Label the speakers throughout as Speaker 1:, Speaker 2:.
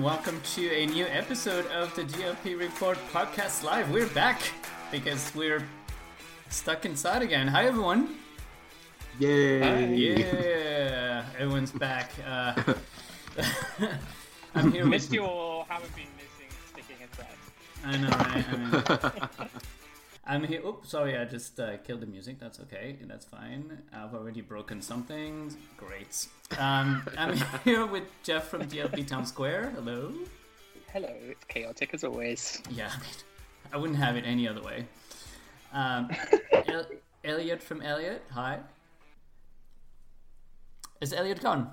Speaker 1: welcome to a new episode of the GOP Report Podcast Live. We're back because we're stuck inside again. Hi, everyone.
Speaker 2: Yay!
Speaker 1: Yeah, everyone's back. Uh, I'm here with
Speaker 3: Missed you all. Haven't been missing sticking and trash.
Speaker 1: I know, right? I mean, I'm here. Oops, sorry, I just uh, killed the music. That's okay. That's fine. I've already broken something. Great. Um, I'm here with Jeff from GLP Town Square. Hello.
Speaker 3: Hello, it's chaotic as always.
Speaker 1: Yeah, I wouldn't have it any other way. Um, El- Elliot from Elliot. Hi. Is Elliot gone?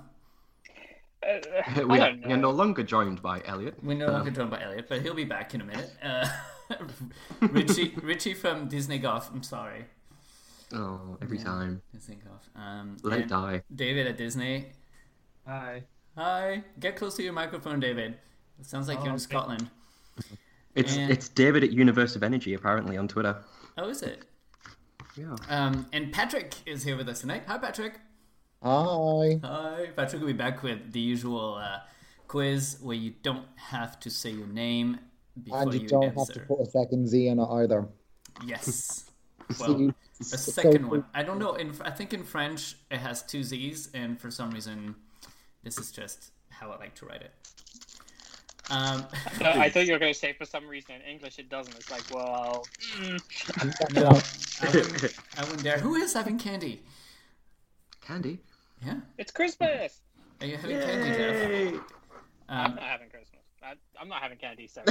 Speaker 3: Uh, I
Speaker 2: We are,
Speaker 3: don't
Speaker 2: we are no
Speaker 3: know.
Speaker 2: longer joined by Elliot.
Speaker 1: We're no longer joined by Elliot, but he'll be back in a minute. Uh, Richie, Richie from Disney Golf. I'm sorry,
Speaker 2: Oh, every time.
Speaker 1: Disney Golf. Um,
Speaker 2: Let it
Speaker 1: and-
Speaker 2: die.
Speaker 1: David at Disney. Hi. Hi. Get close to your microphone, David. It sounds like you're in Scotland.
Speaker 2: It's
Speaker 1: And-
Speaker 2: it's David at Universe of Energy apparently on Twitter.
Speaker 1: Oh, is it?
Speaker 2: Yeah.
Speaker 1: Um, and Patrick is here with us tonight. Hi, Patrick.
Speaker 4: Hi.
Speaker 1: Hi. Patrick will be back with the usual uh, quiz where you don't have to say your name before
Speaker 4: And you,
Speaker 1: you,
Speaker 4: don't have to
Speaker 1: answer.
Speaker 4: put a second Z in it either.
Speaker 1: Yes.
Speaker 4: So
Speaker 1: Well,
Speaker 4: you-
Speaker 1: a
Speaker 4: so-
Speaker 1: second one. I don't know. In I think in French it has two Z's, and for some reason, this is just how I like to write it. Um,
Speaker 3: No, I thought you were going to say for some reason in English it doesn't. It's like, well, mm,
Speaker 1: no, I wouldn't, I wouldn't dare. Who is having candy?
Speaker 2: Candy.
Speaker 1: Yeah,
Speaker 3: it's Christmas.
Speaker 1: are you having candy, Jeff?
Speaker 3: I'm
Speaker 1: Um,
Speaker 3: not having Christmas. I, I'm not having candy. So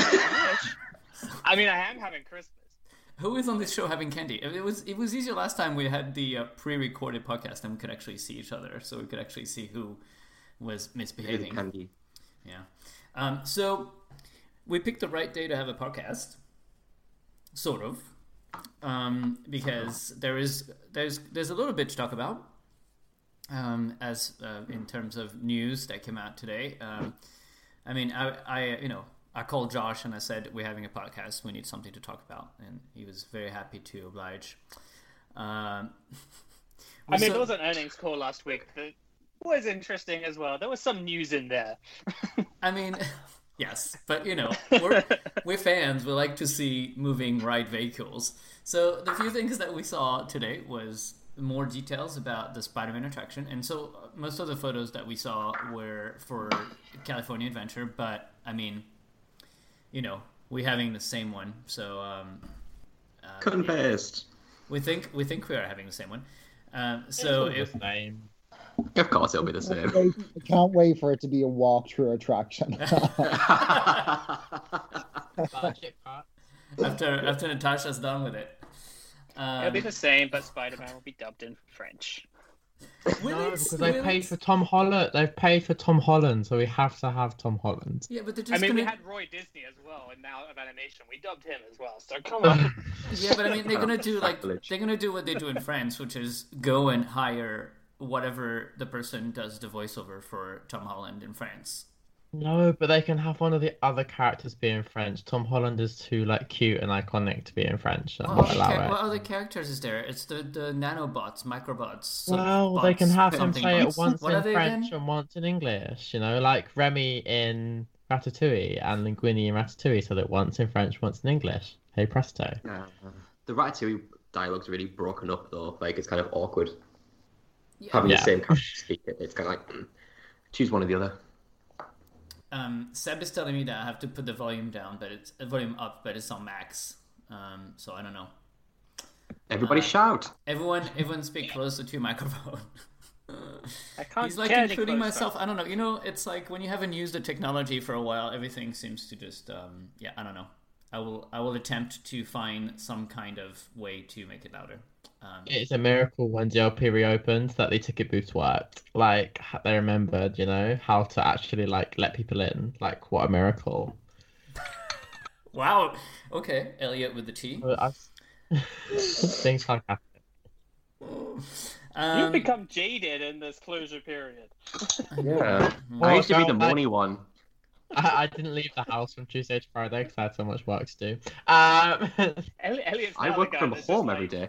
Speaker 3: I mean, I am having Christmas.
Speaker 1: who is on this show having candy? It it was it was easier last time. We had the uh, pre-recorded podcast, and we could actually see each other, so we could actually see who was
Speaker 2: David
Speaker 1: misbehaving.
Speaker 2: Candy.
Speaker 1: Yeah. Um, so we picked the right day to have a podcast, sort of, um, because there is there's there's a little bit to talk about, um, as uh, in terms of news that came out today. Um, I mean, I, I you know I called Josh and I said we're having a podcast. We need something to talk about, and he was very happy to oblige. Um,
Speaker 3: I mean,
Speaker 1: so-
Speaker 3: there was an earnings call last week that was interesting as well. There was some news in there.
Speaker 1: I mean, yes, but you know, we're, we're fans. We like to see moving right vehicles. So the few things that we saw today was more details about the Spider-Man attraction, and so uh, most of the photos that we saw were for California Adventure. But I mean, you know, we're having the same one, so um,
Speaker 2: Cut and paste.
Speaker 1: we think we think we are having the same one. Um, so if,
Speaker 2: Of course, it'll be the same.
Speaker 4: I can't wait for it to be a walkthrough attraction.
Speaker 1: after after Natasha's done with it. Um,
Speaker 3: It'll be the same, but Spider-Man will be dubbed in French.
Speaker 1: will
Speaker 5: No,
Speaker 1: it-
Speaker 5: because
Speaker 1: will
Speaker 5: they
Speaker 1: it-
Speaker 5: paid for Tom Holland. They've paid for Tom Holland, so we have to have Tom Holland.
Speaker 1: Yeah, but they're
Speaker 3: I
Speaker 1: just
Speaker 3: mean,
Speaker 1: gonna.
Speaker 3: we had Roy Disney as well, and now of animation, we dubbed him as well. So come on.
Speaker 1: Yeah, but I mean, they're gonna do like
Speaker 2: Sacrilege.
Speaker 1: they're gonna do what they do in France, which is go and hire whatever the person does the voiceover for Tom Holland in France.
Speaker 5: No, but they can have one of the other characters be in French. Tom Holland is too like cute and iconic to be in French. I
Speaker 1: What
Speaker 5: won't
Speaker 1: other,
Speaker 5: allow
Speaker 1: cha-
Speaker 5: it.
Speaker 1: Oh, what other characters is there? It's the the nanobots, microbots. some
Speaker 5: Well, they
Speaker 1: bots,
Speaker 5: can have him
Speaker 1: something
Speaker 5: say it
Speaker 1: bots.
Speaker 5: once
Speaker 1: What are
Speaker 5: in
Speaker 1: they
Speaker 5: French
Speaker 1: again?
Speaker 5: and once in English. You know, like Remy in Ratatouille and Linguini in Ratatouille said it once in French, once in English. Hey presto!
Speaker 2: Yeah. The Ratatouille dialogue's really broken up though. Like it's kind of awkward having
Speaker 5: Yeah.
Speaker 2: the same character speak it. It's kind of like mm, choose one or the other.
Speaker 1: Um, Seb is telling me that I have to put the volume down, but it's uh, volume up, but it's on max. Um, so I don't know.
Speaker 2: Everybody shout.
Speaker 1: Everyone, everyone, speak closer to your microphone.
Speaker 3: I can't
Speaker 1: He's like
Speaker 3: get any
Speaker 1: including
Speaker 3: closer.
Speaker 1: myself. I don't know. You know, it's like when you haven't used the technology for a while, everything seems to just um, yeah. I don't know. I will I will attempt to find some kind of way to make it louder. Um,
Speaker 5: It's a miracle when DLP reopened that the ticket booths worked. Like ha- they remembered, you know, how to actually like let people in. Like what a miracle!
Speaker 1: wow. Okay, Elliot with the T.
Speaker 2: Uh,
Speaker 5: But I've- Things like that.
Speaker 3: You've
Speaker 1: Um,
Speaker 3: become jaded in this closure period.
Speaker 2: Yeah. I
Speaker 1: Mm-hmm.
Speaker 5: Oh,
Speaker 2: used to be
Speaker 5: no,
Speaker 2: the
Speaker 5: I-
Speaker 2: money one.
Speaker 5: I, I didn't leave the house from Tuesday to Friday because I had so much work to do. Um,
Speaker 3: Elli- Elliot's now
Speaker 2: I
Speaker 3: the
Speaker 2: work
Speaker 3: guy
Speaker 2: from
Speaker 3: that's just
Speaker 2: home
Speaker 3: like-
Speaker 2: every day.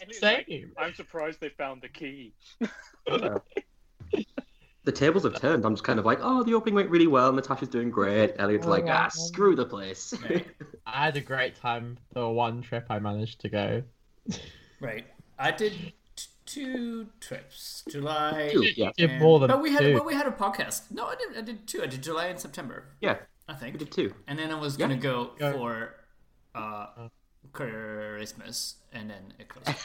Speaker 3: Elliot's like,
Speaker 5: same.
Speaker 3: I'm surprised they found the key.
Speaker 2: the tables have turned. I'm just kind of like, oh, the opening went really well. Natasha's doing great. Elliot's
Speaker 4: Oh,
Speaker 2: like,
Speaker 4: wow.
Speaker 2: ah, screw the place.
Speaker 1: Right.
Speaker 5: I had a great time the one trip I managed to go.
Speaker 1: Right. I did t- two trips, July.
Speaker 2: Two, yeah,
Speaker 5: You did
Speaker 1: and-
Speaker 5: more than
Speaker 1: but we had
Speaker 5: two.
Speaker 1: well, we had a podcast. No, I didn't. I did two. I did July and September,
Speaker 2: yeah,
Speaker 1: I
Speaker 2: we
Speaker 1: think.
Speaker 2: did two.
Speaker 1: And then I was
Speaker 2: Yeah.
Speaker 1: gonna go
Speaker 5: Go.
Speaker 1: for uh, Christmas, and then it closed.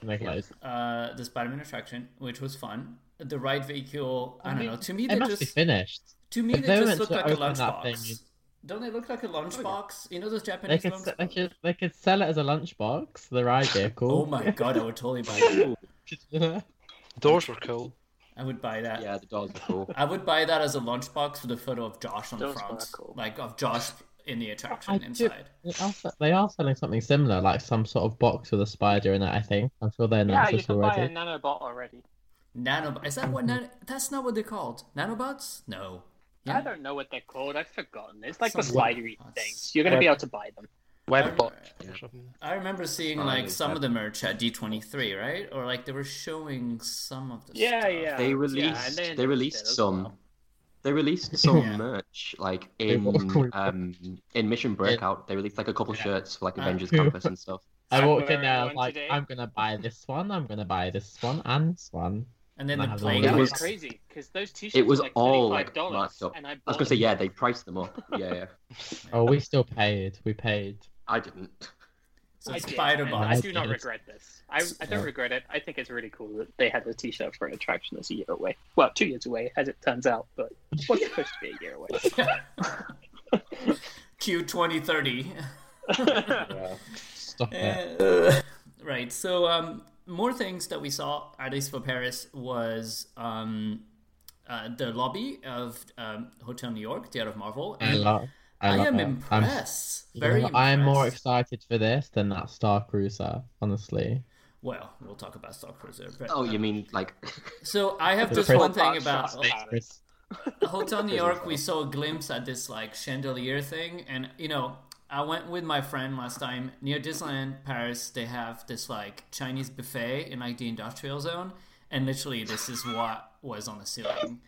Speaker 5: And they closed.
Speaker 1: uh, the Spider-Man attraction, which was fun. The ride vehicle. I
Speaker 5: I
Speaker 1: don't
Speaker 5: mean,
Speaker 1: know. To me,
Speaker 5: It
Speaker 1: they
Speaker 5: must be
Speaker 1: just
Speaker 5: finished.
Speaker 1: to me
Speaker 5: if they
Speaker 1: they
Speaker 5: were
Speaker 1: just
Speaker 5: meant
Speaker 1: look
Speaker 5: to
Speaker 1: like a
Speaker 5: open that thing,
Speaker 1: lunchbox.
Speaker 5: you'd-
Speaker 1: Don't they look like a lunchbox? You know those
Speaker 5: They
Speaker 1: Japanese
Speaker 5: could, se- they,
Speaker 1: lunchbox.
Speaker 5: could, they could sell it as a lunchbox, the ride vehicle.
Speaker 1: Oh my god! I would totally buy that. Oh
Speaker 5: my!
Speaker 6: Doors were cool.
Speaker 1: I would buy that.
Speaker 2: Yeah, the doors are cool.
Speaker 1: I would buy that as a lunchbox with a photo of Josh on the
Speaker 3: Those are
Speaker 1: front,
Speaker 3: cool.
Speaker 1: like of Josh in the
Speaker 5: I
Speaker 1: attraction
Speaker 5: do-
Speaker 1: inside.
Speaker 5: They are, se- they are selling something similar, like some sort of box with a spider in it. I think I'm sure they
Speaker 3: Yeah,
Speaker 5: announced
Speaker 3: you
Speaker 5: this
Speaker 3: can buy a
Speaker 5: already.
Speaker 3: nanobot already.
Speaker 1: Nanob is that what?
Speaker 5: Mm-hmm.
Speaker 1: Nan- that's not what they're called. Nanobots? No.
Speaker 3: I don't know what they're called. I've forgotten. It's like the
Speaker 1: Some web-
Speaker 3: spidery
Speaker 1: That's-
Speaker 3: things. You're gonna be able to buy them.
Speaker 6: Webbot
Speaker 2: Yeah.
Speaker 6: or something.
Speaker 1: I remember seeing
Speaker 2: Oh,
Speaker 1: like
Speaker 2: is
Speaker 1: some
Speaker 2: that-
Speaker 1: of the merch at D23, right? Or like they were showing some of the
Speaker 3: Yeah,
Speaker 1: stuff.
Speaker 3: yeah.
Speaker 2: They
Speaker 3: and
Speaker 2: released.
Speaker 3: they
Speaker 2: they
Speaker 3: announced
Speaker 2: released
Speaker 3: it as
Speaker 2: some.
Speaker 3: well.
Speaker 2: They released some
Speaker 1: Yeah.
Speaker 2: merch, like
Speaker 5: They
Speaker 2: in
Speaker 5: were cool.
Speaker 2: um in Mission Breakout. They released like a couple
Speaker 5: Yeah.
Speaker 2: shirts for like
Speaker 1: Uh,
Speaker 2: Avengers
Speaker 5: who-
Speaker 2: Campus and stuff.
Speaker 5: I walked in
Speaker 3: Wearing
Speaker 5: there, I was
Speaker 3: one
Speaker 5: like,
Speaker 3: today.
Speaker 5: I'm gonna buy this one, I'm gonna buy this one, and this one.
Speaker 1: And then
Speaker 5: I
Speaker 1: the
Speaker 5: have
Speaker 1: playing
Speaker 5: one
Speaker 3: That
Speaker 2: It
Speaker 1: out-
Speaker 3: was
Speaker 2: was-
Speaker 3: crazy because those t-shirts.
Speaker 2: it was
Speaker 3: were like
Speaker 2: all, like,
Speaker 3: $35,
Speaker 2: marked up.
Speaker 3: And I, bought
Speaker 2: I was gonna say,
Speaker 3: them.
Speaker 2: yeah, they priced them up. Yeah, yeah.
Speaker 5: Oh, we still paid. We paid.
Speaker 2: I didn't.
Speaker 1: so
Speaker 3: I did,
Speaker 1: spider
Speaker 3: and
Speaker 1: bots.
Speaker 3: I
Speaker 5: Nice.
Speaker 3: do not regret this. I, I don't
Speaker 5: Yeah.
Speaker 3: regret it. I think it's really cool that they had the T-shirt for an attraction that's a year away. Well, two years away, as it turns out, but what's supposed to be a year away?
Speaker 1: Q twenty thirty.
Speaker 2: Yeah.
Speaker 5: Stop it.
Speaker 1: Uh, right. So, um, more things that we saw, at least for Paris, was um, uh, the lobby of um, Hotel New York, the Art of Marvel.
Speaker 5: I
Speaker 1: And
Speaker 5: love. I,
Speaker 1: I
Speaker 5: love
Speaker 1: am
Speaker 5: it. I'm,
Speaker 1: impressed. Very.
Speaker 5: you know, I am more
Speaker 1: impressed.
Speaker 5: excited for this than that Star Cruiser. Honestly,
Speaker 1: Well, we'll talk about Star Cruiser. But,
Speaker 2: Oh, you mean like?
Speaker 1: So I have
Speaker 5: The
Speaker 1: just
Speaker 5: press-
Speaker 1: one thing
Speaker 3: Fox
Speaker 1: about
Speaker 3: Fox. Got it.
Speaker 1: Hotel New York. We saw a glimpse at this like chandelier thing, and you know, I went with my friend last time near Disneyland Paris. They have this like Chinese buffet in like the industrial zone, and literally this is what was on the ceiling.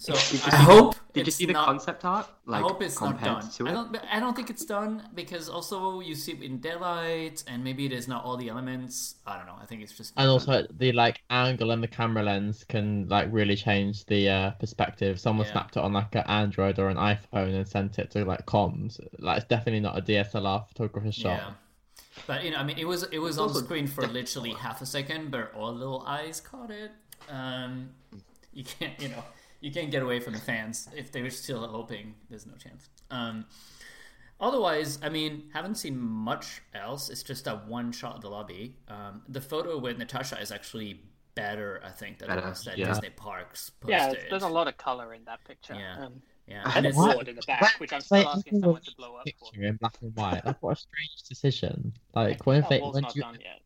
Speaker 1: So I hope
Speaker 2: Did you
Speaker 1: it's
Speaker 2: see the
Speaker 1: not-
Speaker 2: concept art? Like
Speaker 1: I hope it's not
Speaker 2: compared
Speaker 1: done.
Speaker 2: to
Speaker 1: I
Speaker 2: it.
Speaker 1: don't. but I don't think it's done because also you see it in daylight, and maybe there's not all the elements. I don't know. I think it's just. not
Speaker 5: And
Speaker 1: done.
Speaker 5: also the like angle and the camera lens can like really change the uh, perspective. Someone
Speaker 1: Yeah.
Speaker 5: snapped it on like an Android or an iPhone and sent it to like comms. Like it's definitely not a DSLR photographer's shot.
Speaker 1: Yeah. But you know, I mean, it was it was
Speaker 2: It's
Speaker 1: on
Speaker 2: also
Speaker 1: screen for literally half a second, but all little eyes caught it. Um, you can't, you know, you can't get away from the fans if they were still hoping. There's no chance. Um, otherwise, I mean, haven't seen much else. It's just that one shot of the lobby. Um, the photo with Natasha is actually better, I think, than the
Speaker 2: Better,
Speaker 1: ones that
Speaker 2: yeah.
Speaker 1: Disney Parks posted.
Speaker 3: Yeah, it's- there's a lot of color in that picture.
Speaker 1: Yeah.
Speaker 3: Um,
Speaker 1: Yeah, and
Speaker 3: and a
Speaker 1: it's,
Speaker 5: What?
Speaker 3: sword in the back, which I'm still
Speaker 5: Like,
Speaker 3: asking someone to blow up for.
Speaker 5: Picture in black and white. That's what a strange decision. Like when if
Speaker 3: That
Speaker 5: they
Speaker 3: wall's
Speaker 5: when
Speaker 3: not
Speaker 5: you
Speaker 3: done yet.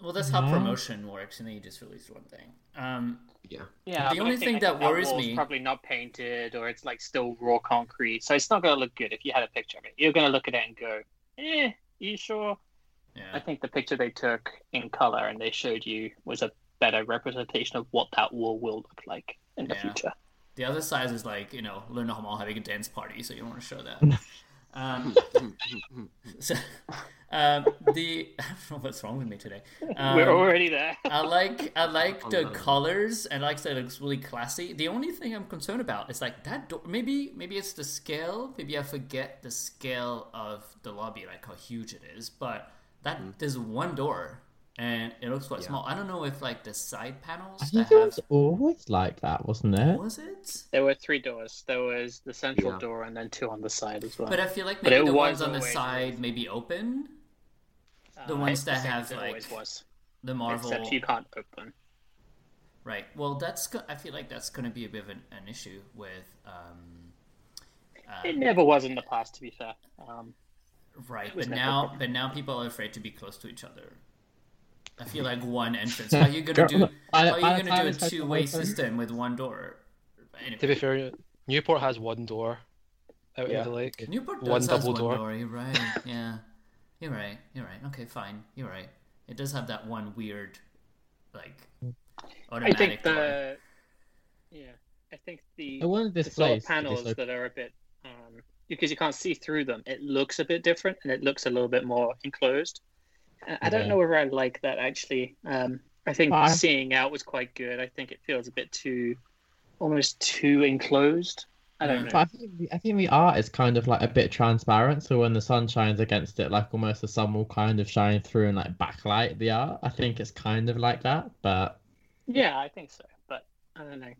Speaker 1: well, that's how
Speaker 5: Yeah.
Speaker 1: promotion works, and then you just release one thing. Um,
Speaker 2: Yeah.
Speaker 3: Yeah,
Speaker 1: The
Speaker 3: but I
Speaker 1: only
Speaker 3: think-
Speaker 1: thing
Speaker 3: I think
Speaker 1: that worries
Speaker 3: wall's
Speaker 1: me-
Speaker 3: probably not painted or it's like still raw concrete, so it's not going to look good if you had a picture of it. You're going to look at it and go, "Eh, you sure?" I
Speaker 1: yeah.
Speaker 3: think the picture they took in color and they showed you was a better representation of what that wall will look like in the
Speaker 1: Yeah.
Speaker 3: future.
Speaker 1: The other size is like, you know, Le Normand having a dance party, so you don't want to show that. Um, so, um, the I don't know what's wrong with me today. Um,
Speaker 3: We're already there.
Speaker 1: I like I like the
Speaker 2: Oh, no.
Speaker 1: colors. I like that it looks really classy. The only thing I'm concerned about is like that door. Maybe maybe it's the scale. Maybe I forget the scale of the lobby, like how huge it is. But that
Speaker 5: Mm.
Speaker 1: there's one door, and it looks quite
Speaker 2: Yeah.
Speaker 1: small. I don't know if like the side panels
Speaker 5: I
Speaker 1: that
Speaker 5: think it
Speaker 1: have
Speaker 5: was always like that, wasn't it?
Speaker 1: was it.
Speaker 3: There were three doors. There was the central
Speaker 2: Yeah.
Speaker 3: door and then two on the side as well.
Speaker 1: But I feel like
Speaker 3: But
Speaker 1: maybe
Speaker 3: it
Speaker 1: the ones
Speaker 3: was
Speaker 1: on the
Speaker 3: always-
Speaker 1: side maybe open
Speaker 3: Uh,
Speaker 1: the ones
Speaker 3: it's
Speaker 1: that
Speaker 3: same
Speaker 1: have,
Speaker 3: as it
Speaker 1: like,
Speaker 3: always was,
Speaker 1: the Marvel.
Speaker 3: except you can't open.
Speaker 1: Right. Well, that's. go- I feel like that's going to be a bit of an, an issue with. Um, uh,
Speaker 3: It never was in the past, to be fair. Um,
Speaker 1: right,
Speaker 3: it was
Speaker 1: but
Speaker 3: never
Speaker 1: now,
Speaker 3: open.
Speaker 1: but now people are afraid to be close to each other. I feel like one entrance. How are you gonna do?
Speaker 5: Girl,
Speaker 1: How
Speaker 5: by-
Speaker 1: are you
Speaker 5: by the time
Speaker 1: gonna
Speaker 5: it's
Speaker 1: do a
Speaker 5: supposed to
Speaker 1: two-way
Speaker 5: open-
Speaker 1: system with one door? Anyway,
Speaker 6: To be fair, Newport has one door out
Speaker 2: Yeah.
Speaker 6: of the lake.
Speaker 1: Newport does
Speaker 6: one
Speaker 1: has
Speaker 6: double
Speaker 1: one
Speaker 6: door.
Speaker 1: door. You're right. Yeah, you're right. You're right. Okay, fine. You're right. It does have that one weird, like,
Speaker 3: I
Speaker 1: automatic
Speaker 3: think
Speaker 1: door.
Speaker 3: the Yeah, I think the
Speaker 5: I want to
Speaker 3: the sort
Speaker 5: display
Speaker 3: of panels that are a bit um, because you can't see through them. It looks a bit different and it looks a little bit more enclosed. I I don't
Speaker 5: Yeah.
Speaker 3: know whether I like that actually. Um, I think
Speaker 5: Why?
Speaker 3: seeing out was quite good. I think it feels a bit too, almost too enclosed. I don't
Speaker 5: But
Speaker 3: know.
Speaker 5: I think, the, I think the art is kind of like a bit transparent, so when the sun shines against it, like almost the sun will kind of shine through and like backlight the art. I think it's kind of like that, but
Speaker 3: Yeah, I think so, but I don't know.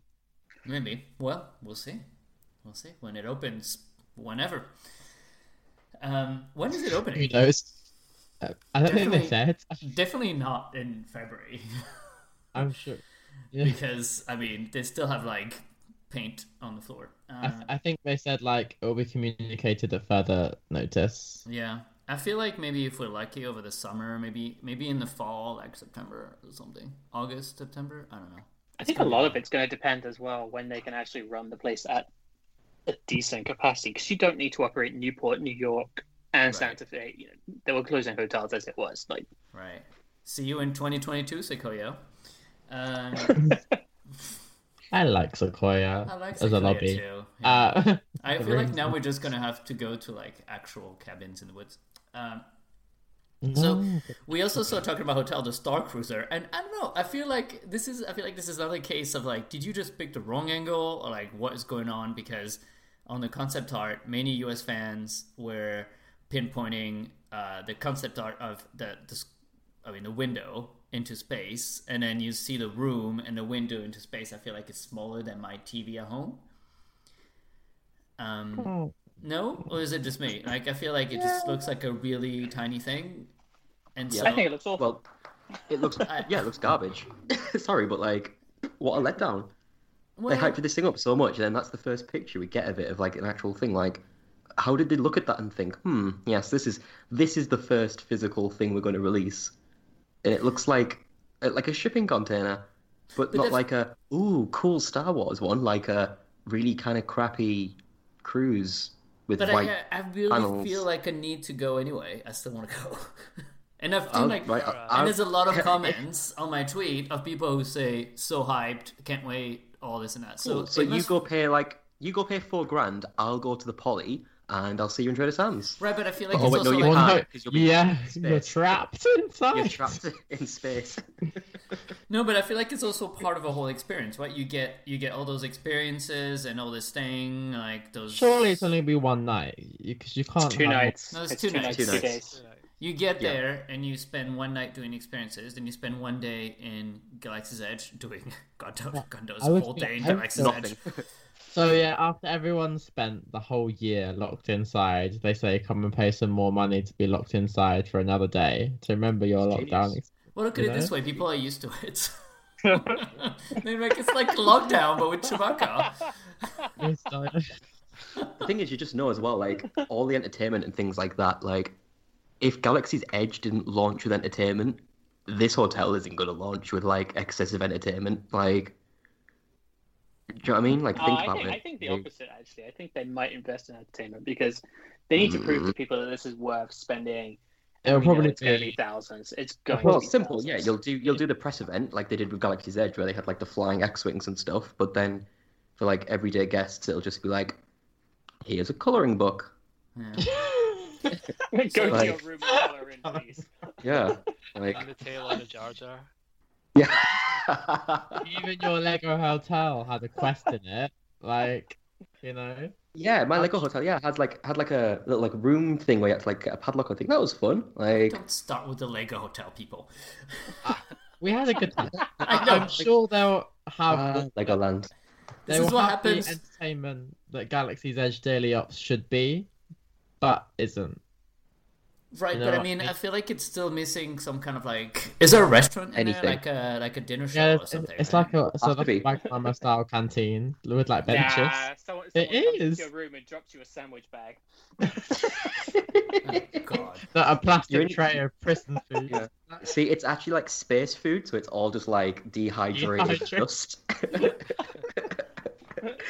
Speaker 1: Maybe. Well, we'll see. We'll see when it opens. Whenever. Um, when is it
Speaker 5: who
Speaker 1: opening?
Speaker 5: knows? Uh, I don't think
Speaker 1: Definitely.
Speaker 5: they said.
Speaker 1: Definitely not in February
Speaker 5: I'm sure. Yeah.
Speaker 1: because I mean they still have like paint on the floor.
Speaker 5: I,
Speaker 1: Uh,
Speaker 5: th- I think they said like it will be communicated at further notice.
Speaker 1: yeah, I feel like maybe if we're lucky over the summer, maybe maybe in the fall, like September or something, August, September. I don't know.
Speaker 3: I think a lot of it's going to depend as well when they can actually run the place at a decent capacity because you don't need to operate Newport, New York, and
Speaker 1: Right.
Speaker 3: Santa Fe. You know, they were closing hotels as it was. Like,
Speaker 1: Right. See you in 2022, Sequoia. Um,
Speaker 5: I like Sequoia
Speaker 1: I like
Speaker 5: as a
Speaker 1: Sequoia
Speaker 5: lobby.
Speaker 1: too. Yeah.
Speaker 5: Uh,
Speaker 1: I
Speaker 5: the
Speaker 1: feel like
Speaker 5: rooms
Speaker 1: now
Speaker 5: are-
Speaker 1: we're just gonna have to go to like actual cabins in the woods. Um,
Speaker 5: no.
Speaker 1: we also started talking about hotel, the Star Cruiser, and I don't know. I feel like this is. I feel like this is another case of like, did you just pick the wrong angle, or like what is going on? Because on the concept art, many U.S. fans were pinpointing uh, the concept art of the, the, s- I mean, the window into space, and then you see the room and the window into space. I feel like it's smaller than my TV at home. Um, no, or is it just me? Like I feel like it just looks like a really tiny thing, and
Speaker 2: Yeah.
Speaker 1: so
Speaker 3: I think it looks awful.
Speaker 2: Well, it looks uh,
Speaker 1: I-
Speaker 2: yeah, it looks garbage. Sorry, but like, what a letdown!
Speaker 1: well,
Speaker 2: They hyped this thing up so much, and then that's the first picture we get of it of like an actual thing. Like, how did they look at that and think, hmm, yes, this is this is the first physical thing we're going to release, and it looks like uh, like a shipping container, but,
Speaker 1: But
Speaker 2: not
Speaker 1: that's-
Speaker 2: like a ooh cool Star Wars one, like a really kind of crappy cruise with
Speaker 1: but
Speaker 2: white.
Speaker 1: I, uh, I really
Speaker 2: panels.
Speaker 1: feel like a need to go anyway. I still want to go, and I've seen
Speaker 2: I'll-
Speaker 1: like,
Speaker 2: right,
Speaker 6: and
Speaker 2: I'll-
Speaker 1: and there's a lot of
Speaker 2: I'll-
Speaker 1: comments on my tweet of people who say so hyped, can't wait, all this and that. So,
Speaker 2: Cool. So
Speaker 1: it
Speaker 2: you
Speaker 1: must-
Speaker 2: go pay like you go pay four grand. I'll go to the poly and I'll see you in Trader Sam's.
Speaker 1: right, but I feel like
Speaker 2: Oh,
Speaker 1: it's
Speaker 2: wait,
Speaker 1: also
Speaker 2: no, you
Speaker 1: like ah,
Speaker 2: can't.
Speaker 5: Well, no,
Speaker 2: 'cause you'll be
Speaker 5: yeah,
Speaker 2: trapped in
Speaker 5: you're
Speaker 2: space.
Speaker 5: trapped inside.
Speaker 2: You're trapped in space.
Speaker 1: No, but I feel like it's also part of a whole experience, right? You get you get all those experiences and all this thing, like those.
Speaker 5: Surely it's only be one night because you, can't.
Speaker 3: two
Speaker 5: have more-
Speaker 3: nights.
Speaker 1: No, it's
Speaker 3: it's
Speaker 1: two
Speaker 3: two,
Speaker 1: nights.
Speaker 3: nights,
Speaker 2: uh-huh. Two
Speaker 3: two
Speaker 2: nights.
Speaker 3: days.
Speaker 1: You get
Speaker 2: Yeah.
Speaker 1: there and you spend one night doing experiences, then you spend one day in Galaxy's Edge doing God knows, God knows
Speaker 5: I would
Speaker 1: whole
Speaker 5: be-
Speaker 1: day in
Speaker 5: I would
Speaker 1: Galaxy's Edge.
Speaker 2: Nothing.
Speaker 5: So yeah, after everyone spent the whole year locked inside, they say come and pay some more money to be locked inside for another day to remember your
Speaker 2: It's
Speaker 5: lockdown.
Speaker 2: genius.
Speaker 5: ex-
Speaker 1: Well, look at
Speaker 5: You
Speaker 1: it this
Speaker 5: know?
Speaker 1: way: people are used to it. They're like, it's like lockdown, but with Chewbacca.
Speaker 5: It's like-
Speaker 2: The thing is, you just know as well, like all the entertainment and things like that. Like, if Galaxy's Edge didn't launch with entertainment, this hotel isn't going to launch with like excessive entertainment. Like, do you know what I mean? Like,
Speaker 3: Oh,
Speaker 2: think
Speaker 3: I,
Speaker 2: about
Speaker 3: think,
Speaker 2: it.
Speaker 3: I think the opposite, actually. I think they might invest in entertainment because they need to
Speaker 2: Mm-hmm.
Speaker 3: prove to people that this is worth spending.
Speaker 5: It'll
Speaker 3: We know
Speaker 5: probably
Speaker 3: it's going to
Speaker 5: be-
Speaker 3: be thousands. It's going
Speaker 2: Well,
Speaker 3: to be
Speaker 2: it's simple, yeah.
Speaker 3: thousands.
Speaker 2: You'll do you'll do the press event like they did with Galaxy's Edge, where they had like the flying X wings and stuff. But then for like everyday guests, it'll just be like, here's a coloring book.
Speaker 1: Yeah.
Speaker 3: Go to your
Speaker 2: Like-
Speaker 3: room and color in, please.
Speaker 2: Yeah, like
Speaker 6: And the tail on the Jar Jar.
Speaker 2: yeah,
Speaker 5: Even your Lego hotel had a quest in it, like you know.
Speaker 2: yeah. My Lego hotel, yeah, had like had like a little like room thing where you had to like get a padlock. I think that was fun. Like,
Speaker 1: Don't start with the Lego Hotel, people.
Speaker 5: We had a good time.
Speaker 1: I
Speaker 5: I'm
Speaker 1: know.
Speaker 5: sure they'll have.
Speaker 2: uh, Legoland.
Speaker 1: This
Speaker 5: they will
Speaker 1: is what
Speaker 5: have the
Speaker 1: happens.
Speaker 5: entertainment that Galaxy's Edge Daily Ops should be, but isn't.
Speaker 1: Right,
Speaker 5: You know
Speaker 1: but I
Speaker 5: what?
Speaker 1: mean, I feel like it's still missing some kind of like. Is there a restaurant in there,
Speaker 2: Anything.
Speaker 1: like a like a dinner show
Speaker 5: Yeah,
Speaker 1: or
Speaker 5: it's,
Speaker 1: something?
Speaker 5: it's
Speaker 1: right?
Speaker 5: like a so
Speaker 2: Has to
Speaker 5: like a
Speaker 2: be.
Speaker 5: Bagmama style canteen with like benches.
Speaker 3: Nah, someone, someone
Speaker 5: It
Speaker 3: comes
Speaker 5: is.
Speaker 3: into your room and drops you a sandwich bag.
Speaker 1: Oh, God.
Speaker 5: That a plastic
Speaker 2: You're in-
Speaker 5: tray of prison food.
Speaker 2: Yeah. See, it's actually like space food, so it's all just like dehydrated
Speaker 5: Dehydrated.
Speaker 2: dust.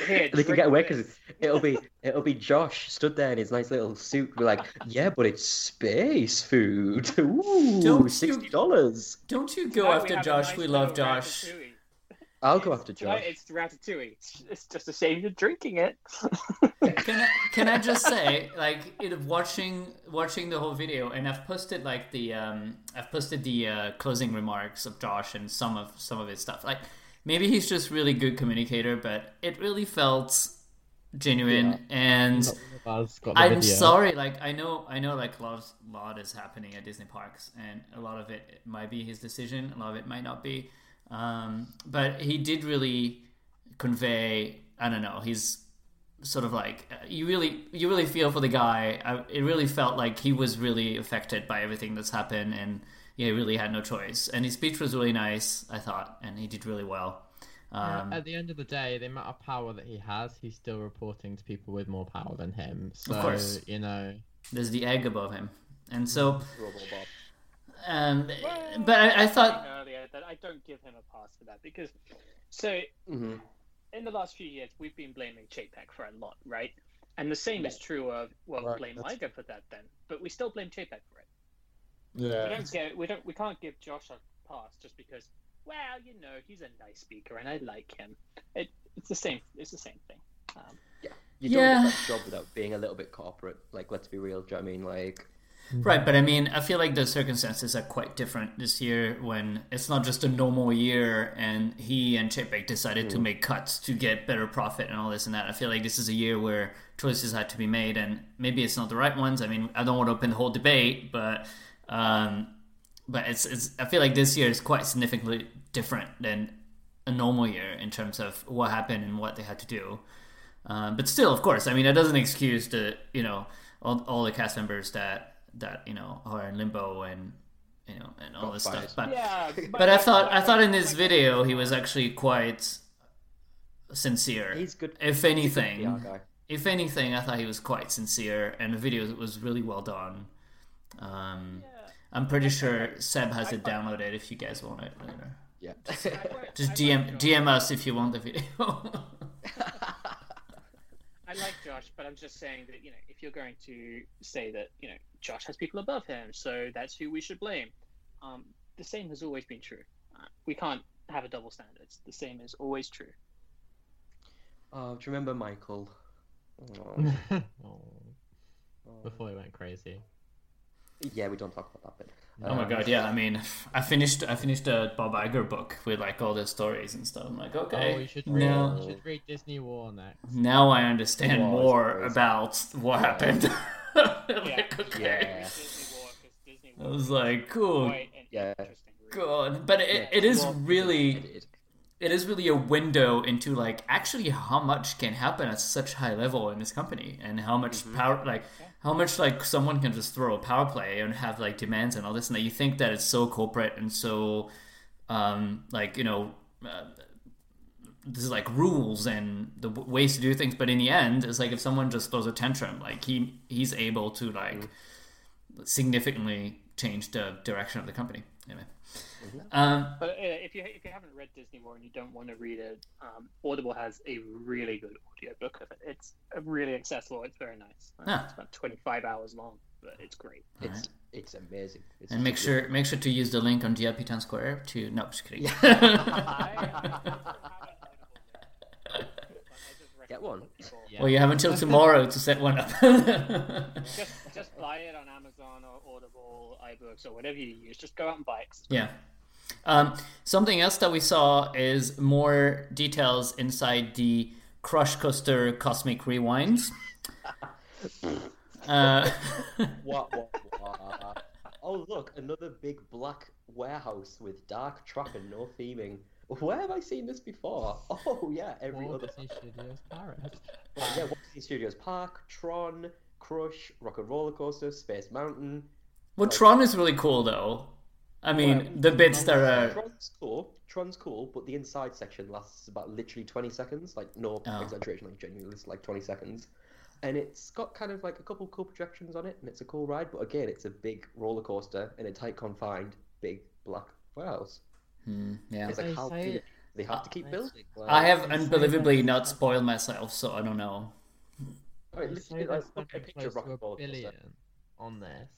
Speaker 3: Here,
Speaker 2: they can
Speaker 3: drink
Speaker 2: get away because
Speaker 3: this.
Speaker 2: it'll be it'll be Josh stood there in his nice little suit. We're like, yeah, but it's space food. Ooh,
Speaker 1: Don't you-
Speaker 2: sixty dollars.
Speaker 1: Don't you go
Speaker 3: Now we
Speaker 1: after
Speaker 3: have a
Speaker 1: Josh.
Speaker 3: nice
Speaker 1: we love
Speaker 3: little
Speaker 1: Josh.
Speaker 3: ratatouille.
Speaker 2: I'll go after
Speaker 3: Tonight
Speaker 2: Josh.
Speaker 3: It's Ratatouille. It's, it's just a shame you're drinking it.
Speaker 1: Can I, can I just say, like, it, watching watching the whole video, and I've posted like the um, I've posted the uh, closing remarks of Josh and some of some of his stuff. Like, maybe he's just really good communicator, but it really felt genuine.
Speaker 5: Yeah.
Speaker 1: And
Speaker 5: Not one of us got the
Speaker 1: I'm
Speaker 5: video.
Speaker 1: sorry, like, I know I know like a lot, lot is happening at Disney parks, and a lot of it might be his decision, a lot of it might not be. Um, but he did really convey. I don't know. He's sort of like uh, you really you really feel for the guy. I, it really felt like he was really affected by everything that's happened, and yeah, he really had no choice. And his speech was really nice, I thought, and he did really well.
Speaker 5: Yeah,
Speaker 1: Um,
Speaker 5: At the end of the day, the amount of power that he has, he's still reporting to people with more power than him. So
Speaker 1: course.
Speaker 5: you know,
Speaker 1: there's the egg above him, and so. Um, but I, I thought
Speaker 3: earlier that I don't give him a pass for that because so
Speaker 2: Mm-hmm.
Speaker 3: in the last few years we've been blaming JPEG for a lot, right? And the same is true of well,
Speaker 7: Right,
Speaker 3: blame
Speaker 7: that's-
Speaker 3: Liger for that then, but we still blame JPEG for it. We
Speaker 7: Yeah.
Speaker 3: don't get we don't we can't give Josh a pass just because well you know he's a nice speaker and I like him. It, it's the same it's the same thing. Um,
Speaker 2: You don't
Speaker 1: Yeah.
Speaker 2: get that job without being a little bit corporate. Like, let's be real. Do you know what I mean? Like,
Speaker 1: right, but I mean, I feel like the circumstances are quite different this year when it's not just a normal year, and he and Chapek decided to make cuts to get better profit and all this and that. I feel like this is a year where choices had to be made, and maybe it's not the right ones. I mean, I don't want to open the whole debate, but um, but it's it's. I feel like this year is quite significantly different than a normal year in terms of what happened and what they had to do. Um, but still, of course, I mean, that doesn't excuse the you know all, all the cast members that that you know are in limbo and you know and all
Speaker 2: Got
Speaker 1: this
Speaker 2: fired.
Speaker 1: stuff. But
Speaker 3: yeah,
Speaker 1: Uh, but I thought I thought in this video he was um, actually quite sincere.
Speaker 2: he's good.
Speaker 1: if
Speaker 2: he's a good
Speaker 1: anything,
Speaker 2: PR guy.
Speaker 1: if anything, I thought he was quite sincere, and the video was really well done. Um,
Speaker 3: Yeah.
Speaker 1: I'm pretty sure Seb has
Speaker 3: I
Speaker 1: it
Speaker 3: thought-
Speaker 1: downloaded if you guys want it later.
Speaker 2: Yeah.
Speaker 3: I won't-
Speaker 1: Just
Speaker 3: I
Speaker 1: DM
Speaker 3: won't go.
Speaker 1: DM us if you want the video.
Speaker 3: I like Josh, but I'm just saying that you know if you're going to say that you know Josh has people above him, so that's who we should blame. Um, the same has always been true. Uh, We can't have a double standard. It's the same is always true.
Speaker 2: oh, do you remember Michael? Oh,
Speaker 5: Oh,
Speaker 2: oh.
Speaker 5: before he went crazy.
Speaker 2: Yeah, we don't talk about that bit.
Speaker 1: Oh my
Speaker 2: Um,
Speaker 1: god, yeah. I mean, I finished I finished the Bob Iger book with like all the stories and stuff. I'm like, okay, Mm.
Speaker 5: Oh, you should read.
Speaker 1: now
Speaker 5: You should read Disney War next.
Speaker 1: now I understand
Speaker 2: Wow, it's
Speaker 1: more
Speaker 2: crazy.
Speaker 1: about what happened. like, okay,
Speaker 2: Yeah.
Speaker 3: Disney War, 'cause Disney
Speaker 1: I
Speaker 3: War
Speaker 1: was
Speaker 3: is
Speaker 1: like, cool,
Speaker 3: quite an
Speaker 2: Yeah.
Speaker 3: interesting read.
Speaker 1: god. But it,
Speaker 2: Yeah,
Speaker 1: it is
Speaker 2: well,
Speaker 1: really
Speaker 2: edited.
Speaker 1: it is really a window into like actually how much can happen at such high level in this company and how much power like how much like someone can just throw a power play and have like demands and all this and that you think that it's so corporate and so um like you know uh, there's like rules and the w- ways to do things but in the end it's like if someone just throws a tantrum like he he's able to like significantly change the direction of the company anyway
Speaker 2: Mm-hmm.
Speaker 1: um
Speaker 3: But uh, if you if you haven't read Disney War and you don't want to read it, um, Audible has a really good audiobook of it. It's uh, really accessible. It's very nice. Uh,
Speaker 1: Ah.
Speaker 3: It's about 25 hours long, but it's great.
Speaker 2: It's it's amazing. It's
Speaker 1: And make
Speaker 2: just-
Speaker 1: sure make sure to use the link on GLP Town Square to no, just kidding.
Speaker 3: I, I don't have an Audible yet, but I just recommend
Speaker 2: Get one.
Speaker 3: people-
Speaker 5: Yeah.
Speaker 1: well, you have until tomorrow to set one up.
Speaker 3: Just just buy it on Amazon or Audible, iBooks or whatever you use. Just go out and buy it.
Speaker 1: yeah. Um, something else that we saw is more details inside the Crush Coaster Cosmic Rewind. Uh,
Speaker 2: Wah, wah, wah. oh look, another big black warehouse with dark track and no theming. Where have I seen this before? Oh yeah, every
Speaker 5: All
Speaker 2: other.
Speaker 5: Disney Studios Paris.
Speaker 2: Yeah, Walt Disney Studios Park, Tron, Crush, Rock and Roller Coaster, Space Mountain.
Speaker 1: well, Tron is really cool though. I mean, the bits that are
Speaker 2: Tron's cool. Tron's cool, but the inside section lasts about literally 20 seconds. Like, no
Speaker 1: Oh.
Speaker 2: exaggeration, like, genuinely, it's like 20 seconds. And it's got kind of like a couple cool projections on it, and it's a cool ride, but again, it's a big roller coaster in a tight, confined, big black warehouse.
Speaker 1: Hmm, yeah.
Speaker 2: It's like,
Speaker 5: They
Speaker 2: how
Speaker 5: say
Speaker 2: do
Speaker 5: it-
Speaker 2: they have to keep
Speaker 5: I-
Speaker 2: building? Like,
Speaker 1: I have
Speaker 5: They say
Speaker 1: unbelievably
Speaker 5: that-
Speaker 1: not spoiled myself, so I don't know.
Speaker 2: I mean,
Speaker 5: They
Speaker 2: Oh, literally,
Speaker 5: say
Speaker 2: like, look at
Speaker 5: there's
Speaker 2: a
Speaker 5: something
Speaker 2: picture of
Speaker 5: close
Speaker 2: Rock
Speaker 5: to a
Speaker 2: and Roller Coaster.
Speaker 5: billion on this.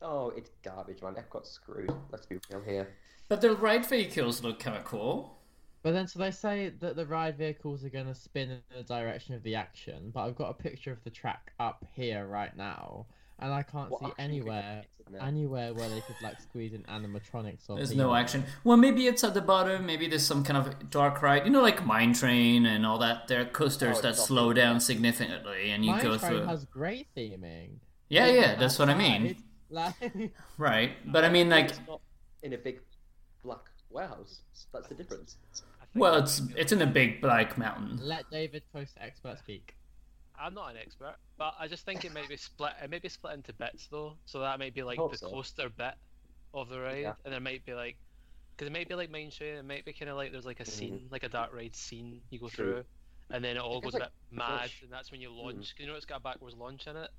Speaker 2: Oh, it's garbage, man. Epcot's screwed. Let's be real here.
Speaker 1: But the ride vehicles look kind of cool.
Speaker 5: But then, so they say that the ride vehicles are going to spin in the direction of the action, but I've got a picture of the track up here right now, and I can't
Speaker 2: What
Speaker 5: see
Speaker 2: action could
Speaker 5: anywhere
Speaker 2: you get?
Speaker 5: anywhere where they could like squeeze in animatronics or.
Speaker 1: There's no
Speaker 5: people.
Speaker 1: action. Well, maybe it's at the bottom. Maybe there's some kind of dark ride. You know, like Mine Train and all that. There are coasters
Speaker 2: Oh,
Speaker 1: that
Speaker 2: it's
Speaker 1: slow
Speaker 2: awesome.
Speaker 1: down significantly, and you
Speaker 5: Mine
Speaker 1: go
Speaker 5: Train
Speaker 1: through.
Speaker 5: has great theming.
Speaker 1: Yeah,
Speaker 5: They
Speaker 1: yeah,
Speaker 5: go
Speaker 1: that's what I mean.
Speaker 5: outside, Like,
Speaker 1: Right, but I mean, like,
Speaker 2: It's not in a big black warehouse. That's the difference.
Speaker 6: I think
Speaker 1: well,
Speaker 6: I'm
Speaker 1: it's
Speaker 6: gonna be-
Speaker 1: it's in a big black mountain.
Speaker 5: let David post expert speak.
Speaker 6: I'm not an expert, but I just think it might be split. It might be split into bits though, so that might be like
Speaker 2: hope
Speaker 6: the
Speaker 2: so.
Speaker 6: coaster bit of the ride,
Speaker 2: Yeah.
Speaker 6: and there might be like, because it might be like Mine Train. It might be kind of like there's like a
Speaker 2: Mhm.
Speaker 6: scene, like a dark ride scene you go
Speaker 2: True. Mm-hmm.
Speaker 6: through, and then it all
Speaker 2: If
Speaker 6: goes
Speaker 2: it's
Speaker 6: a
Speaker 2: like
Speaker 6: bit mad,
Speaker 2: push-
Speaker 6: and that's when you launch. 'cause you know it's got a backwards launch in it,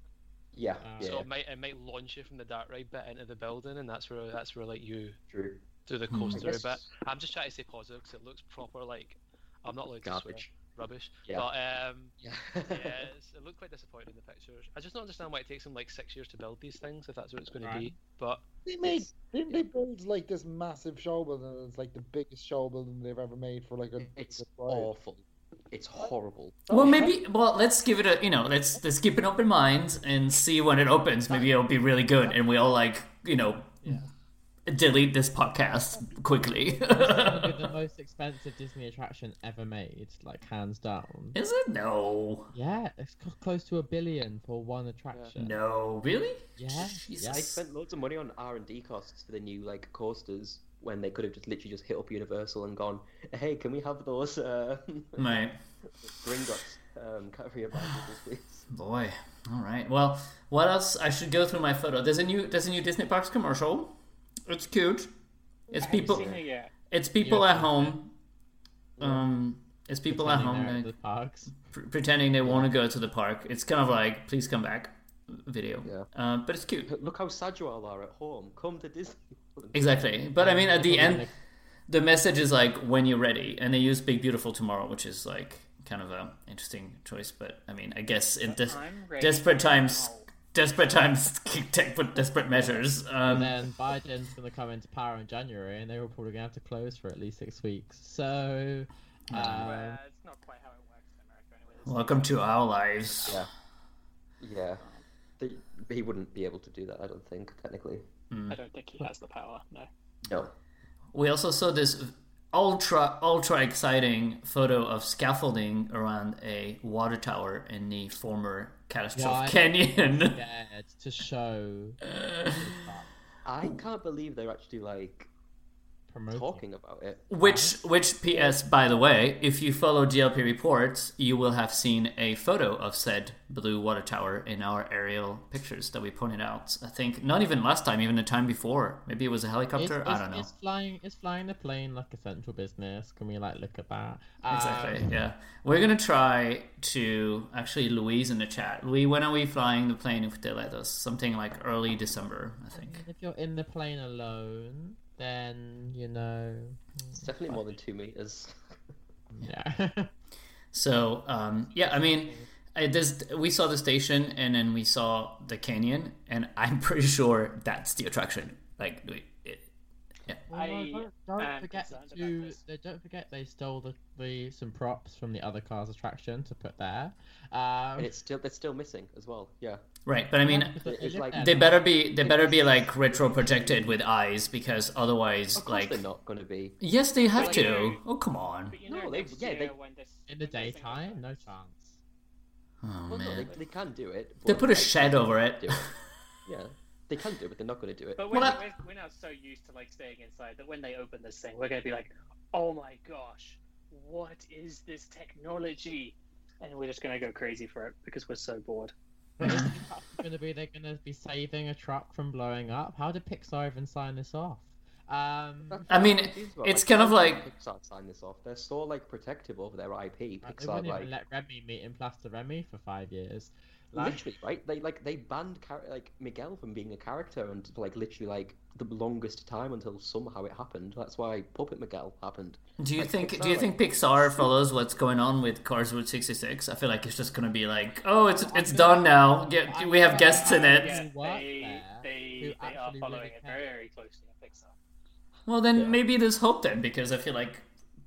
Speaker 2: Yeah,
Speaker 5: Uh,
Speaker 2: yeah,
Speaker 6: so it might it might launch you from the dark ride bit into the building, and that's where that's where like you
Speaker 2: true.
Speaker 6: do the
Speaker 1: Hmm. I
Speaker 2: I
Speaker 6: coaster
Speaker 2: guess
Speaker 6: bit. I'm just trying to stay positive because it looks proper like I'm not allowed
Speaker 2: garbage.
Speaker 6: to swear, rubbish.
Speaker 2: Yeah.
Speaker 6: But um,
Speaker 2: Yeah.
Speaker 6: yes, it looked quite disappointing in the pictures. I just don't understand why it takes them like six years to build these things, if that's what it's going to be. But
Speaker 4: They made didn't they build like this massive show building? and It's like the biggest show building they've ever made for like a.
Speaker 2: It's
Speaker 4: a ride.
Speaker 2: awful. It's horrible.
Speaker 1: Well, maybe. Well, let's give it a. You know, let's let's keep an open mind and see when it opens. Maybe it'll be really good, and we all like you know delete this podcast quickly.
Speaker 5: Probably the most expensive Disney attraction ever made, like hands down.
Speaker 1: Is it no?
Speaker 5: Yeah, it's c- close to a billion for one attraction.
Speaker 1: No, really?
Speaker 5: Yeah.
Speaker 1: Jesus.
Speaker 2: They spent loads of money on R and D costs for the new like coasters when they could have just literally just hit up Universal and gone, "Hey, can we have those uh,
Speaker 1: Right.
Speaker 2: Gringotts um, carrier bicycles, please?"
Speaker 1: Boy. All right. Well, what else? I should go through my photo. There's a new there's a new Disney Parks commercial. It's cute. It's people.
Speaker 3: Seen it yet.
Speaker 1: It's people
Speaker 5: Yeah.
Speaker 1: at home. Um, it's people at
Speaker 5: Pretending
Speaker 1: home
Speaker 5: they're in
Speaker 1: that-
Speaker 5: the parks.
Speaker 1: pre- pretending they want to go to the park. It's kind of like please come back video.
Speaker 2: Yeah.
Speaker 1: Uh, but it's cute.
Speaker 2: Look how sad you all are at home. Come to Disney. World."
Speaker 1: Exactly. But I mean, at the
Speaker 5: Probably
Speaker 1: end,
Speaker 5: gonna-
Speaker 1: the message is like when you're ready and they use big beautiful tomorrow which is like kind of a interesting choice but i mean i guess in des-
Speaker 3: I'm ready
Speaker 1: desperate times
Speaker 3: now.
Speaker 1: desperate times take put desperate measures um,
Speaker 5: then Biden's going to come into power in January, and they were probably going to have to close for at least six weeks. So, um,
Speaker 3: Well, Uh, it's not quite how it works in America anyway. It's-
Speaker 1: welcome to our lives
Speaker 2: Yeah. Yeah. Um, They, he wouldn't be able to do that, I don't think, technically.
Speaker 3: I don't think he has the power. No.
Speaker 2: No.
Speaker 1: we also saw this ultra ultra exciting photo of scaffolding around a water tower in the former
Speaker 5: Why?
Speaker 1: catastrophe canyon
Speaker 5: yeah, it's to show
Speaker 2: I can't believe they're actually like
Speaker 5: promoting.
Speaker 2: talking about it.
Speaker 1: Which, which, P.S. By the way, if you follow GLP reports, you will have seen a photo of said blue water tower in our aerial pictures that we pointed out. I think not even last time, even the time before. Maybe it was a
Speaker 5: Is,
Speaker 1: helicopter.
Speaker 5: is,
Speaker 1: I don't know
Speaker 5: is flying is flying the plane like essential business? Can we like look at that? Um,
Speaker 1: exactly. yeah, we're gonna try to actually Louise in the chat. Louise, when are we flying the plane if they let us? Something like early December, I think.
Speaker 5: If you're in the plane alone, then you know,
Speaker 2: It's definitely more than two meters. Hmm.
Speaker 5: yeah.
Speaker 1: So um, yeah, I mean, I, this we saw the station and then we saw the canyon, and I'm pretty sure that's the attraction. Like, we- it,
Speaker 5: Well, no,
Speaker 3: I
Speaker 5: don't, don't
Speaker 2: um,
Speaker 3: am
Speaker 5: forget
Speaker 3: concerned about
Speaker 5: to
Speaker 3: this.
Speaker 5: they, don't forget they stole the, the some props from the other cars attraction to put there. Um,
Speaker 2: and it's still they're still missing as well. Yeah.
Speaker 1: right? But I mean,
Speaker 5: because they
Speaker 2: it's
Speaker 5: live
Speaker 2: like-
Speaker 5: there
Speaker 1: they
Speaker 5: now.
Speaker 1: better be they better be like retro projected with eyes because otherwise,
Speaker 2: Of course
Speaker 1: like,
Speaker 2: they're not gonna be.
Speaker 1: yes, they have
Speaker 3: Like,
Speaker 1: to.
Speaker 3: uh,
Speaker 1: Oh come on!
Speaker 3: But you know,
Speaker 2: No, they-
Speaker 3: next
Speaker 2: yeah,
Speaker 3: year
Speaker 2: they-
Speaker 3: when this
Speaker 5: in the
Speaker 3: when this thing
Speaker 5: daytime, no
Speaker 3: opens-
Speaker 5: chance.
Speaker 1: Oh
Speaker 2: Well, no, they,
Speaker 1: man,
Speaker 2: they can do it.
Speaker 1: they
Speaker 2: but,
Speaker 1: put a
Speaker 2: like,
Speaker 1: shed over
Speaker 2: Do
Speaker 1: it.
Speaker 2: it. Yeah. They can do it, but they're not gonna do it.
Speaker 3: But we're,
Speaker 1: Well, I-
Speaker 3: we're, we're now so used to like staying inside that when they open this thing, we're gonna be like, "Oh my gosh, what is this technology?" And we're just gonna go crazy for it because we're so bored.
Speaker 5: But is it going to be they're going to be saving a truck from blowing up? How did Pixar even sign this off? Um,
Speaker 1: I mean, it's kind of like-
Speaker 2: Pixar sign this off. They're so like protective over their IP.
Speaker 5: they
Speaker 2: Pixar
Speaker 5: wouldn't
Speaker 2: like
Speaker 5: even let Remy meet in Plaster Remy for five years. Like,
Speaker 2: literally right they like they banned char- like miguel from being a character and like literally like the longest time until somehow it happened that's why puppet miguel happened
Speaker 1: Do you
Speaker 2: Like,
Speaker 1: think
Speaker 2: Pixar,
Speaker 1: do you
Speaker 2: like-
Speaker 1: think Pixar follows what's going on with Cars Route 66? I feel like it's just gonna be like, oh, it's it's done now. Get, we have guests in it.
Speaker 3: Yeah,
Speaker 5: work
Speaker 3: they
Speaker 5: there who
Speaker 3: they, they are
Speaker 5: actually
Speaker 3: following
Speaker 5: really
Speaker 3: it
Speaker 5: care.
Speaker 3: very closely on Pixar.
Speaker 1: Well, then
Speaker 2: Yeah.
Speaker 1: maybe there's hope then because I feel like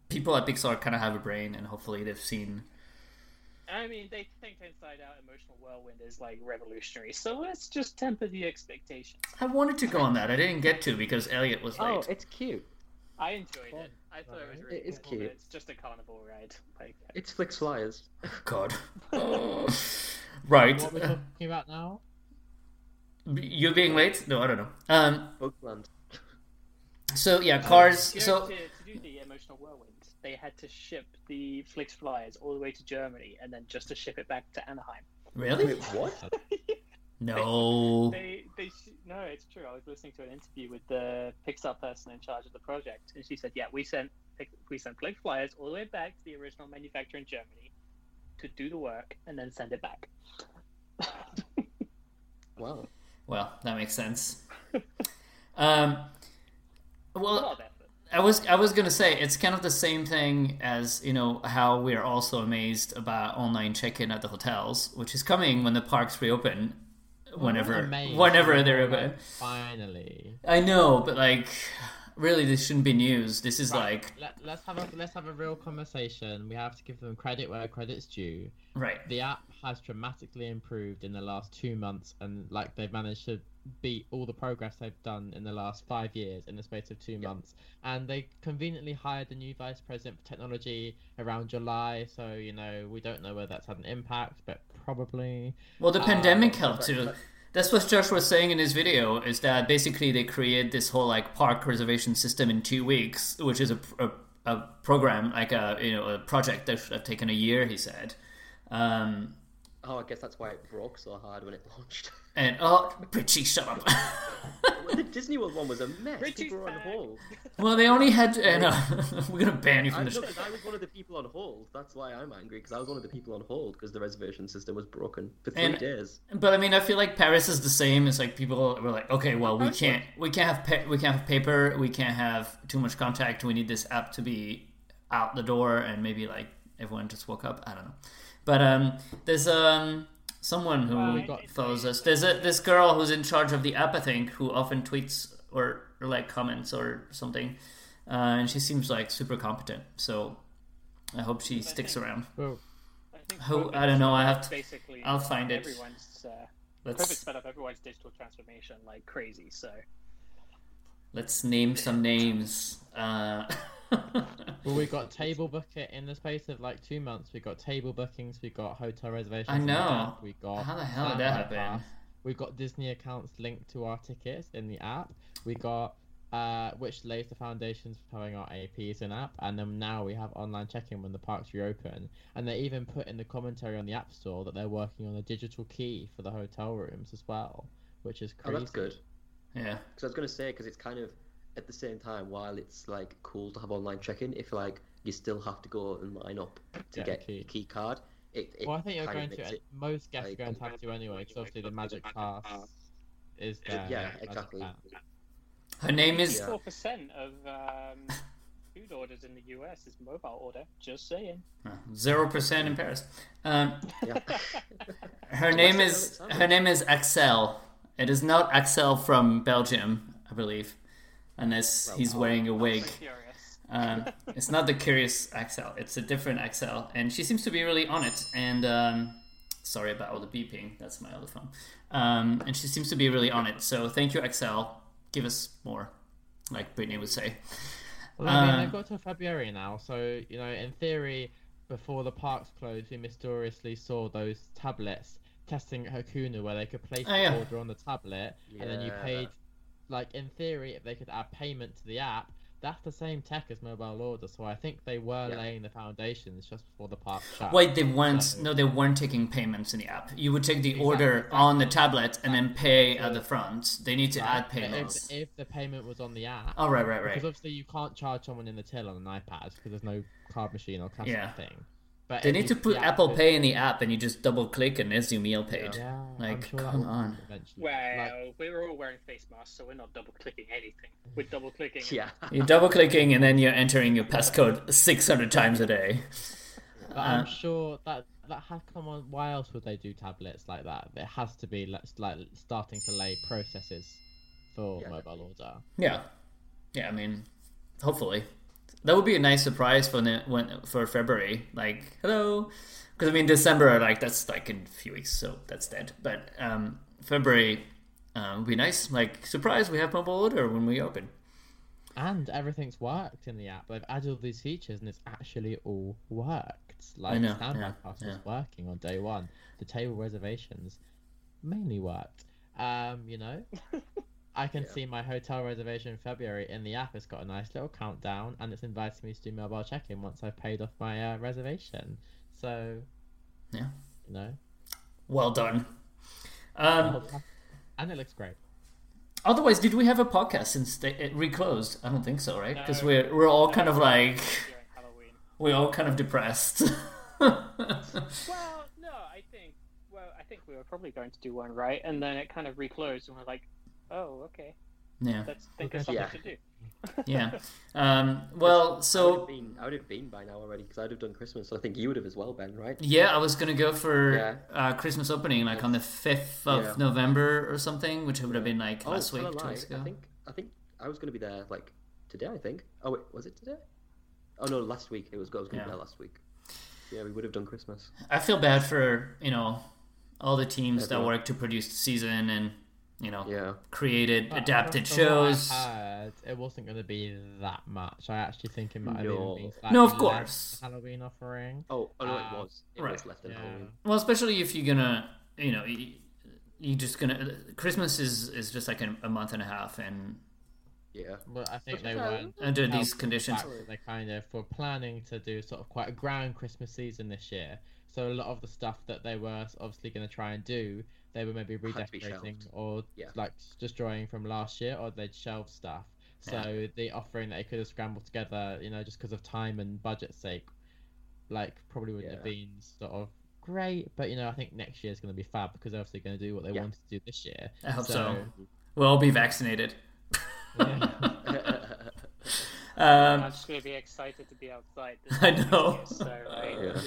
Speaker 1: people at Pixar kind of have a brain, and hopefully they've seen.
Speaker 3: I mean, they think Inside Out Emotional Whirlwind is like revolutionary, so let's just temper the expectations.
Speaker 1: I wanted to go on that. I didn't get to because Elliot was late.
Speaker 2: Oh, it's cute.
Speaker 3: I enjoyed
Speaker 4: Fun.
Speaker 3: it. I thought it was
Speaker 4: Alright.
Speaker 3: really
Speaker 2: It is
Speaker 3: cool, but
Speaker 2: cute.
Speaker 3: It's just a carnival ride. Like,
Speaker 2: It's Flicks Flyers.
Speaker 1: God. right.
Speaker 5: What are we
Speaker 1: Uh,
Speaker 5: talking about now?
Speaker 1: You're being late? No, I don't know. Um.
Speaker 2: Bugland.
Speaker 1: So yeah, cars.
Speaker 3: to,
Speaker 1: So
Speaker 3: to, to do the Emotional Whirlwind, they had to ship the Flix Flyers all the way to Germany, and then just to ship it back to Anaheim.
Speaker 1: really?
Speaker 2: what?
Speaker 1: No.
Speaker 3: They, they, sh- no, it's true. I was listening to an interview with the Pixar person in charge of the project, and she said, "Yeah, we sent we sent Flix Flyers all the way back to the original manufacturer in Germany to do the work, and then send it back."
Speaker 2: Wow.
Speaker 1: Well, that makes sense. Um.
Speaker 3: A
Speaker 1: Well,
Speaker 3: lot of effort.
Speaker 1: I was I was gonna say it's kind of the same thing as you know how we are also amazed about online check-in at the hotels, which is coming when the parks reopen,
Speaker 5: Oh,
Speaker 1: whenever
Speaker 5: Amazing.
Speaker 1: whenever they're
Speaker 5: Like,
Speaker 1: open.
Speaker 5: Finally.
Speaker 1: I know, but like, really, this shouldn't be news. This is
Speaker 5: Right,
Speaker 1: like
Speaker 5: Let, let's have a let's have a real conversation. We have to give them credit where credit's due.
Speaker 1: right.
Speaker 5: The app has dramatically improved in the last two months, and like they've managed to beat all the progress they've done in the last five years in the space of two months. And they conveniently hired the new vice president for technology around July, so you know we don't know whether that's had an impact, but probably.
Speaker 1: Well, the
Speaker 5: Uh,
Speaker 1: pandemic
Speaker 5: but-
Speaker 1: helped
Speaker 5: but-
Speaker 1: too.
Speaker 5: but-
Speaker 1: That's what Josh was saying in his video is that basically they create this whole like park reservation system in two weeks, which is a, a, a program like a you know a project that should have taken a year. He said. Um,
Speaker 2: Oh, I guess that's why it broke so hard when it launched.
Speaker 1: and oh, Richie, shut up.
Speaker 2: the Disney World one was a mess.
Speaker 3: Richie's
Speaker 2: people were on
Speaker 3: back.
Speaker 2: hold.
Speaker 1: well, they only had. Uh, no, we're gonna ban you
Speaker 2: I,
Speaker 1: from
Speaker 2: no,
Speaker 1: the show.
Speaker 2: 'cause I was one of the people on hold. That's why I'm angry, because I was one of the people on hold because the reservation system was broken for three
Speaker 1: And-
Speaker 2: days.
Speaker 1: But I mean, I feel like Paris is the same. It's like people were like, okay, well, we
Speaker 2: Absolutely.
Speaker 1: can't, we can't have, pa- we can't have paper, we can't have too much contact. We need this app to be out the door, and maybe like everyone just woke up. I don't know. But um, there's um someone who
Speaker 5: Well, we got-
Speaker 1: follows us. There's a this girl who's in charge of the app, I think, who often tweets or, or like comments or something, uh, and she seems like super competent. So I hope she sticks around.
Speaker 5: Well,
Speaker 3: I think
Speaker 1: Who-
Speaker 3: COVID
Speaker 1: I don't know, I have to-
Speaker 3: basically
Speaker 1: I'll find it.
Speaker 3: Everyone's uh, COVID
Speaker 1: Let's
Speaker 3: sped up everyone's digital transformation like crazy. So
Speaker 1: let's name some names. Uh,
Speaker 5: Well, we got table booking in the space of like two months. We got table bookings. We got hotel reservations.
Speaker 1: I
Speaker 5: in the
Speaker 1: know.
Speaker 5: app, We got
Speaker 1: How the hell did
Speaker 5: standby
Speaker 1: that happen?
Speaker 5: pass, We've got Disney accounts linked to our tickets in the app. We got uh, which lays the foundations for having our APs in app, and then now we have online check-in when the parks reopen. And they even put in the commentary on the app store that they're working on a digital key for the hotel rooms as well, which is
Speaker 2: Oh,
Speaker 5: crazy.
Speaker 2: that's good.
Speaker 1: Yeah.
Speaker 2: Because I was going to say, because it's kind of at the same time, while it's like cool to have online check-in, if like you still have to go and line up to
Speaker 5: Yeah,
Speaker 2: get
Speaker 5: key.
Speaker 2: a key card, it, it
Speaker 5: Well, I think you're
Speaker 2: kind
Speaker 5: going
Speaker 2: of makes
Speaker 5: to.
Speaker 2: it.
Speaker 5: most guests
Speaker 2: like,
Speaker 5: are going to have to anyway, because obviously the magic pass is there.
Speaker 2: Yeah,
Speaker 5: Magic
Speaker 2: exactly.
Speaker 5: Pass.
Speaker 1: Her name is
Speaker 2: Yeah.
Speaker 3: four percent of um, food orders in the U.S. is mobile order. Just saying.
Speaker 1: uh, zero percent in Paris. Um,
Speaker 2: Yeah.
Speaker 1: her name
Speaker 2: said
Speaker 1: is
Speaker 2: Alexander.
Speaker 1: her name is Axel. It is not Axel from Belgium, I believe, unless he's wearing a wig.
Speaker 3: I'm so curious.
Speaker 1: Um, it's not the curious Axel. It's a different Axel, and she seems to be really on it. And um, sorry about all the beeping. That's my other phone. Um, and she seems to be really on it. So thank you, Axel. Give us more, like Brittany would say.
Speaker 5: Well, I mean,
Speaker 1: Um,
Speaker 5: they've got to February now, so you know, in theory, before the parks closed, we mysteriously saw those tablets testing at Hakuna, where they could place
Speaker 1: Oh,
Speaker 5: the
Speaker 1: yeah.
Speaker 5: order on the tablet, and then you
Speaker 2: Yeah.
Speaker 5: paid. Like in theory, if they could add payment to the app, that's the same tech as mobile order. So I think they were
Speaker 2: Yeah.
Speaker 5: laying the foundations just before the park shut.
Speaker 1: Wait, they weren't.
Speaker 5: So-
Speaker 1: No, they weren't taking payments in the app. You would take the
Speaker 5: Exactly,
Speaker 1: order
Speaker 5: exactly.
Speaker 1: on the tablet and then pay at the front. They need to
Speaker 5: right?
Speaker 1: add
Speaker 5: But if-
Speaker 1: payments.
Speaker 5: If, the payment was on the app,
Speaker 1: oh right, right,
Speaker 5: because
Speaker 1: right.
Speaker 5: obviously you can't charge someone in the till on an iPad because there's no card machine or cash
Speaker 1: Yeah.
Speaker 5: thing. But
Speaker 1: They
Speaker 5: at
Speaker 1: need to
Speaker 5: least
Speaker 1: put
Speaker 5: the app
Speaker 1: Apple
Speaker 5: is-
Speaker 1: Pay in the app, and you just double click, and there's your meal paid.
Speaker 5: Yeah, I'm
Speaker 1: Like,
Speaker 5: sure that
Speaker 1: come
Speaker 5: will happen
Speaker 1: on.
Speaker 5: Eventually.
Speaker 3: Well,
Speaker 5: Like,
Speaker 3: we're all wearing face masks, so we're not double clicking anything. We're double clicking.
Speaker 2: yeah.
Speaker 1: You're double clicking, and then you're entering your passcode 600 times a day.
Speaker 5: but
Speaker 1: uh,
Speaker 5: I'm sure that that has come on. Why else would they do tablets like that? It has to be like, like starting to lay processes for
Speaker 2: Yeah,
Speaker 5: mobile order.
Speaker 1: Yeah, yeah. I mean, hopefully. That would be a nice surprise for ne- when for February. Like, hello, because I mean December, like that's like in a few weeks, so that's dead. But um, February um, would be nice. Like, surprise, we have mobile order when we open.
Speaker 5: And everything's worked in the app. They've added all these features, and it's actually all worked.
Speaker 1: I
Speaker 5: Like
Speaker 1: know,
Speaker 5: standby
Speaker 1: yeah,
Speaker 5: pass
Speaker 1: yeah.
Speaker 5: was working on day one. The table reservations mainly worked. Um, you know, I can see my hotel reservation in February in the app. It's got a nice little countdown, and it's inviting me to do mobile check-in once I've paid off my uh, reservation. So,
Speaker 1: Yeah.
Speaker 5: you know,
Speaker 1: Well done. Um,
Speaker 5: and it looks great.
Speaker 1: otherwise, did we have a podcast since they, it reclosed? I don't think so, right? Because
Speaker 3: No.
Speaker 1: we're we're all kind of like
Speaker 3: during Halloween.
Speaker 1: we're all kind of depressed.
Speaker 3: Well, no, I think. Well, I think we were probably going to do one, right? And then it kind of reclosed, and we're like, "Oh, okay,
Speaker 1: yeah,
Speaker 3: let's think of
Speaker 5: Okay.
Speaker 3: something
Speaker 2: Yeah.
Speaker 3: to do."
Speaker 1: yeah. Um, well,
Speaker 2: I would have
Speaker 1: so
Speaker 2: been, I would have been by now already because I'd have done Christmas. So I think you would have as well, Ben, right?
Speaker 1: Yeah, I was gonna go for uh, Christmas opening, like on the fifth of
Speaker 2: Yeah.
Speaker 1: November or something, which would have been like
Speaker 2: Oh,
Speaker 1: last week,
Speaker 2: tell a
Speaker 1: two
Speaker 2: lie.
Speaker 1: weeks ago.
Speaker 2: I think I think I was going to be there like today. I think. Oh wait, was it today? Oh no, last week. It was. I was going to
Speaker 1: Yeah.
Speaker 2: be there last week. Yeah, we would have done Christmas.
Speaker 1: I feel bad for you know all the teams that
Speaker 2: Everyone.
Speaker 1: worked to produce the season and you know
Speaker 2: Yeah.
Speaker 1: created
Speaker 5: But
Speaker 1: adapted
Speaker 5: from what I
Speaker 1: shows.
Speaker 5: heard, it wasn't going to be that much. I actually think it might have even
Speaker 2: No.
Speaker 5: been
Speaker 1: No, of
Speaker 5: slightly
Speaker 1: course.
Speaker 5: less Halloween offering.
Speaker 2: Oh, oh no,
Speaker 5: Ah,
Speaker 2: it was. It
Speaker 1: Um, right.
Speaker 2: was less than
Speaker 5: Yeah.
Speaker 2: Halloween.
Speaker 1: Well, especially if you're gonna, you know, you, you're just gonna. Christmas is is just like a, a month and a half, and
Speaker 2: Yeah.
Speaker 5: But I think
Speaker 3: But
Speaker 5: they
Speaker 3: no.
Speaker 5: weren't.
Speaker 1: under
Speaker 5: held
Speaker 1: these
Speaker 5: to the
Speaker 1: conditions,
Speaker 5: fact that They kind of were planning to do sort of quite a grand Christmas season this year. So a lot of the stuff that they were obviously going to try and do, they were maybe
Speaker 2: Had to be
Speaker 5: redecorating
Speaker 2: shelved.
Speaker 5: or
Speaker 2: Yeah.
Speaker 5: like destroying from last year, or they'd shelved stuff. So the offering that they could have scrambled together, you know, just because of time and budget's sake, like probably wouldn't have
Speaker 2: Yeah.
Speaker 5: been sort of great. But you know, I think next year's going to be fab because they're obviously going to do what they
Speaker 2: Yeah.
Speaker 5: wanted to do this year.
Speaker 1: I hope so. we'll all be vaccinated.
Speaker 5: Yeah.
Speaker 3: I'm
Speaker 1: Um,
Speaker 3: just gonna be excited to be outside. This
Speaker 1: I
Speaker 3: Halloween
Speaker 1: know.
Speaker 3: year, so, right,
Speaker 2: Yeah.
Speaker 3: you know.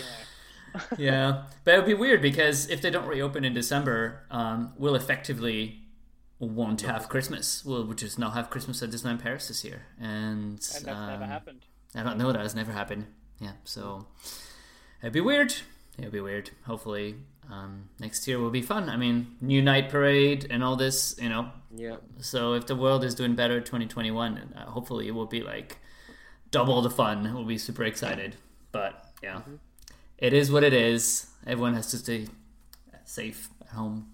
Speaker 1: yeah, but it would be weird because if they don't reopen in December, um, we'll effectively won't have Christmas. We'll just not have Christmas at Disneyland Paris this year, and,
Speaker 3: And that's
Speaker 1: um,
Speaker 3: never happened.
Speaker 1: I don't know that has never happened. Yeah, so it'd be weird. It'd be weird. Hopefully, um, next year will be fun. I mean, new night parade and all this, you know.
Speaker 2: yeah.
Speaker 1: So if the world is doing better, 2021, uh, hopefully it will be like double the fun. We'll be super excited. But yeah, it is what it is. Everyone has to stay safe at home.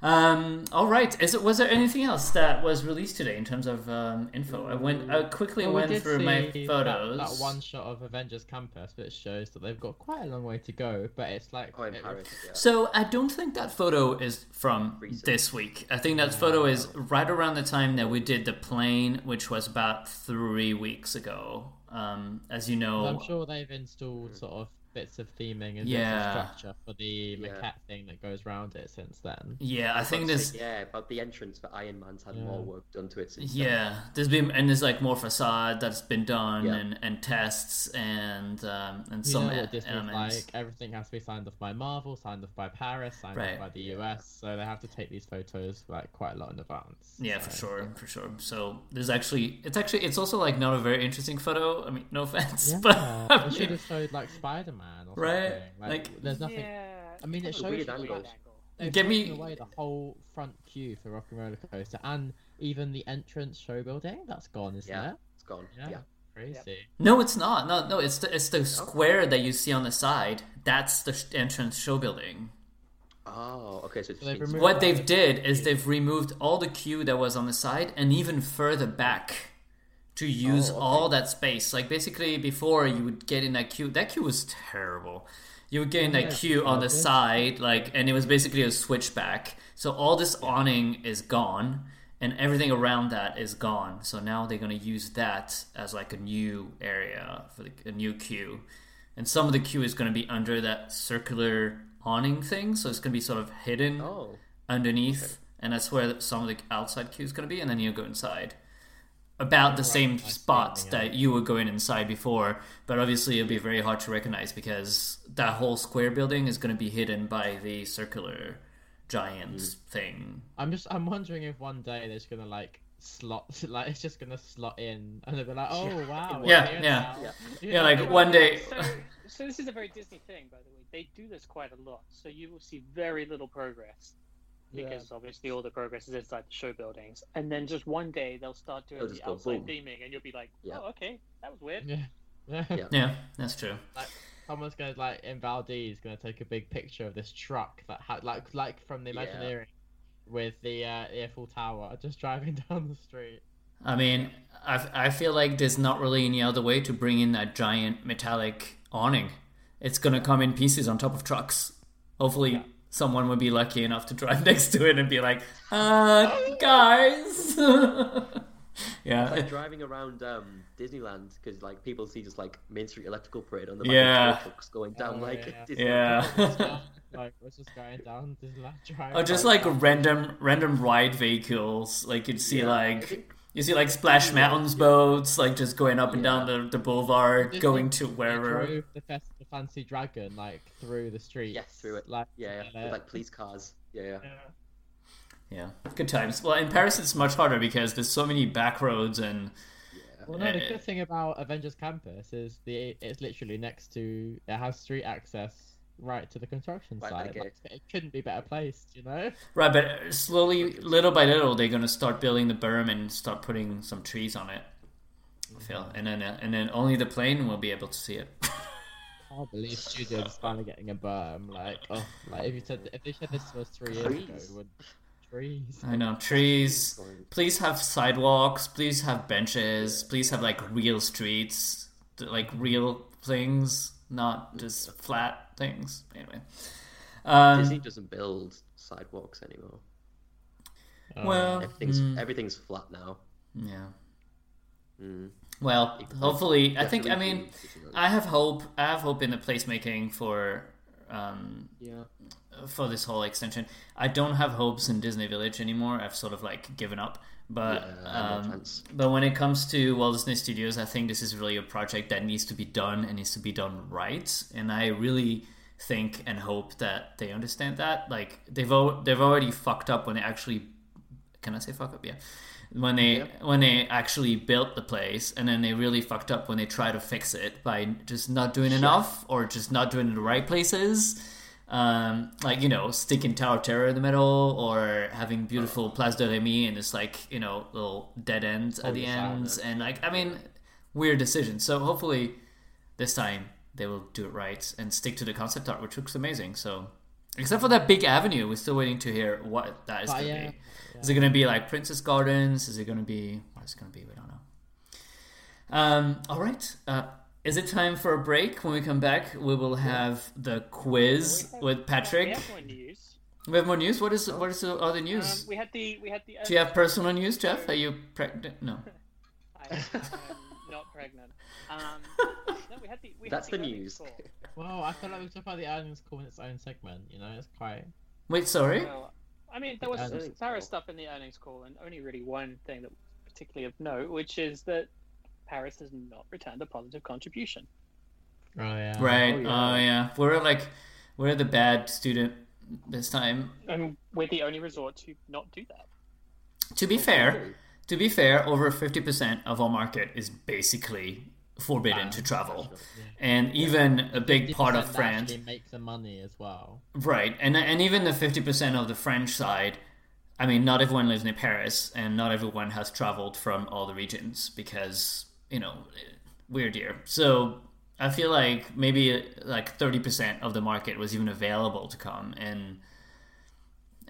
Speaker 1: Um, all right. Is it, was there anything else that was released today in terms of um, info? I went I quickly
Speaker 5: Well, we
Speaker 1: went
Speaker 5: did
Speaker 1: through my
Speaker 5: see that-
Speaker 1: photos.
Speaker 5: That, one shot of Avengers Campus, which shows that they've got quite a long way to go, but it's like
Speaker 2: Oh, in
Speaker 5: it-
Speaker 2: Paris. Yeah.
Speaker 1: So I don't think that photo is from
Speaker 2: Recent.
Speaker 1: this week. I think that photo is right around the time that we did the plane, which was about three weeks ago. Um, as you know,
Speaker 5: I'm sure they've
Speaker 2: Hmm.
Speaker 5: installed sort of bits of theming and
Speaker 1: Yeah.
Speaker 5: bits of structure for the
Speaker 2: Yeah.
Speaker 5: maquette thing that goes round it since then.
Speaker 1: yeah, I think there's
Speaker 2: Yeah, but the entrance for Iron Man's had
Speaker 5: Yeah.
Speaker 2: more work done to it since. then.
Speaker 1: yeah, there's been and there's like more facade that's been done
Speaker 2: Yeah.
Speaker 1: and, and tests and um, and
Speaker 5: You
Speaker 1: some
Speaker 5: know
Speaker 1: e-
Speaker 5: what Disney's
Speaker 1: elements.
Speaker 5: like. Everything has to be signed off by Marvel, signed off by Paris, signed
Speaker 1: Right.
Speaker 5: off by the US. So they have to take these photos like quite a lot in advance.
Speaker 1: Yeah, for
Speaker 5: so-
Speaker 1: sure, for sure. So there's actually, it's actually, it's also like not a very interesting photo. I mean, no offense,
Speaker 5: Yeah,
Speaker 1: but
Speaker 5: they should have showed like Spider Man or
Speaker 1: Right,
Speaker 5: something.
Speaker 1: like-
Speaker 5: there's nothing.
Speaker 3: Yeah.
Speaker 5: I mean, it
Speaker 2: Oh, weird
Speaker 5: shows you,
Speaker 2: angle.
Speaker 5: like,
Speaker 3: Weird angle.
Speaker 5: They've
Speaker 1: Give
Speaker 5: taken
Speaker 1: me-
Speaker 5: away the whole front queue for Rock and Roller Coaster and even the entrance show building. That's gone, isn't
Speaker 2: Yeah.
Speaker 5: it?
Speaker 2: It's gone.
Speaker 5: Yeah.
Speaker 2: Yeah.
Speaker 5: Crazy.
Speaker 1: No, it's not. No, no, it's the, it's the square that you see on the side. That's the sh- entrance show building.
Speaker 2: Oh, okay. So it's
Speaker 5: So they've
Speaker 2: been-
Speaker 5: removed-
Speaker 1: What they've did is they've removed all the queue that was on the side and even further back to use
Speaker 2: Oh, okay.
Speaker 1: all that space. Like basically before you would get in that queue. That queue was terrible. You would get in that
Speaker 5: Yeah,
Speaker 1: queue on the
Speaker 5: rubbish.
Speaker 1: side like and it was basically a switchback. So all this awning is gone and everything around that is gone. So now they're going to use that as like a new area for the, a new queue and some of the queue is going to be under that circular awning thing so it's going to be sort of hidden
Speaker 2: Oh.
Speaker 1: underneath and that's where some of the outside queue is going to be and then you go inside about the same
Speaker 5: see,
Speaker 1: spot
Speaker 5: yeah.
Speaker 1: that you were going inside before but obviously it'll be very hard to recognize because that whole square building is going to be hidden by the circular giant thing
Speaker 5: Mm. I'm just I'm wondering if one day they're just gonna like slot like it's just gonna slot in and they'll be like, Oh wow,
Speaker 1: Yeah,
Speaker 5: it's here
Speaker 1: yeah.
Speaker 5: now."
Speaker 2: Yeah.
Speaker 5: You
Speaker 1: Yeah,
Speaker 5: know,
Speaker 1: like, one day-
Speaker 3: So, so this is a very Disney thing, by the way. They do this quite a lot. So you will see very little progress
Speaker 4: Yeah.
Speaker 3: because obviously all the progress is inside the show buildings. And then just one day they'll start doing
Speaker 2: They'll
Speaker 3: the
Speaker 2: just go
Speaker 3: outside
Speaker 2: boom.
Speaker 3: theming, and you'll be like,
Speaker 2: Yeah.
Speaker 3: "Oh, okay, that was weird."
Speaker 5: Yeah. Yeah.
Speaker 2: Yeah.
Speaker 1: Yeah, that's true.
Speaker 5: Someone's gonna like in Valdez gonna take a big picture of this truck that ha- like like from the
Speaker 2: Yeah.
Speaker 5: Imagineering with the uh the Eiffel Tower just driving down the street.
Speaker 1: I mean, I, I feel like there's not really any other way to bring in that giant metallic awning. It's gonna come in pieces on top of trucks. Hopefully,
Speaker 5: Yeah.
Speaker 1: someone would be lucky enough to drive next to it and be like, "Uh, guys."
Speaker 2: It's
Speaker 1: yeah,
Speaker 2: like driving around um, Disneyland because like people see just like Main Street Electrical Parade on the back
Speaker 1: Yeah.
Speaker 2: of tow trucks going down
Speaker 5: Oh,
Speaker 2: like
Speaker 5: yeah.
Speaker 2: Disneyland.
Speaker 1: yeah.
Speaker 5: like what's this guy down this left drive? um,
Speaker 1: or just like random random ride vehicles. Like you'd see
Speaker 2: Yeah, I
Speaker 1: like
Speaker 2: think-
Speaker 1: you see like Splash Mountains boats, like just going up and
Speaker 2: Yeah.
Speaker 1: down the, the boulevard,
Speaker 5: Just
Speaker 1: going
Speaker 5: like
Speaker 1: to
Speaker 5: They
Speaker 1: wherever.
Speaker 5: drove the, fest- the fancy dragon like through the street.
Speaker 2: Yes, through it.
Speaker 5: Like, uh,
Speaker 2: yeah, yeah. With, like police cars. Yeah, yeah.
Speaker 3: Uh,
Speaker 1: Yeah, good times. Well, in Paris, it's much harder because there's so many back roads and
Speaker 2: yeah.
Speaker 5: Well, no, the
Speaker 1: Uh,
Speaker 5: good thing about Avengers Campus is the it's literally next to it has street access right to the construction
Speaker 2: Right by the
Speaker 5: site. Like, it couldn't be better placed, you know.
Speaker 1: right. But slowly, little by little, they're gonna start building the berm and start putting some trees on it. I feel, and then and then only the plane will be able to see it.
Speaker 5: I can't believe studios is finally getting a berm. Like, oh, like if you said if they said this was three years ago,
Speaker 2: Trees.
Speaker 5: it would trees.
Speaker 1: I know trees.
Speaker 2: Sorry.
Speaker 1: Please have sidewalks. Please have benches. Please have like real streets, th- like real things, not just flat things. Anyway,
Speaker 2: Disney
Speaker 1: um,
Speaker 2: doesn't build sidewalks anymore.
Speaker 5: Oh,
Speaker 1: well,
Speaker 2: Everything's
Speaker 1: mm,
Speaker 2: everything's flat now.
Speaker 1: yeah.
Speaker 2: Mm.
Speaker 1: Well,
Speaker 2: It-
Speaker 1: hopefully, I
Speaker 2: Yeah,
Speaker 1: think.
Speaker 2: so
Speaker 1: I
Speaker 2: we
Speaker 1: mean,
Speaker 2: can- we can-
Speaker 1: I have hope. I have hope in the placemaking for um,
Speaker 2: yeah.
Speaker 1: for this whole extension. I don't have hopes in Disney Village anymore. I've sort of like given up. But
Speaker 2: Yeah, no
Speaker 1: um,
Speaker 2: chance.
Speaker 1: but when it comes to Walt Disney Studios, I think this is really a project that needs to be done and needs to be done right. And I really think and hope that they understand that. Like they've al- they've already fucked up when they actually can I say fuck up? Yeah. When they when they actually built the place, and then they really fucked up when they try to fix it by just not doing enough or just not doing it in the right places. Um, like you know, sticking Tower of Terror in the middle, or having beautiful Place de Remy and this like you know little dead ends at the
Speaker 5: Cul-de-sac.
Speaker 1: ends, and like I mean, weird decisions. So hopefully, this time they will do it right and stick to the concept art, which looks amazing. So, except for that big avenue, we're still waiting to hear what that is
Speaker 5: But
Speaker 1: going to
Speaker 5: yeah,
Speaker 1: be. Is it going to be like Princess Gardens? Is it going to be what is it going to be? We don't know. Um, all right. Uh, is it time for a break? When we come back, we will have the quiz
Speaker 3: We have-
Speaker 1: with Patrick.
Speaker 3: We have more news.
Speaker 1: We have more news. What is what is the other
Speaker 3: Um,
Speaker 1: news?
Speaker 3: we had the we had the.
Speaker 1: Do you have personal news, Jeff? Are you pregnant? No.
Speaker 3: I'm not pregnant. Um, no, we had the. We
Speaker 2: That's
Speaker 3: had
Speaker 2: the
Speaker 3: earnings
Speaker 2: news.
Speaker 3: call.
Speaker 5: Oh, Well, I feel like we talked about the earnings call in its own segment. You know, it's quite.
Speaker 1: Wait, sorry.
Speaker 3: Well, I mean, there was
Speaker 5: The
Speaker 3: some
Speaker 2: earnings
Speaker 3: thorough
Speaker 2: call.
Speaker 3: stuff in the earnings call, and only really one thing that was particularly of note, which is that Paris has not returned a positive contribution.
Speaker 5: Oh yeah.
Speaker 1: Right.
Speaker 2: Oh,
Speaker 1: Oh
Speaker 2: yeah.
Speaker 1: yeah. We're like we're the bad student this time.
Speaker 3: And we're the only resort to not do that.
Speaker 1: To be fair, to be fair, over fifty percent of our market is basically forbidden to travel. And even a big part of
Speaker 5: 50% that
Speaker 1: France,
Speaker 5: actually makes the money as well.
Speaker 1: right? And and even the fifty percent of the French side, I mean, not everyone lives near Paris, and not everyone has traveled from all the regions because you know we're dear. So I feel like maybe uh, like thirty percent of the market was even available to come, and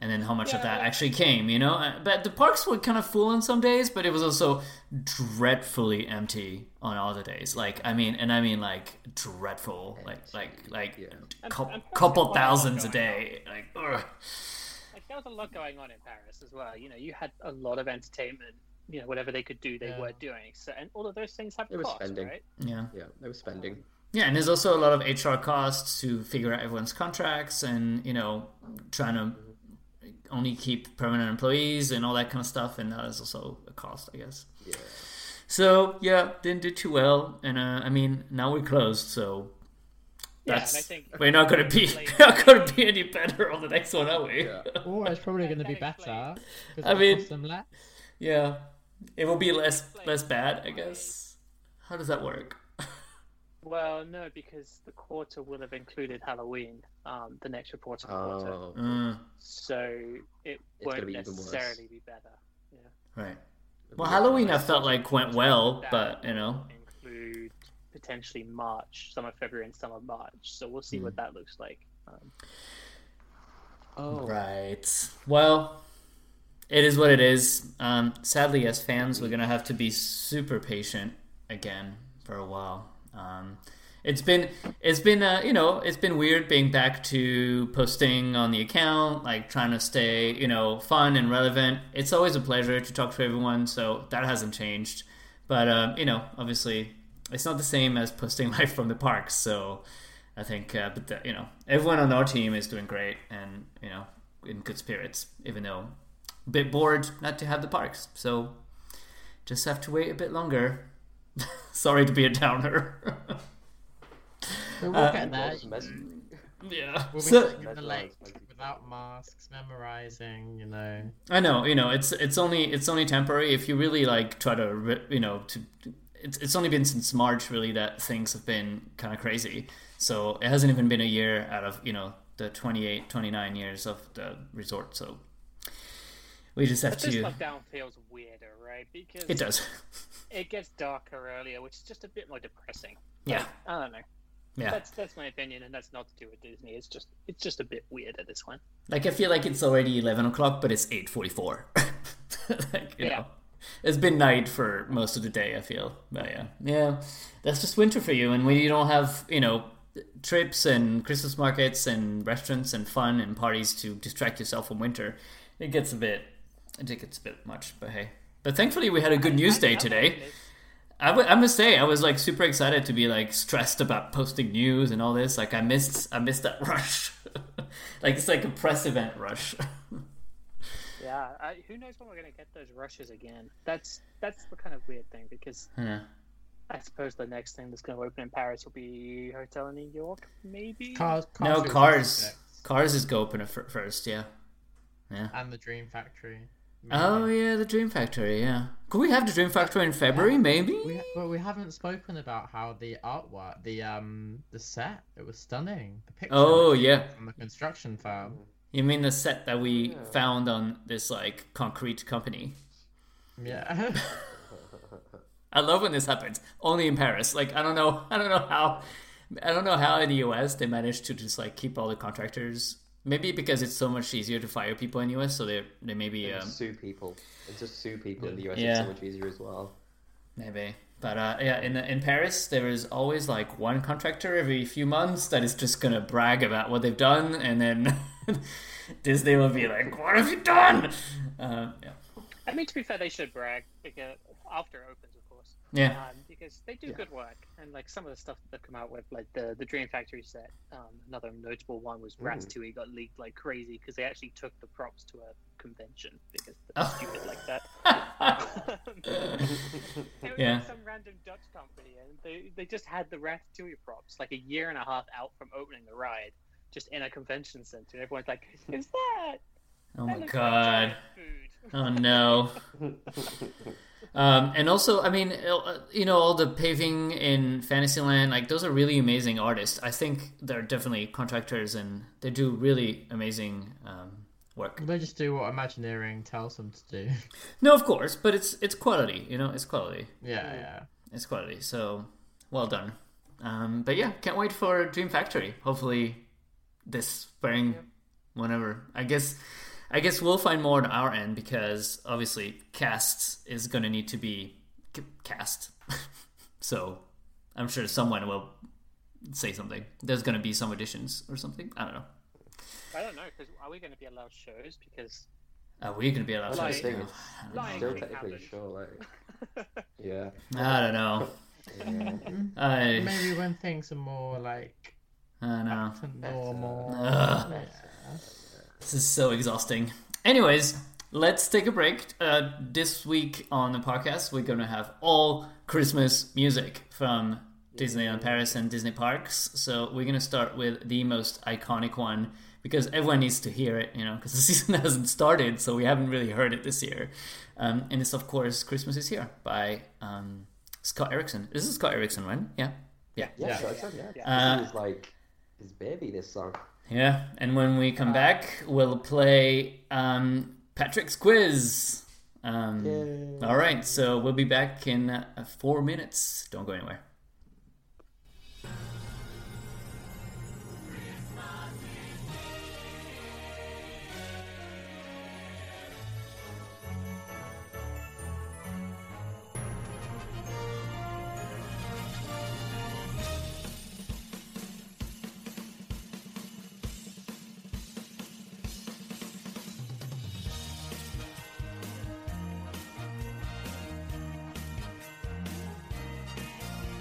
Speaker 1: and then how much of
Speaker 3: Yeah.
Speaker 1: that actually came, you know. Uh, But the parks were kind of full on some days, but it was also dreadfully empty on other days. Like I mean, and I mean like dreadful, like like like
Speaker 2: Yeah.
Speaker 1: a cou-
Speaker 3: I'm- I'm
Speaker 1: couple
Speaker 3: quite
Speaker 1: thousands a
Speaker 3: well going
Speaker 1: day. Like, ugh.
Speaker 3: Like there was a lot going on in Paris as well. You know, you had a lot of entertainment. You know, whatever they could do, they
Speaker 5: Yeah.
Speaker 3: were doing. So, and all of those things have
Speaker 2: They were
Speaker 3: costs,
Speaker 2: spending.
Speaker 3: right?
Speaker 1: yeah.
Speaker 2: yeah, they were spending.
Speaker 1: Yeah, and there's also a lot of HR costs to figure out everyone's contracts and, you know, trying to only keep permanent employees and all that kind of stuff. And that is also a cost, I guess.
Speaker 2: Yeah,
Speaker 1: So, yeah, didn't do too well. And uh, I mean, now we're closed, so That's-
Speaker 3: yeah, and I think
Speaker 1: we're not going to be not going to be any better on the next one, are we?
Speaker 2: yeah.
Speaker 5: Oh, it's probably
Speaker 3: That-
Speaker 5: going to
Speaker 3: that
Speaker 5: be
Speaker 3: explains-
Speaker 5: better. 'cause
Speaker 1: I
Speaker 5: it
Speaker 1: mean-
Speaker 5: costs them less.
Speaker 1: Yeah. It will be less less bad, I guess. How does that work?
Speaker 3: Well, no, because the quarter will have included Halloween, um, the next reporting quarter,
Speaker 2: Oh,
Speaker 1: Mm,
Speaker 3: so it
Speaker 2: gonna
Speaker 3: won't
Speaker 2: be even worse.
Speaker 3: necessarily be better.
Speaker 1: right. Well, Halloween I felt like went well,
Speaker 3: That
Speaker 1: but you know,
Speaker 3: will include potentially March, some of February and some of March. So we'll
Speaker 1: Hmm.
Speaker 3: see what that looks like. Um,
Speaker 2: Oh,
Speaker 1: right. Well, it is what it is. Um, sadly, as fans, we're gonna have to be super patient again for a while. Um, it's been it's been uh, you know it's been weird being back to posting on the account like trying to stay you know fun and relevant it's always a pleasure to talk to everyone so that hasn't changed but uh, you know obviously it's not the same as posting live from the park so i think uh, but the, you know everyone on our team is doing great and you know in good spirits even though a bit bored not to have the parks so just have to wait a bit longer sorry to be a downer
Speaker 5: We'll
Speaker 1: Uh,
Speaker 5: get there.
Speaker 2: That's messy.
Speaker 1: yeah
Speaker 5: We'll be
Speaker 1: So-
Speaker 5: sitting in the lake without masks, memorizing, you know.
Speaker 1: I know, you know, it's it's only it's only temporary. If you really like try to, re- you know, to it's it's only been since March really that things have been kind of crazy. So it hasn't even been a year out of you know the 28, 29 years of the resort. So we just have
Speaker 3: but this
Speaker 1: to.
Speaker 3: lockdown feels weirder, right? Because
Speaker 1: It does.
Speaker 3: it gets darker earlier, which is just a bit more depressing.
Speaker 1: Yeah,
Speaker 3: I don't know.
Speaker 1: yeah.
Speaker 3: That's that's my opinion, and that's not to do with Disney. It's just it's just a bit weird at this one.
Speaker 1: Like I feel like it's already eleven o'clock, but it's eight forty-four. like you
Speaker 3: Yeah.
Speaker 1: know, it's been night for most of the day. I feel, but yeah, yeah, that's just winter for you. And when you don't have you know trips and Christmas markets and restaurants and fun and parties to distract yourself from winter, it gets a bit, I think it's a bit much. But hey, but thankfully we had a good news day
Speaker 3: I'm
Speaker 1: today.
Speaker 3: optimistic.
Speaker 1: I, w- I must say I was like super excited to be like stressed about posting news and all this. Like I missed I missed that rush. like it's like a press event rush.
Speaker 3: Yeah, I, who knows when we're going to get those rushes again? That's that's the kind of weird thing because
Speaker 1: Yeah.
Speaker 3: I suppose the next thing that's going to open in Paris will be Hotel in New York, maybe.
Speaker 5: Cars, cars
Speaker 1: no
Speaker 5: was
Speaker 1: cars.
Speaker 5: 26,
Speaker 1: Cars is go open fir- first, yeah. Yeah.
Speaker 5: And the Dream Factory.
Speaker 1: Oh
Speaker 5: maybe.
Speaker 1: yeah, the Dream Factory. Yeah. Could we have the Dream Factory in February?
Speaker 5: Yeah.
Speaker 1: Maybe.
Speaker 5: We, but we haven't spoken about how the artwork, the um, the set, it was stunning. The picture
Speaker 1: Oh
Speaker 5: was
Speaker 1: yeah.
Speaker 5: from the construction firm.
Speaker 1: You mean the set that we
Speaker 2: Yeah.
Speaker 1: found on this like concrete company?
Speaker 5: Yeah,
Speaker 1: I love when this happens. Only in Paris. Like I don't know. I don't know how. I don't know how in the US they managed to just like keep all the contractors. Maybe because it's so much easier to fire people in US, so they they maybe um,
Speaker 2: Sue people. It's just sue people in the US.
Speaker 1: Yeah.
Speaker 2: It's so much easier as well.
Speaker 1: maybe. But uh, yeah, in in Paris there is always like one contractor every few months that is just gonna brag about what they've done, and then Disney will be like, "What have you done?" Uh, yeah.
Speaker 3: I mean, to be fair, they should brag because after it opens, of course,
Speaker 1: Yeah.
Speaker 3: um, because they do good work. And like some of the stuff that they've come out with, like the the Dream Factory set. Um, another notable one was
Speaker 1: Mm.
Speaker 3: Ratatouille got leaked like crazy because they actually took the props to a convention because they're
Speaker 1: Oh.
Speaker 3: stupid like that. It was
Speaker 1: Yeah.
Speaker 3: like some random Dutch company, and they, they just had the Ratatouille props like a year and a half out from opening the ride, just in a convention center. And everyone's like, "Is that?"
Speaker 1: oh
Speaker 3: that
Speaker 1: my
Speaker 3: looks like
Speaker 1: god.
Speaker 3: giant food."
Speaker 1: Oh no. Um, and also, I mean, uh, you know, all the paving in Fantasyland, like those are really amazing artists. I think they're definitely contractors, and they do really amazing um, work.
Speaker 5: they just do what Imagineering tells them to do.
Speaker 1: No, of course, but it's it's quality. You know, it's quality.
Speaker 5: Yeah, yeah.
Speaker 1: It's quality. So, well done. Um, but yeah, can't wait for Dream Factory. Hopefully, this spring, whenever. I guess, I guess we'll find more on our end because obviously casts is going to need to be c- cast. so, I'm sure someone will say something. There's going to be some additions or something. I don't know.
Speaker 3: I don't know because are we going to be allowed shows? Because
Speaker 1: Are we going to Uh, be allowed to
Speaker 3: Like-
Speaker 1: ask now?
Speaker 3: Lion
Speaker 2: Still
Speaker 3: King
Speaker 2: technically
Speaker 3: happened.
Speaker 2: sure, like yeah.
Speaker 1: I don't know.
Speaker 2: yeah.
Speaker 1: I,
Speaker 5: Maybe when things are more like
Speaker 1: I don't know.
Speaker 5: to normal.
Speaker 1: Ugh.
Speaker 5: Yeah.
Speaker 1: This is so exhausting. Anyways, let's take a break. Uh, this week on the podcast, we're going to have all Christmas music from Disneyland Paris and Disney Parks. So we're going to start with the most iconic one because everyone needs to hear it, you know, because the season hasn't started, so we haven't really heard it this year. Um, and it's of course "Christmas Is Here" by um, Scott Erickson. This is Scott Erickson, right? Yeah, yeah,
Speaker 2: Yeah, Uh,
Speaker 5: Yeah.
Speaker 2: so I said, yeah.
Speaker 1: Yeah.
Speaker 2: This is like his baby, this song.
Speaker 1: yeah. And when we come back, we'll play um, Patrick's quiz. Um,
Speaker 2: Yay.
Speaker 1: All right, so we'll be back in uh, four minutes. Don't go anywhere.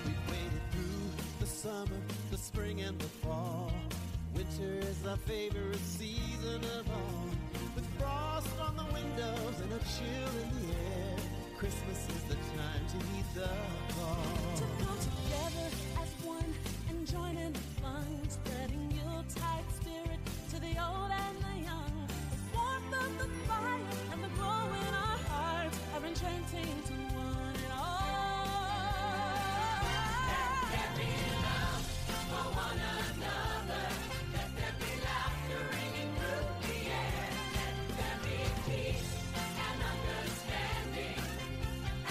Speaker 7: We've waited through the summer, the spring, and the fall. Winter is our favorite season of all. With frost on the windows and a chill in the air, Christmas is the time to heed the
Speaker 8: To
Speaker 7: call.
Speaker 8: come together as one and join in the fun, spreading Yuletide spirit to the old and the young. The warmth of the fire and the glow in our hearts are enchanting to one and all. Let there be love for one another. Let there be laughter ringing through the air. Let there be peace and understanding.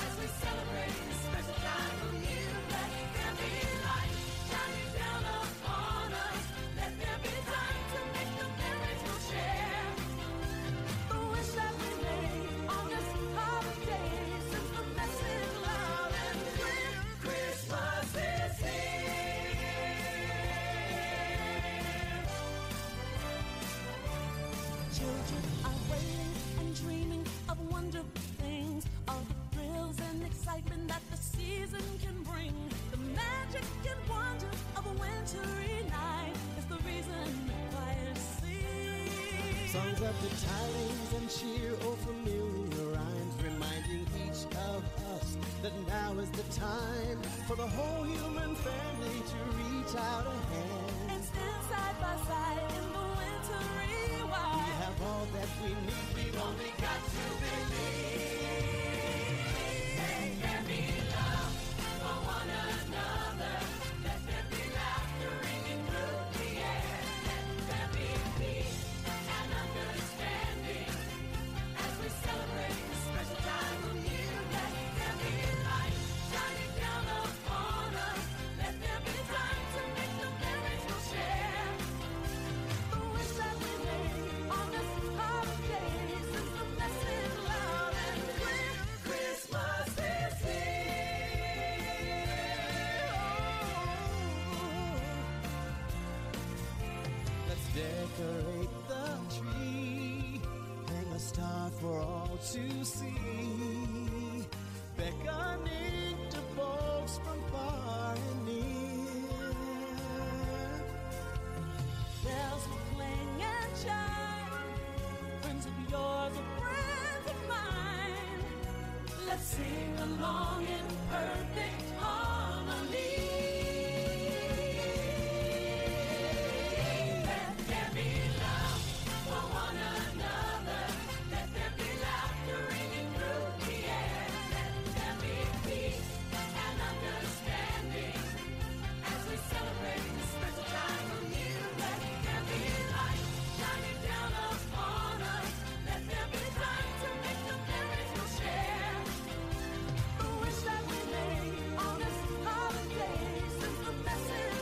Speaker 8: As we celebrate this special time of year, let there be light shining down upon us. Let there be time to make the memories we'll share. The wish that we made on this holiday sends the message loud and clear. Christmas is here. Children are waiting and dreaming of wonderful things, all the thrills and excitement that the season can bring. The magic and wonder of a wintry night is the reason the choir sings.
Speaker 7: Songs of the tidings and cheer, oh familiar rhymes, reminding each of us that now is the time for the whole human family to reach out a hand.
Speaker 8: And stand side by side in the wintry
Speaker 7: We
Speaker 8: wild.
Speaker 7: have all that we need. We've only got to believe.
Speaker 8: As we celebrate this special time of year, let there be light shining down upon us. Let there be time to make the memories we'll share. The wish that we made on this holiday sends the message loud and clear. Christmas is here.
Speaker 7: Let's decorate the tree. Hang a star for all to see. Beckoning to folks from far and near.
Speaker 8: Bells will clang and chime. Friends of yours and friends of mine. Let's sing along in perfect harmony. Let there be love for one another. Let there be laughter ringing through the air. Let there be peace and understanding. As we celebrate this special time of year, let there be light shining down upon us. Let there be time to make the memories we'll share. The wish that we made on this holiday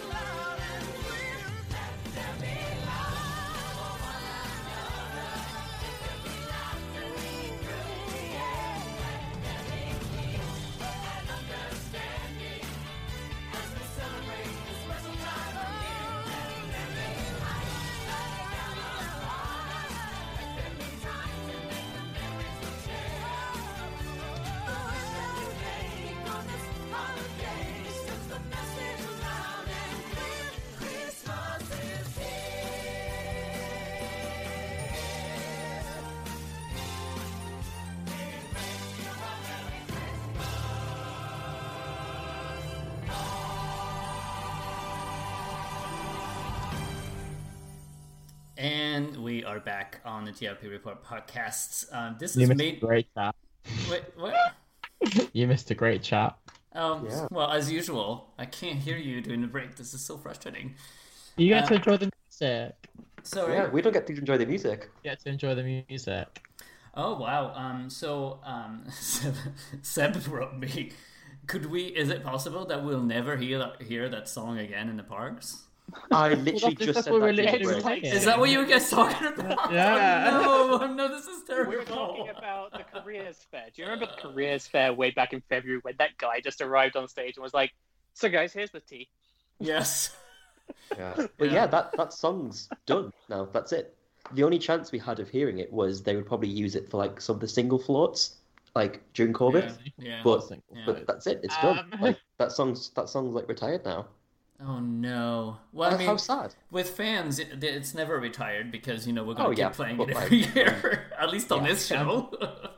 Speaker 1: are back on the TRP Report podcast. Um, this
Speaker 5: You
Speaker 1: is
Speaker 5: missed
Speaker 1: made.
Speaker 5: a great chat.
Speaker 1: Wait, what?
Speaker 5: You missed a great chat.
Speaker 1: Um,
Speaker 2: Yeah.
Speaker 1: Well, as usual, I can't hear you during the break. This is so frustrating.
Speaker 5: You get to
Speaker 1: Uh,
Speaker 5: enjoy the music.
Speaker 1: Sorry.
Speaker 2: Oh, Yeah, we don't get to enjoy the music.
Speaker 5: You get to enjoy the music.
Speaker 1: Oh wow. Um. So um. Seb, Seb wrote me. Could we? Is it possible that we'll never hear that, hear that song again in the parks?
Speaker 2: I literally
Speaker 5: that's-
Speaker 2: just
Speaker 5: that's
Speaker 2: said
Speaker 5: what
Speaker 2: that.
Speaker 5: we're
Speaker 2: during
Speaker 5: literally
Speaker 2: the break.
Speaker 5: playing.
Speaker 1: Is that what you were guys talking about?
Speaker 5: Yeah.
Speaker 1: Oh, no. Oh, no. This is terrible.
Speaker 3: We're talking about the careers fair. Do you remember the careers fair way back in February when that guy just arrived on stage and was like, "So guys, here's the tea."
Speaker 1: Yes.
Speaker 2: Yeah. But yeah, that, that song's done now. That's it. The only chance we had of hearing it was they would probably use it for like some of the single floats, like during COVID.
Speaker 1: Yeah.
Speaker 2: But-
Speaker 1: Yeah.
Speaker 2: But that's it. It's done.
Speaker 5: Um.
Speaker 2: Like that song's that song's like retired now. Uh,
Speaker 1: Oh no. Well, I
Speaker 2: How-
Speaker 1: mean,
Speaker 2: How sad.
Speaker 1: with fans, it, it's never retired because you know we're gonna
Speaker 2: Oh,
Speaker 1: keep
Speaker 2: yeah,
Speaker 1: playing
Speaker 2: but,
Speaker 1: it
Speaker 2: like,
Speaker 1: every year, at least on
Speaker 2: yeah.
Speaker 1: this show.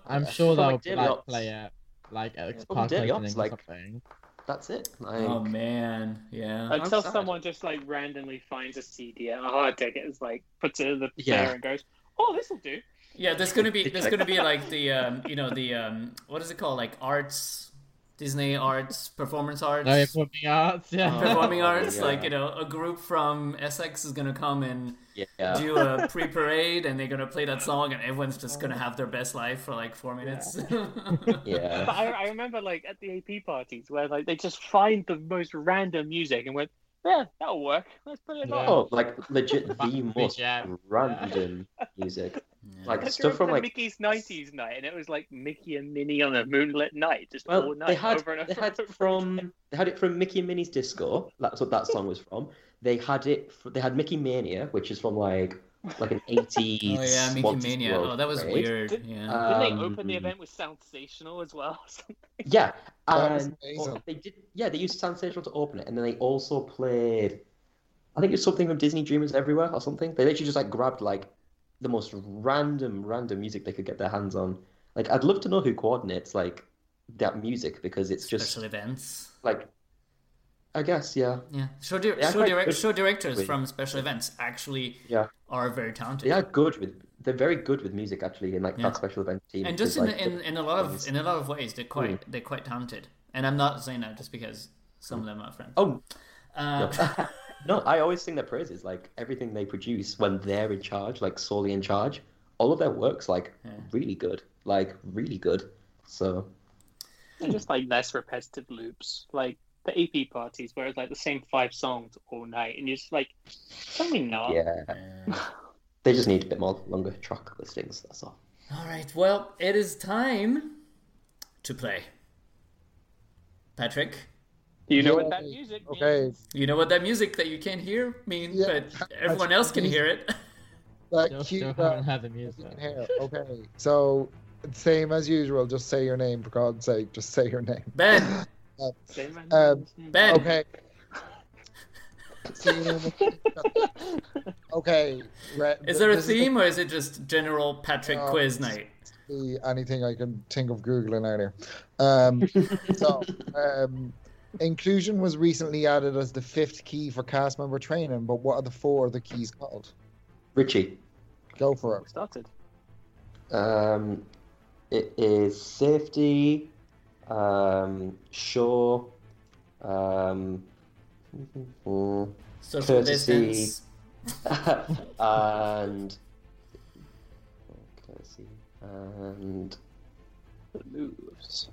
Speaker 5: I'm sure
Speaker 2: But,
Speaker 5: they'll
Speaker 2: like, Daily
Speaker 5: like,
Speaker 2: Ops-
Speaker 5: play it like at
Speaker 2: but
Speaker 5: park
Speaker 2: Daily
Speaker 5: opening
Speaker 2: Ops,
Speaker 5: or
Speaker 2: like-
Speaker 5: something.
Speaker 2: That's it. Like,
Speaker 1: oh man. Yeah.
Speaker 2: I'm
Speaker 3: Until
Speaker 2: sad.
Speaker 3: someone just like randomly finds a CD at a hard ticket, it's like puts it in the
Speaker 2: Yeah.
Speaker 3: fair and goes, "Oh, this will do."
Speaker 1: Yeah, there's gonna be there's
Speaker 2: Like-
Speaker 1: gonna be like the um you know the um what is it called like arts Disney arts performance arts
Speaker 5: No, you're Oh, performing arts. Yeah.
Speaker 1: performing
Speaker 2: Oh,
Speaker 1: arts
Speaker 2: yeah.
Speaker 1: like you know a group from Essex is gonna come and
Speaker 2: yeah.
Speaker 1: do a pre parade and they're gonna play that song and everyone's just gonna have their best life for like four minutes.
Speaker 3: But
Speaker 2: Yeah.
Speaker 3: I, I remember like at the AP parties where like they just find the most random music and went, "Yeah, that'll work. Let's put it
Speaker 5: Yeah.
Speaker 3: on."
Speaker 2: Oh, like legit the most
Speaker 5: Yeah.
Speaker 2: random music. Like
Speaker 3: Like,
Speaker 2: stuff from
Speaker 3: from
Speaker 2: like
Speaker 3: Mickey's '90s night, and it was like Mickey and Minnie on a moonlit night, just
Speaker 2: Well,
Speaker 3: all night
Speaker 2: they had
Speaker 3: over and over.
Speaker 2: they had
Speaker 3: and over
Speaker 2: from they had it from Mickey and Minnie's Disco. That's what that song was from. They had it. fr they had Mickey Mania, which is from like like an eighties.
Speaker 1: Oh yeah, Mickey Mania. Oh, that was weird. Yeah.
Speaker 3: Didn't they open the
Speaker 2: Um,
Speaker 3: event with "Sound Sensational" as well?
Speaker 2: Yeah,
Speaker 4: That was
Speaker 2: and
Speaker 4: amazing.
Speaker 2: well, they did. Yeah, they used Sensational to open it, and then they also played. I think it was something from Disney Dreamers Everywhere or something. They literally just like grabbed like the most random, random music they could get their hands on. Like, I'd love to know who coordinates like that music because it's just
Speaker 1: Special events.
Speaker 2: like I guess, yeah.
Speaker 1: Yeah, show, dir-
Speaker 2: They are
Speaker 1: show,
Speaker 2: quite
Speaker 1: direct-
Speaker 2: good
Speaker 1: show directors
Speaker 2: with-
Speaker 1: from special events actually
Speaker 2: Yeah.
Speaker 1: are very talented.
Speaker 2: They are good with they're very good with music actually in like
Speaker 1: Yeah.
Speaker 2: that special event team.
Speaker 1: and just in,
Speaker 2: because, like, Hmm.
Speaker 1: in in a lot of
Speaker 2: things.
Speaker 1: in a lot of ways they're quite they're quite talented. And I'm not saying that just because some of them are friends.
Speaker 2: Oh
Speaker 1: Uh,
Speaker 2: no. no, I always sing their praises, like everything they produce when they're in charge, like solely in charge, all of their work's like
Speaker 1: Yeah.
Speaker 2: really good. Like really good. So
Speaker 3: They're just like less repetitive loops, like the AP parties, where it's like the same five songs all night, and you're just like, "Probably not."
Speaker 2: yeah.
Speaker 1: Oh, yeah.
Speaker 2: They just need a bit more longer track listings, that's all.
Speaker 1: All right. Well, it is time to play. Patrick,
Speaker 3: You know what
Speaker 4: Yeah.
Speaker 3: that music means.
Speaker 4: Okay,
Speaker 1: you know what that music that you can't hear means,
Speaker 4: Yeah.
Speaker 1: but everyone else can hear it.
Speaker 4: that
Speaker 5: Still,
Speaker 4: cue
Speaker 5: still
Speaker 4: that
Speaker 5: haven't had the
Speaker 4: you
Speaker 5: music.
Speaker 4: can hear. Okay, so same as usual. Just say your name for God's sake. Just say your name.
Speaker 1: Ben,
Speaker 3: Same as- Oh,
Speaker 4: Um,
Speaker 1: Ben.
Speaker 2: Oh,
Speaker 4: Okay. Team- okay. Re-
Speaker 1: is there a
Speaker 4: this
Speaker 1: theme or is it just general Patrick
Speaker 4: Oh,
Speaker 1: quiz
Speaker 4: it's-
Speaker 1: night?
Speaker 4: the- anything I can think of googling earlier. Um, so, um, inclusion was recently added as the fifth key for cast member training. But what are the four other keys called?
Speaker 2: Richie.
Speaker 4: Go for it.
Speaker 3: started.
Speaker 2: Um it is safety, um show, um mm,
Speaker 1: Social
Speaker 2: Courtesy.
Speaker 1: distance.
Speaker 2: and courtesy and
Speaker 3: The moves.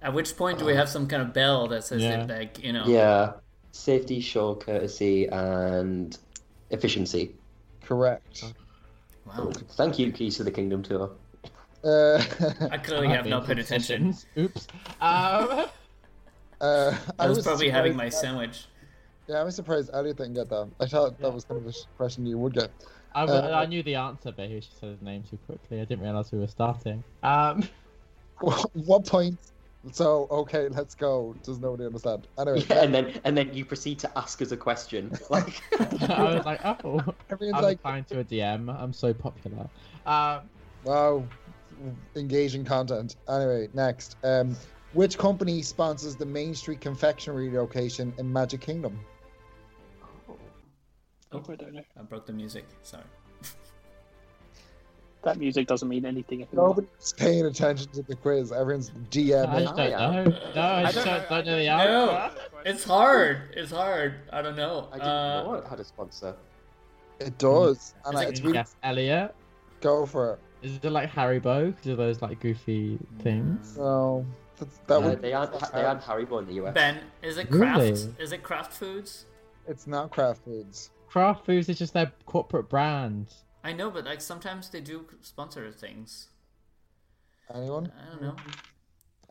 Speaker 1: At which point do we have some kind of bell that says
Speaker 5: Yeah.
Speaker 1: it, like you know?
Speaker 2: yeah, safety, show, courtesy, and efficiency.
Speaker 4: Correct.
Speaker 1: Wow.
Speaker 2: Thank you, Keys to the Kingdom tour.
Speaker 4: Uh,
Speaker 1: I clearly have not paid attention.
Speaker 5: Oops. Um,
Speaker 4: uh,
Speaker 1: I was probably having my
Speaker 4: surprised-
Speaker 1: sandwich.
Speaker 4: Yeah, I was surprised Elliot didn't get that. I thought that was kind of a question you would get.
Speaker 5: I, was-
Speaker 4: Uh,
Speaker 5: I knew the answer, but he just said his name too quickly. I didn't realize we were starting. Um,
Speaker 4: what point? So okay, let's go. Does nobody understand? Anyway,
Speaker 2: Yeah, and then and then you proceed to ask us a question. Like
Speaker 5: I was like, oh,
Speaker 4: everyone's
Speaker 5: I'm
Speaker 4: like,
Speaker 5: applying to a DM. I'm so popular. Um,
Speaker 4: wow, engaging content. Anyway, next. Um, which company sponsors the Main Street confectionery location in Magic Kingdom?
Speaker 3: Oh, I don't know.
Speaker 1: I broke the music. Sorry.
Speaker 3: That music doesn't mean anything anymore.
Speaker 4: Nobody's paying attention to the quiz. Everyone's
Speaker 5: I
Speaker 4: DMing.
Speaker 5: just don't know. No, I just don't, don't know the
Speaker 1: I
Speaker 5: answer.
Speaker 1: don't know. It's hard. It's hard. I don't know.
Speaker 2: I didn't
Speaker 1: Uh,
Speaker 2: know it had a sponsor.
Speaker 4: It does.
Speaker 1: It's
Speaker 4: And it's,
Speaker 1: like-
Speaker 5: Can you
Speaker 4: really
Speaker 5: guess Elliot.
Speaker 4: go for it.
Speaker 5: Is it like Haribo? Because of those like goofy things.
Speaker 4: So that's, that
Speaker 2: Uh,
Speaker 4: would,
Speaker 2: they had they had Haribo in the US.
Speaker 1: Ben, is it Kraft?
Speaker 5: Really?
Speaker 1: Is it Kraft Foods?
Speaker 4: it's not craft foods.
Speaker 5: Kraft Foods is just their corporate brand.
Speaker 1: I know, but like sometimes they do sponsor things.
Speaker 4: Anyone?
Speaker 1: I don't know.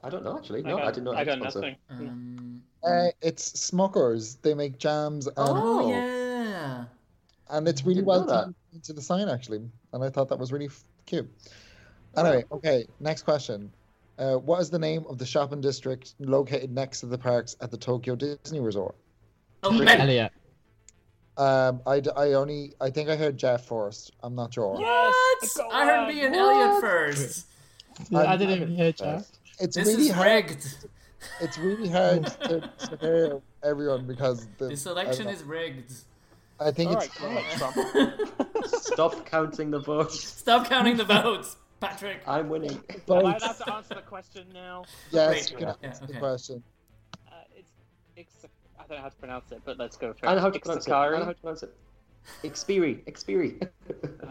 Speaker 2: I don't know actually.
Speaker 3: I
Speaker 2: No, I,
Speaker 3: got-
Speaker 2: didn't know. It
Speaker 3: I
Speaker 2: had a
Speaker 3: got
Speaker 2: sponsor.
Speaker 3: nothing.
Speaker 1: Um,
Speaker 4: Uh, it's Smuckers. They make jams, and,
Speaker 1: oh
Speaker 2: Oh.
Speaker 1: yeah.
Speaker 4: and it's really
Speaker 2: Didn't
Speaker 4: well
Speaker 2: know that.
Speaker 4: done to the sign actually. And I thought that was really f- cute. Anyway, okay. Next question. Uh, what is the name of the shopping district located next to the parks at the Tokyo Disney Resort?
Speaker 1: Oh
Speaker 2: Freaking
Speaker 1: Ben.
Speaker 5: Elliot.
Speaker 4: Um, I, d- I only I think I heard Jeff first. I'm not sure.
Speaker 1: What?
Speaker 3: Go
Speaker 1: I heard
Speaker 3: on.
Speaker 1: me and Elliot first.
Speaker 4: I'm-
Speaker 5: I didn't even hear Jeff.
Speaker 4: It's
Speaker 1: This
Speaker 4: really
Speaker 1: is
Speaker 4: hard.
Speaker 1: rigged.
Speaker 4: It's really hard to, to hear everyone because the,
Speaker 1: This election
Speaker 4: I-
Speaker 1: is rigged.
Speaker 4: I think
Speaker 3: All right,
Speaker 4: it's
Speaker 3: go on, Trump.
Speaker 2: Stop counting the votes.
Speaker 1: Stop counting the votes, Patrick.
Speaker 2: I'm winning.
Speaker 3: Am I
Speaker 4: both.
Speaker 3: allowed to answer the question now?
Speaker 4: Yes, you
Speaker 1: Wait,
Speaker 4: can
Speaker 1: yeah,
Speaker 4: answer
Speaker 1: okay.
Speaker 4: the question.
Speaker 3: Uh, it's, it's, I don't know how to pronounce it, but let's go for it.
Speaker 2: I don't know how to pronounce it. I don't know
Speaker 3: Ixtacari?
Speaker 2: how to pronounce it. Xperi. Xperi.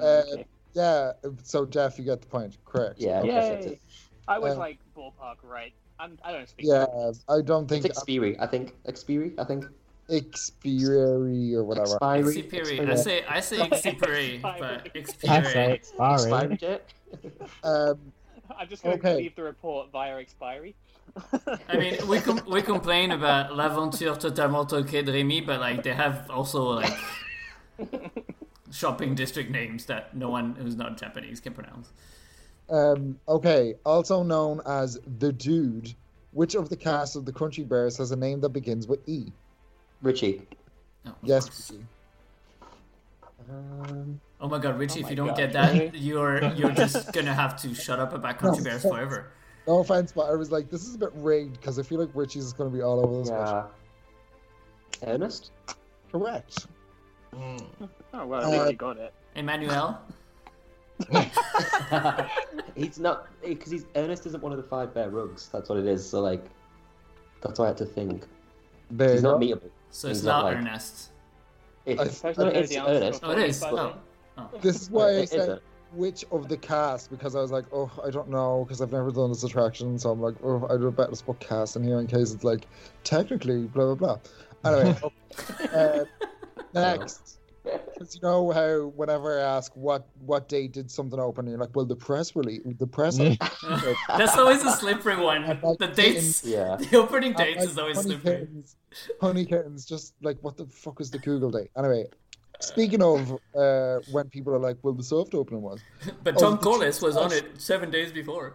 Speaker 3: Uh, okay.
Speaker 4: Yeah. So Jeff, you get the point. Correct.
Speaker 2: yeah. Okay, that's
Speaker 3: Yay!
Speaker 2: it.
Speaker 3: I was
Speaker 4: Uh,
Speaker 3: like ballpark right. I'm, I don't speak.
Speaker 4: Yeah. I don't think
Speaker 2: It's Xperi. I think Xperi. I think
Speaker 4: Xperi or whatever.
Speaker 2: Xpiri.
Speaker 1: Xperi. I say I say Xperi, but
Speaker 5: I
Speaker 1: Xperi.
Speaker 5: say sorry.
Speaker 2: Expiry jet.
Speaker 4: Um,
Speaker 3: I'm just going
Speaker 4: Okay.
Speaker 3: to leave the report via expiry.
Speaker 1: I mean, we com- we complain about l'aventure totalement toquée de Rémi, but like they have also like shopping district names that no one who's not Japanese can pronounce.
Speaker 4: um, okay. Also known as the Dude, which of the cast of the Country Bears has a name that begins with E?
Speaker 2: Richie.
Speaker 1: Oh, of course.
Speaker 4: Yes.
Speaker 2: Um,
Speaker 1: Oh my God, Richie!
Speaker 3: Oh
Speaker 1: if
Speaker 3: my
Speaker 1: you don't
Speaker 3: God,
Speaker 1: get that,
Speaker 3: really?
Speaker 1: you're you're just gonna have to shut up about Country Bears forever.
Speaker 4: No offense, but I was like, this is a bit rigged because I feel like Richie's is going to be all over this question.
Speaker 2: yeah. Ernest.
Speaker 4: Correct.
Speaker 3: Oh, well, at least
Speaker 4: Uh,
Speaker 3: you got it.
Speaker 1: Emmanuel.
Speaker 2: he's not because he's Ernest isn't one of the five bear rugs. That's what it is. So like, that's why I had to think.
Speaker 4: There
Speaker 2: He's
Speaker 4: you
Speaker 2: not
Speaker 4: go.
Speaker 2: meatable.
Speaker 1: So it's
Speaker 2: He's not
Speaker 1: not
Speaker 2: like-
Speaker 1: Ernest.
Speaker 2: It,
Speaker 4: I-
Speaker 2: it's,
Speaker 3: Supposed to know
Speaker 2: it's
Speaker 3: the answer
Speaker 2: Ernest.
Speaker 1: Oh, it is.
Speaker 3: before you
Speaker 1: Oh.
Speaker 4: This is why
Speaker 2: It-
Speaker 4: I
Speaker 2: it
Speaker 4: said
Speaker 2: isn't.
Speaker 4: which of the cast because I was like, oh, I don't know because I've never done this attraction, so I'm like, oh, I'd better just put cast in here in case it's like technically blah blah blah. Anyway, uh, next, because you know how whenever I ask what what date did something open, you're like, well, the press release, the press.
Speaker 5: Yeah.
Speaker 1: That's always a slippery one. The dates,
Speaker 2: Yeah.
Speaker 1: the opening
Speaker 4: I'm
Speaker 1: dates
Speaker 4: like,
Speaker 1: is always
Speaker 4: "Honey
Speaker 1: slippery.
Speaker 4: kittens, honey kittens, just like what the fuck is the Google date? Anyway, speaking of uh, when people are like, well, the soft opening was.
Speaker 1: But
Speaker 4: Oh,
Speaker 1: Tom
Speaker 4: the
Speaker 1: Corliss was on
Speaker 4: trash.
Speaker 1: it seven days before.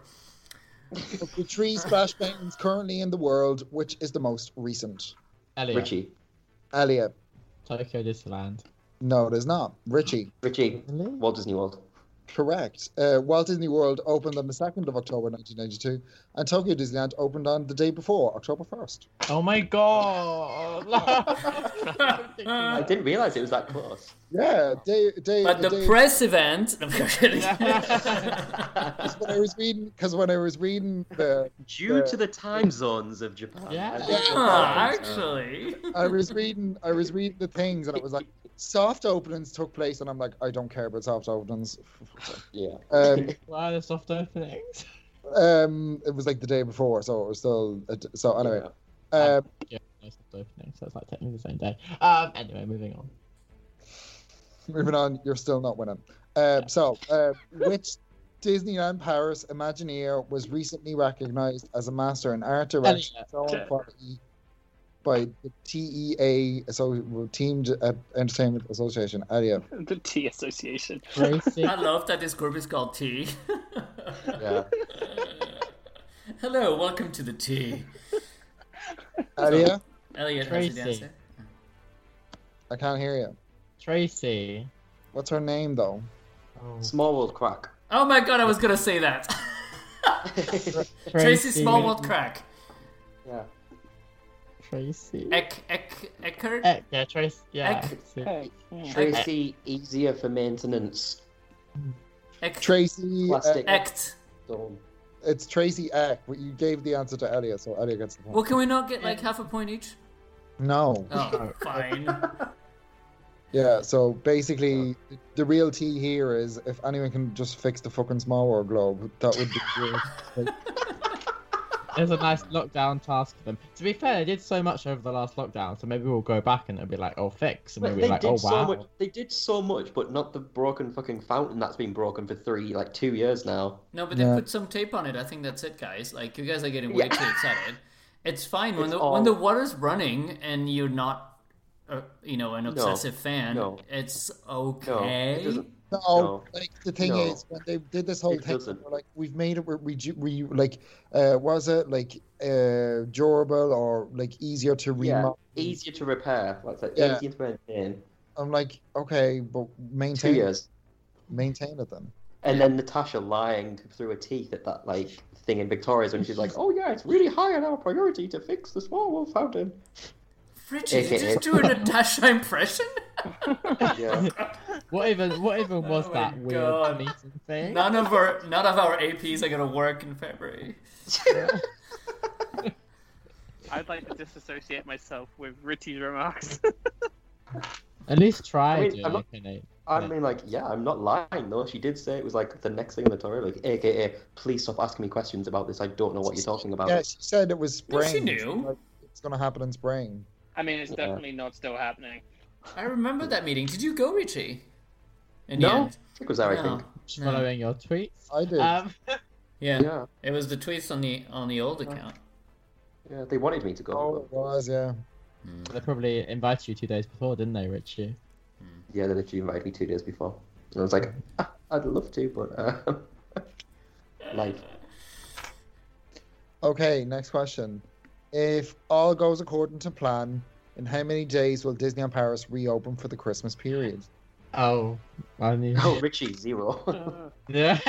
Speaker 4: Of the three splash mountains currently in the world, which is the most recent?
Speaker 5: Elliot.
Speaker 2: Richie.
Speaker 4: Elliot.
Speaker 5: Tokyo Disneyland.
Speaker 4: No, it is not. Richie.
Speaker 2: Richie.
Speaker 5: Really?
Speaker 2: Walt Disney World.
Speaker 4: Correct. Uh, Walt Disney World opened on the 2nd of October 1992, and Tokyo Disneyland opened on the day before, October 1st.
Speaker 5: Oh my god!
Speaker 2: I didn't realize it was that close.
Speaker 4: Yeah, day, day,
Speaker 1: But the
Speaker 4: day-
Speaker 1: press event. I'm kidding.
Speaker 4: When I was reading, because when I was reading the,
Speaker 2: Due
Speaker 4: Yeah.
Speaker 2: to the time zones of Japan.
Speaker 5: Yeah.
Speaker 2: I think
Speaker 4: Yeah,
Speaker 2: that's
Speaker 1: Ah,
Speaker 2: what it is.
Speaker 1: actually.
Speaker 4: I was reading, I was reading the things, and it was like soft openings took place, and I'm like, I don't care about soft openings.
Speaker 2: Yeah.
Speaker 4: Um,
Speaker 5: wow, the soft openings.
Speaker 4: um, it was like the day before, so it was still. A, d- so anyway,
Speaker 2: Yeah.
Speaker 4: um,
Speaker 5: Yeah, no soft opening, so it's like technically the same day. Um, anyway, moving on.
Speaker 4: Moving on, you're still not winning. Uh, so, uh, which Disneyland Paris Imagineer was recently recognized as a master in art direction
Speaker 5: Elliot.
Speaker 4: film
Speaker 3: Okay.
Speaker 4: quality by the TEA, so well, Teamed uh, Entertainment Association. Elliot.
Speaker 3: The Tea Association.
Speaker 5: Gracie.
Speaker 1: I love that this group is called Tea.
Speaker 2: Yeah.
Speaker 1: Hello, welcome to the Tea.
Speaker 4: Elliot,
Speaker 1: Elliot has the
Speaker 5: Tracy.
Speaker 1: answer.
Speaker 4: I can't hear you.
Speaker 5: Tracy.
Speaker 4: What's her name though?
Speaker 5: Oh,
Speaker 2: Small world crack.
Speaker 1: Oh my god, I was gonna say that. Tracy Smallwood Crack.
Speaker 2: yeah.
Speaker 5: Tracy.
Speaker 1: Eck, Eck, Eckert?
Speaker 5: Eck, yeah, Tracy. Yeah.
Speaker 1: Eck.
Speaker 5: Tracy.
Speaker 3: Hey,
Speaker 2: Tracy easier for maintenance.
Speaker 1: Act.
Speaker 4: Tracy. uh,
Speaker 2: Plastic.
Speaker 1: act.
Speaker 2: Storm.
Speaker 4: it's Tracy Act, but you gave the answer to Elliot, so Elliot gets the point.
Speaker 1: Well, can we not get like half a point each?
Speaker 4: No.
Speaker 1: Oh, fine.
Speaker 4: Yeah, so basically, the real tea here is if anyone can just fix the fucking small world globe, that would be great.
Speaker 5: There's a nice lockdown task for them. To be fair, they did so much over the last lockdown, so maybe we'll go back and it'll be like, oh, fix, and
Speaker 2: But
Speaker 5: we'll be
Speaker 2: they
Speaker 5: like,
Speaker 2: did
Speaker 5: oh
Speaker 2: so
Speaker 5: wow.
Speaker 2: much. They did so much, but not the broken fucking fountain that's been broken for three, like two years now.
Speaker 1: No, but they
Speaker 4: Yeah.
Speaker 1: put some tape on it. I think that's it, guys. Like you guys are getting way
Speaker 2: Yeah.
Speaker 1: too excited. It's fine when
Speaker 2: It's
Speaker 1: the
Speaker 2: all-
Speaker 1: when the water's running and you're not, uh, you know, an obsessive fan.
Speaker 2: No.
Speaker 1: It's okay.
Speaker 2: doesn't.
Speaker 4: No,
Speaker 2: No.
Speaker 4: like the thing
Speaker 2: No.
Speaker 4: is, when they did this whole
Speaker 2: It
Speaker 4: thing,
Speaker 2: doesn't.
Speaker 4: we're like we've made it, we're, we we like, uh, was it like uh, durable or like easier to
Speaker 2: Yeah,
Speaker 4: remodel?
Speaker 2: easier to repair. Like, it's like
Speaker 4: Yeah.
Speaker 2: easier to maintain.
Speaker 4: I'm like, okay, but
Speaker 2: Two
Speaker 4: maintain
Speaker 2: years.
Speaker 4: maintain it then.
Speaker 2: And then Natasha lying through her teeth at that like thing in Victoria's when she's like, "Oh yeah, it's really high on our priority to fix the small wall fountain."
Speaker 1: Richard, you
Speaker 2: AKA.
Speaker 1: just do a Natasha impression?
Speaker 2: Yeah,
Speaker 5: What even? What even was
Speaker 1: Oh my
Speaker 5: that weird
Speaker 1: God.
Speaker 5: meeting thing?
Speaker 1: None of our none of our APs are gonna work in February.
Speaker 3: I'd like to disassociate myself with Richie's remarks.
Speaker 5: At least try
Speaker 2: I mean,
Speaker 5: doing
Speaker 2: I'm not-
Speaker 5: it, Nate.
Speaker 2: I mean, like, yeah, I'm not lying though. She did say it was like the next thing in the toilet, like, aka, please stop asking me questions about this. I don't know what you're talking about.
Speaker 4: Yeah, she said it was
Speaker 1: No,
Speaker 4: spring.
Speaker 1: she knew.
Speaker 4: Like, it's gonna happen in spring.
Speaker 3: I mean, it's
Speaker 2: Yeah.
Speaker 3: definitely not still happening.
Speaker 1: I remember that meeting. Did you go, Richie? In the
Speaker 2: no,
Speaker 1: end?
Speaker 2: it was there, I
Speaker 1: No.
Speaker 2: think.
Speaker 5: Just Following your tweets.
Speaker 4: I did.
Speaker 5: Um,
Speaker 1: Yeah.
Speaker 2: Yeah,
Speaker 1: It was the tweets on the on the old account.
Speaker 2: yeah, they wanted me to
Speaker 4: oh,
Speaker 2: go.
Speaker 4: it was yeah. Hmm.
Speaker 5: they probably invited you two days before, didn't they, Richie?
Speaker 2: but- Yeah, they literally invited me two days before, and I was like, "Ah, I'd love to, but uh, life.
Speaker 4: Okay, next question. If all goes according to plan, in how many days will Disneyland Paris reopen for the Christmas period?
Speaker 5: Oh, I knew.
Speaker 2: Oh, Richie zero.
Speaker 3: Uh,
Speaker 5: Yeah.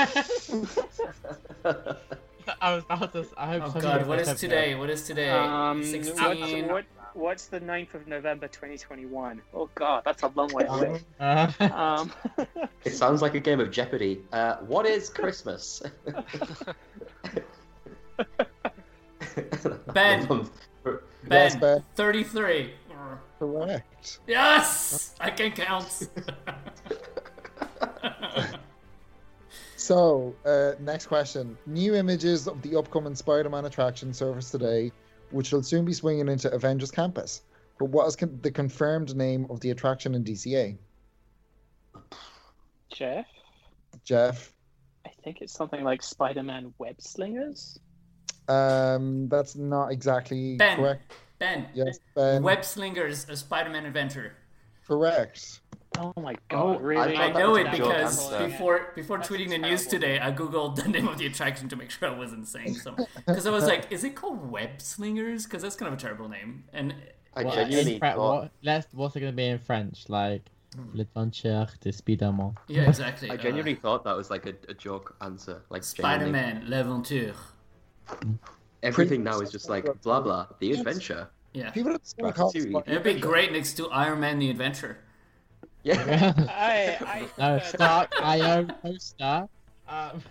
Speaker 5: I was about to. I hope.
Speaker 1: Oh
Speaker 5: somebody
Speaker 1: god,
Speaker 5: was
Speaker 1: what is
Speaker 5: upset.
Speaker 1: today? What is today?
Speaker 3: Um,
Speaker 1: Sixteen.
Speaker 3: what's, what, what's the 9th of November 2021? Oh god, that's a long way away.
Speaker 5: Uh,
Speaker 3: um,
Speaker 2: It sounds like a game of Jeopardy. Uh, what is Christmas?
Speaker 1: Ben.
Speaker 4: Yes,
Speaker 1: Ben,
Speaker 4: Ben.
Speaker 1: thirty-three.
Speaker 4: Correct.
Speaker 1: Yes, I can count.
Speaker 4: So, uh, next question. New images of the upcoming Spider Man attraction surfaced today, which will soon be swinging into Avengers Campus. But what is con- the confirmed name of the attraction in DCA?
Speaker 3: Jeff,
Speaker 4: Jeff?
Speaker 3: I think it's something like Spider-Man Web Slingers.
Speaker 4: Um, that's not exactly
Speaker 1: Ben.
Speaker 4: correct.
Speaker 1: ben,
Speaker 4: Yes, Ben.
Speaker 1: Web Slingers, a Spider-Man adventure.
Speaker 4: correct.
Speaker 3: Oh my
Speaker 2: Oh,
Speaker 3: god, really?
Speaker 2: I
Speaker 1: I
Speaker 2: thought
Speaker 1: know
Speaker 2: was
Speaker 1: it
Speaker 2: a joke
Speaker 1: because
Speaker 2: answer.
Speaker 1: before before
Speaker 3: That's
Speaker 1: tweeting the news
Speaker 3: terrible.
Speaker 1: today, I googled the name of the attraction to make sure I wasn't saying something. Because I was like, is it called Web Slingers? Because that's kind of a terrible name. And
Speaker 2: I
Speaker 5: what,
Speaker 2: genuinely
Speaker 5: in Fran-
Speaker 2: thought.
Speaker 5: what- let's. What's it gonna be in French? Like, l'adventure de Spiderman.
Speaker 1: yeah, exactly.
Speaker 2: I genuinely thought that was like a, a joke answer. Like
Speaker 1: uh,
Speaker 2: genuinely.
Speaker 1: Spider-Man L'Aventure.
Speaker 2: Everything now is just like blah blah. The adventure.
Speaker 1: Yeah,
Speaker 4: People are just going to call it
Speaker 2: Ratatouille.
Speaker 4: Spider-
Speaker 1: it'd be great next to Iron Man: The Adventure.
Speaker 2: Yeah.
Speaker 3: I, uh, I
Speaker 5: no,
Speaker 3: prefer-
Speaker 5: Stark IO poster. Um,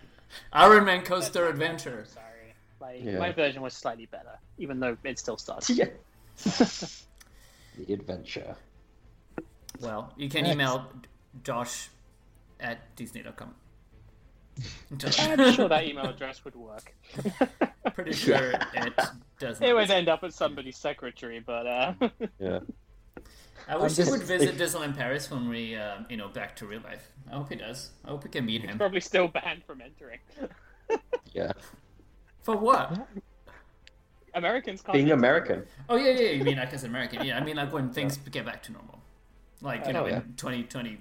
Speaker 1: Iron Man Coaster Adventure.
Speaker 3: I'm sorry. Like,
Speaker 2: Yeah.
Speaker 3: My version was slightly better, even though it still sucks.
Speaker 2: yeah. The adventure.
Speaker 1: Well, you can
Speaker 5: Next.
Speaker 1: email josh at disney.com.
Speaker 3: I'm sure that email address would work.
Speaker 1: Pretty sure it doesn't.
Speaker 3: It would end up at somebody's secretary, but uh,
Speaker 2: Yeah.
Speaker 1: I wish
Speaker 4: just-
Speaker 1: he would visit Disneyland Paris when we, um, you know, back to real life. I hope he does. I hope we can meet him.
Speaker 3: probably still banned from entering.
Speaker 2: Yeah.
Speaker 1: For what?
Speaker 3: Americans can't.
Speaker 2: Being
Speaker 3: enter.
Speaker 2: American.
Speaker 1: Oh yeah, yeah. You mean like as an American? Yeah, I mean like when things get back to normal, like you know,
Speaker 2: Oh, yeah.
Speaker 1: in 2020.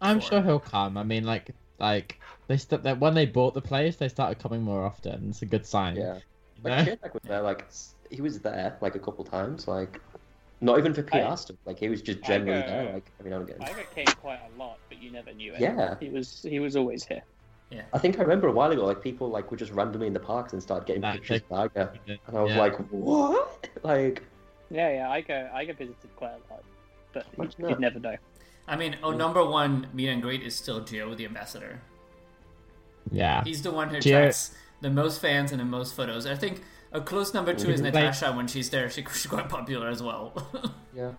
Speaker 5: I'm
Speaker 1: Sure.
Speaker 5: sure he'll come. I mean, like, like they st- that when they bought the place, they started coming more often. It's a good sign.
Speaker 2: Yeah.
Speaker 5: you know?
Speaker 2: Like Shane was there. Like s- he was there like a couple times. Like not even for PR
Speaker 3: I-
Speaker 2: stuff. Like he was just
Speaker 3: I
Speaker 2: generally
Speaker 3: go-
Speaker 2: there. Like every now and again.
Speaker 3: Ivan came quite a lot, but you never knew it.
Speaker 2: Yeah.
Speaker 3: He was he was always here.
Speaker 2: I think I remember a while ago, like people like were just randomly in the parks and started getting
Speaker 5: That-
Speaker 2: pictures of Iger, and I was
Speaker 5: Yeah.
Speaker 2: like, what? Like,
Speaker 3: Yeah, yeah. I go I get visited quite a lot, but
Speaker 2: Much
Speaker 3: you'd
Speaker 2: love.
Speaker 3: never know.
Speaker 1: I mean, oh, number one meet and greet is still Joe the ambassador.
Speaker 5: Yeah.
Speaker 1: He's the one who
Speaker 5: Ah. Gio-
Speaker 1: attracts the most fans and the most photos. I think a close number two is
Speaker 5: Like-
Speaker 1: Natasha. When she's there, she, she's quite popular as well.
Speaker 4: Yeah.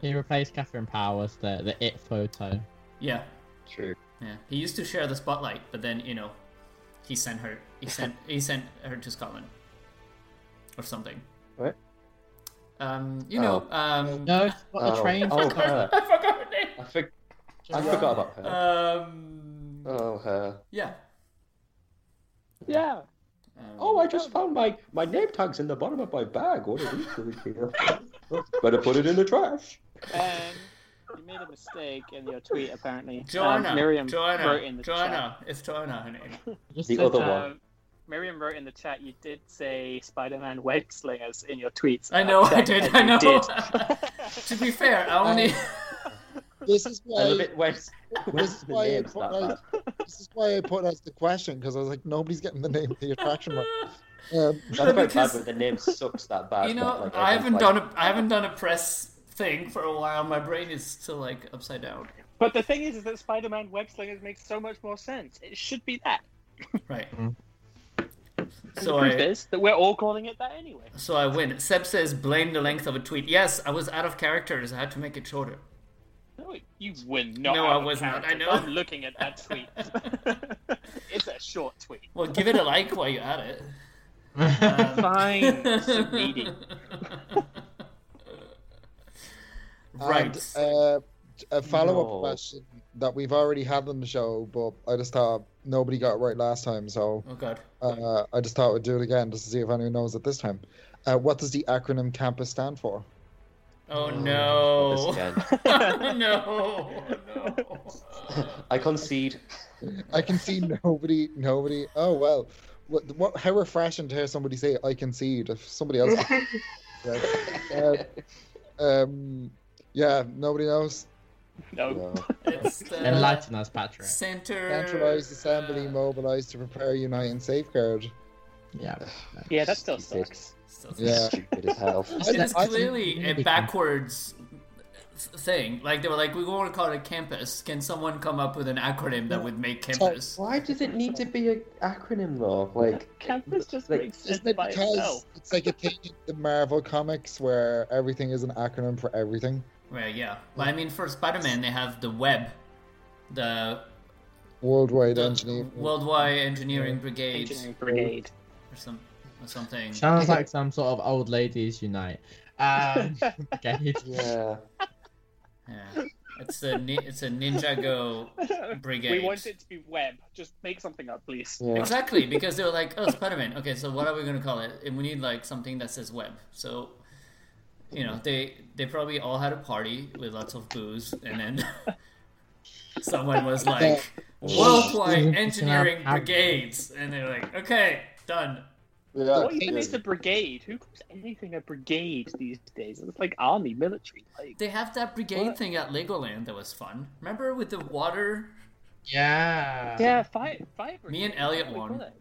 Speaker 5: He replaced Catherine Powers, the the it photo.
Speaker 1: yeah,
Speaker 2: True.
Speaker 1: yeah. He used to share the spotlight, but then you know, he sent her. He sent. he sent her to Scotland, or something.
Speaker 2: What?
Speaker 1: Um, you know. Um,
Speaker 5: No, it's not the
Speaker 2: Oh.
Speaker 5: train.
Speaker 2: Oh,
Speaker 5: photo.
Speaker 2: her.
Speaker 1: I forgot her name.
Speaker 2: I, for- I forgot about her.
Speaker 1: Um,
Speaker 2: oh, her.
Speaker 1: yeah.
Speaker 3: Yeah.
Speaker 1: Um,
Speaker 2: Oh, I just found my, my name tag's in the bottom of my bag. What are these doing here? Better put it in the trash.
Speaker 3: And um, you made a mistake in your tweet, apparently.
Speaker 1: Joanna.
Speaker 3: Um, Miriam
Speaker 1: Joanna.
Speaker 3: wrote in the
Speaker 1: Joanna. It's Joanna. Her name.
Speaker 5: Just
Speaker 2: The
Speaker 5: said
Speaker 2: other
Speaker 3: chat.
Speaker 5: that-
Speaker 2: one.
Speaker 3: Um, Miriam wrote in the chat, you did say Spider-Man web slingers in your tweets.
Speaker 1: I know, I
Speaker 3: checked
Speaker 1: did,
Speaker 3: and
Speaker 1: I
Speaker 3: you
Speaker 1: know.
Speaker 3: did.
Speaker 1: to be fair, I only.
Speaker 4: This is
Speaker 2: I love
Speaker 4: why.
Speaker 2: it when, when
Speaker 4: This is
Speaker 2: the
Speaker 4: why I
Speaker 2: name's
Speaker 4: put
Speaker 2: that bad.
Speaker 4: out. This is why I put out the question because I was like, nobody's getting the name of the attraction right. Um,
Speaker 2: Not about
Speaker 1: because-
Speaker 2: bad, but the name sucks that bad.
Speaker 1: you
Speaker 2: that,
Speaker 1: know,
Speaker 2: like,
Speaker 1: I haven't
Speaker 2: everyone's
Speaker 1: done
Speaker 2: like,
Speaker 1: a I haven't done a press thing for a while. My brain is still like upside down.
Speaker 3: But the thing is, is that Spider-Man web slingers makes so much more sense. It should be that.
Speaker 1: Right.
Speaker 5: Mm.
Speaker 2: Mm-hmm.
Speaker 1: So
Speaker 3: the proof
Speaker 1: I
Speaker 3: is that we're all calling it that anyway.
Speaker 1: so I win. Seb says blame the length of a tweet. Yes, I was out of characters. I had to make it shorter.
Speaker 3: No, you were not.
Speaker 1: No,
Speaker 3: out
Speaker 1: I
Speaker 3: of
Speaker 1: was not. I
Speaker 3: character.
Speaker 1: know.
Speaker 3: I'm looking at that tweet. it's a short tweet.
Speaker 1: Well, give it a like while you're at it. Um,
Speaker 3: Fine, so needy.
Speaker 1: right.
Speaker 4: And, uh, a follow up
Speaker 2: No.
Speaker 4: question that we've already had on the show, but I just thought nobody got it right last time, so
Speaker 1: oh God.
Speaker 4: uh, I just thought we'd do it again just to see if anyone knows it this time. Uh, what does the acronym campus stand for?
Speaker 1: Oh
Speaker 2: Oh,
Speaker 1: no. Oh,
Speaker 2: this again.
Speaker 1: no. No.
Speaker 2: I concede.
Speaker 4: I can see nobody, nobody. Oh well, what, what, how refreshing to hear somebody say "I concede" if somebody else. Yeah. Uh, um, yeah, nobody knows.
Speaker 3: No.
Speaker 2: No.
Speaker 1: It's the
Speaker 5: Enlighten us, Patrick.
Speaker 1: center.
Speaker 4: Centralized assembly,
Speaker 1: uh,
Speaker 4: mobilized to prepare, unite, and safeguard.
Speaker 5: Yeah.
Speaker 3: Yeah, that still
Speaker 2: Stupid.
Speaker 3: sucks.
Speaker 1: stuff.
Speaker 4: Yeah.
Speaker 2: Stupid as hell.
Speaker 1: It's
Speaker 4: I- I-
Speaker 1: clearly a
Speaker 5: Maybe.
Speaker 1: backwards th- thing. Like they were like, we want to call it campus. Can someone come up with an acronym that would make campus?
Speaker 2: Why does it need to be an acronym though? Like,
Speaker 3: Campus just
Speaker 2: Like,
Speaker 3: makes sense
Speaker 4: Isn't it
Speaker 3: by
Speaker 4: because
Speaker 3: itself.
Speaker 4: it's like a thing in the Marvel comics where everything is an acronym for everything?
Speaker 1: Right. Yeah. Well, I mean, for Spider-Man, they have the web, the
Speaker 4: Worldwide
Speaker 1: the
Speaker 4: engineering.
Speaker 1: Worldwide Engineering Brigade,
Speaker 3: Engineering brigade.
Speaker 1: or some or something.
Speaker 5: Sounds like some sort of old ladies unite. Um, okay.
Speaker 2: yeah.
Speaker 1: Yeah. It's a ni- it's a Ninja Go brigade.
Speaker 3: we want it to be web. Just make something up, please.
Speaker 2: yeah.
Speaker 1: Exactly, because they were like, "Oh, Spider-Man." Okay, so what are we gonna call it? And we need like something that says web. So, you know, they they probably all had a party with lots of booze, and then someone was like, "Worldwide Engineering Brigades," and they're like, "Okay, done."
Speaker 3: What even is a brigade? Who calls anything a brigade these days? It's like army, military. Like
Speaker 1: They have that brigade
Speaker 3: What?
Speaker 1: thing at Legoland that was fun. Remember with the water?
Speaker 5: Yeah.
Speaker 3: yeah, fire, fire. Brigade.
Speaker 1: Me and Elliot
Speaker 3: What do we
Speaker 1: won.
Speaker 3: call it?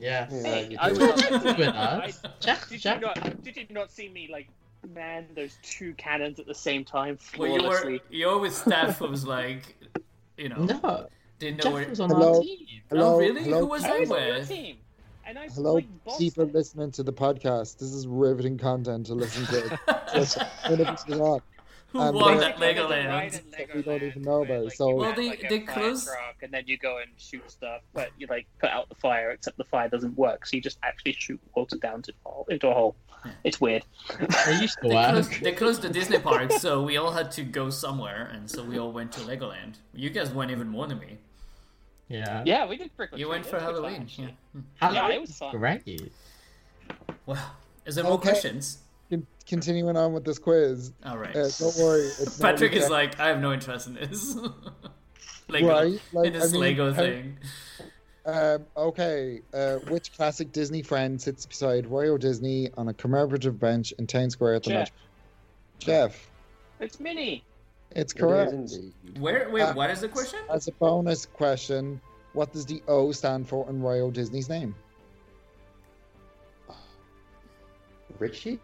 Speaker 5: Yeah.
Speaker 3: Hey,
Speaker 2: Yeah,
Speaker 3: I
Speaker 2: you
Speaker 3: was
Speaker 2: do.
Speaker 3: on that
Speaker 5: With
Speaker 3: tweet.
Speaker 5: us.
Speaker 3: I-
Speaker 5: Jack,
Speaker 3: Did you
Speaker 5: Jack,
Speaker 3: not? Did you not see me like man those two cannons at the same time
Speaker 1: Well, you were
Speaker 3: flawlessly?
Speaker 1: you were with Steph who was like, you know,
Speaker 5: no.
Speaker 1: didn't know
Speaker 5: Jack
Speaker 1: where.
Speaker 5: was on
Speaker 4: Hello?
Speaker 5: our team.
Speaker 4: Hello,
Speaker 1: oh really?
Speaker 4: hello,
Speaker 1: Who was I
Speaker 3: I was on your
Speaker 1: with?
Speaker 3: team, and I
Speaker 4: Hello,
Speaker 3: like, bossed
Speaker 4: people
Speaker 3: it.
Speaker 4: listening to the podcast. This is riveting content to listen to. Listen, when it was on.
Speaker 1: Who
Speaker 4: Um,
Speaker 1: won
Speaker 4: they-
Speaker 1: at Legoland?
Speaker 4: that we don't even know about, so-
Speaker 1: Well, they- they close-
Speaker 3: truck, and then you go and shoot stuff, but you like put out the fire, except the fire doesn't work, so you just actually shoot water down to hole, into a hole. It's weird.
Speaker 5: They used to
Speaker 1: They
Speaker 5: work.
Speaker 1: closed, they closed the Disney park, so we all had to go somewhere, and so we all went to Legoland. You guys went even more than me.
Speaker 5: Yeah.
Speaker 3: Yeah, we did. Brick or
Speaker 1: You
Speaker 3: treat.
Speaker 1: went
Speaker 3: It
Speaker 1: for
Speaker 3: was good fun,
Speaker 1: Halloween.
Speaker 3: actually.
Speaker 1: Yeah. Hmm.
Speaker 3: Yeah, it
Speaker 5: Hello.
Speaker 3: was fun.
Speaker 5: Great.
Speaker 1: Well, is there more
Speaker 4: Okay.
Speaker 1: questions?
Speaker 4: Con- Continuing on with this quiz,
Speaker 1: All right.
Speaker 4: uh, don't worry. It's not
Speaker 1: Patrick is
Speaker 4: exact-
Speaker 1: like, I have no interest in this. Lego.
Speaker 4: Right, like,
Speaker 1: in this
Speaker 4: I mean,
Speaker 1: Lego
Speaker 4: how-
Speaker 1: thing.
Speaker 4: Um, okay, uh, which classic Disney friend sits beside Royal Disney on a commemorative bench in Town Square at the
Speaker 3: Jeff.
Speaker 4: Met? Jeff,
Speaker 3: It's mini.
Speaker 4: it's
Speaker 2: It is
Speaker 4: correct.
Speaker 2: indeed.
Speaker 1: Where? Wait,
Speaker 4: Uh,
Speaker 1: what is the question?
Speaker 4: As a bonus question, what does the O stand for in Royal Disney's name?
Speaker 2: Richie?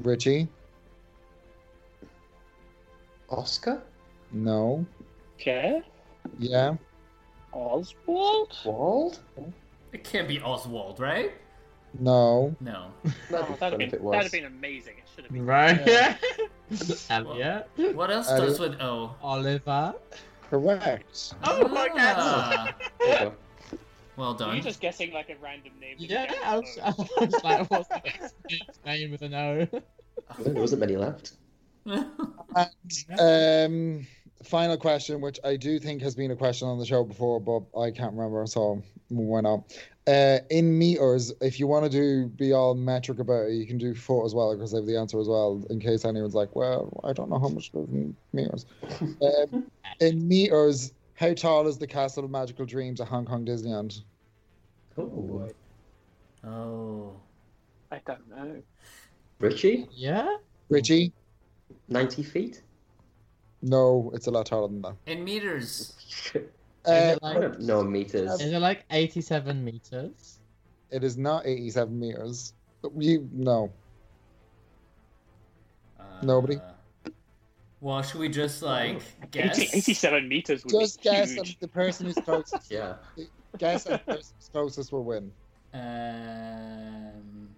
Speaker 4: Richie?
Speaker 2: Oscar?
Speaker 4: No.
Speaker 3: Okay.
Speaker 4: Yeah.
Speaker 3: Oswald?
Speaker 2: Wald?
Speaker 1: It can't be Oswald, right?
Speaker 4: No.
Speaker 1: No.
Speaker 2: That'd be
Speaker 3: Oh, that'd,
Speaker 2: fun
Speaker 3: have
Speaker 2: if it
Speaker 3: been, that'd
Speaker 2: was.
Speaker 3: have been amazing. It should have been.
Speaker 5: Right. Yeah. Elliot.
Speaker 1: Elliot. What else
Speaker 4: I
Speaker 1: starts with O?
Speaker 5: Oliver.
Speaker 4: Correct.
Speaker 5: Oh my
Speaker 1: Ah,
Speaker 2: There you go.
Speaker 1: Well
Speaker 3: Were
Speaker 1: done.
Speaker 3: you just guessing like a random name? that you
Speaker 5: Yeah,
Speaker 3: don't
Speaker 5: I was, I
Speaker 3: know?
Speaker 5: was like, what's the next dude's name with an O?
Speaker 2: There wasn't many left.
Speaker 4: Um, final question, which I do think has been a question on the show before, but I can't remember, so why not? Uh, in meters, if you want to do be all metric about it, you can do foot as well because I have the answer as well. In case anyone's like, well, I don't know how much it is in meters. um, in meters, how tall is the Castle of Magical Dreams at Hong Kong Disneyland?
Speaker 2: Oh,
Speaker 1: oh.
Speaker 3: I don't know.
Speaker 2: Richie,
Speaker 5: Yeah?
Speaker 4: Richie?
Speaker 2: ninety feet.
Speaker 4: No, it's a lot taller than that.
Speaker 1: In meters.
Speaker 4: Uh,
Speaker 5: Is it
Speaker 2: I
Speaker 5: like,
Speaker 2: don't know meters.
Speaker 5: is it like 87 meters?
Speaker 4: it is not 87 meters. You no.
Speaker 1: Uh,
Speaker 4: Nobody?
Speaker 1: Well, should we just like guess?
Speaker 3: 80, 87 meters would
Speaker 4: Just
Speaker 3: be
Speaker 4: guess, and
Speaker 3: huge.
Speaker 4: the person who's closest
Speaker 2: Yeah.
Speaker 4: Guess and the person's closest will win.
Speaker 1: Um,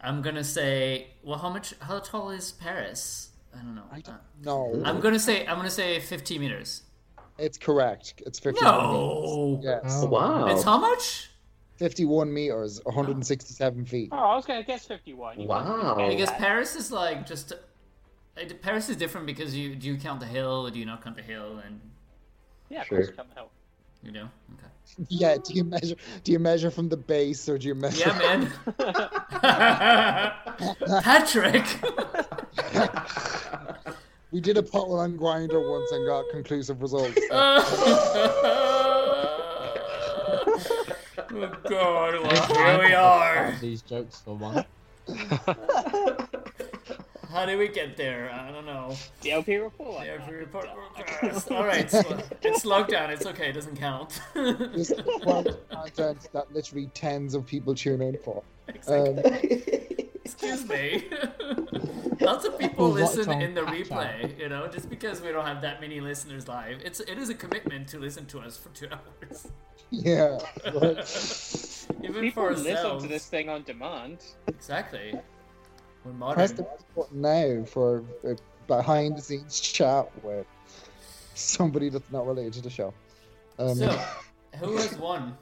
Speaker 1: I'm gonna say. Well, how much? How tall is Paris? I don't know.
Speaker 4: I don't
Speaker 1: Uh,
Speaker 4: No,
Speaker 1: I'm gonna say. I'm gonna say 15 meters.
Speaker 4: it's correct. It's 51
Speaker 1: No.
Speaker 4: meters. Yes.
Speaker 5: Oh.
Speaker 2: wow.
Speaker 1: It's how much?
Speaker 4: 51 meters, 167 feet.
Speaker 3: Oh, I was gonna guess 51. You
Speaker 2: Wow.
Speaker 3: wouldn't have
Speaker 2: I
Speaker 3: guessed
Speaker 1: Because
Speaker 3: that.
Speaker 1: Paris is like just. uh, Paris is different because you do you count the hill or do you not count the hill and
Speaker 3: yeah, of
Speaker 2: Sure.
Speaker 3: course, come help.
Speaker 1: you know. Okay.
Speaker 4: Yeah, do you measure do you measure from the base or do you measure
Speaker 1: Yeah, man. Patrick.
Speaker 4: We did a poll on Grinder once and got conclusive results.
Speaker 1: oh God! Well, here we are.
Speaker 5: These jokes for one.
Speaker 1: How did we get there? I don't know.
Speaker 3: DLP report.
Speaker 1: Yeah, if we report
Speaker 3: Duh.
Speaker 1: progress. All right, it's lo- it's lockdown. It's okay. It doesn't count.
Speaker 4: This is quality content that literally tens of people tune in for. Um,
Speaker 1: Excuse me. Lots of people
Speaker 5: People watch
Speaker 1: listen
Speaker 5: on
Speaker 1: in the
Speaker 5: catch up.
Speaker 1: replay. You know, just because we don't have that many listeners live, it's it is a commitment to listen to us for two hours.
Speaker 4: yeah.
Speaker 1: Even
Speaker 3: People
Speaker 1: for
Speaker 3: listen
Speaker 1: ourselves.
Speaker 3: to this thing on demand.
Speaker 1: Exactly. We're
Speaker 4: Press
Speaker 1: modern.
Speaker 4: the button now for a behind the scenes chat with somebody that's not related to the show. Um,
Speaker 1: So, who has won?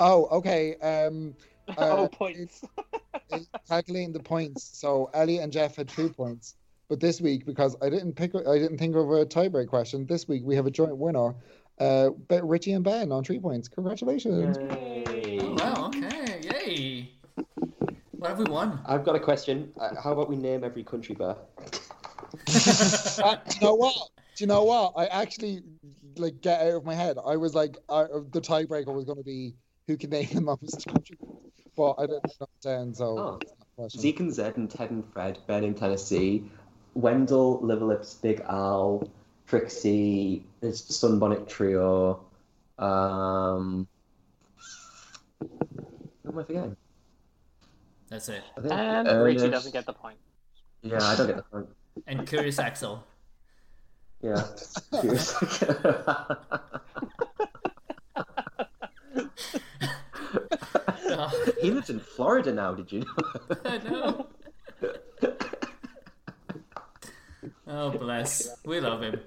Speaker 4: Oh, okay. Um,
Speaker 3: oh,
Speaker 4: Uh,
Speaker 3: points.
Speaker 4: it's calculating the points. So Ellie and Jeff had two points, but this week because I didn't pick, I didn't think of a tiebreak question. This week we have a joint winner, uh, but Richie and Ben on three points. Congratulations!
Speaker 1: Oh, wow. Okay. Yay. What have we won?
Speaker 2: I've got a question. Uh, How about we name every country bear?
Speaker 4: Uh, do you know what? Do you know what? I actually like get out of my head. I was like, I, the tiebreaker was going to be who can name the most country, but I didn't knock it down. So
Speaker 2: Oh.
Speaker 4: it's not a question.
Speaker 2: Zeke and Zed and Ted and Fred, Ben in Tennessee, Wendell, Liverlips, Big Al, Trixie, it's Sunbonnet Trio. Um, what am I forgetting?
Speaker 1: That's it.
Speaker 2: I think
Speaker 3: And
Speaker 2: Ernest-
Speaker 3: Um, Richie doesn't get the point.
Speaker 2: Yeah, I don't get the point.
Speaker 1: And Curious Axel.
Speaker 2: Yeah. Curious. he lives in Florida now, did you know?
Speaker 1: Oh, I know. Oh, bless. We love him.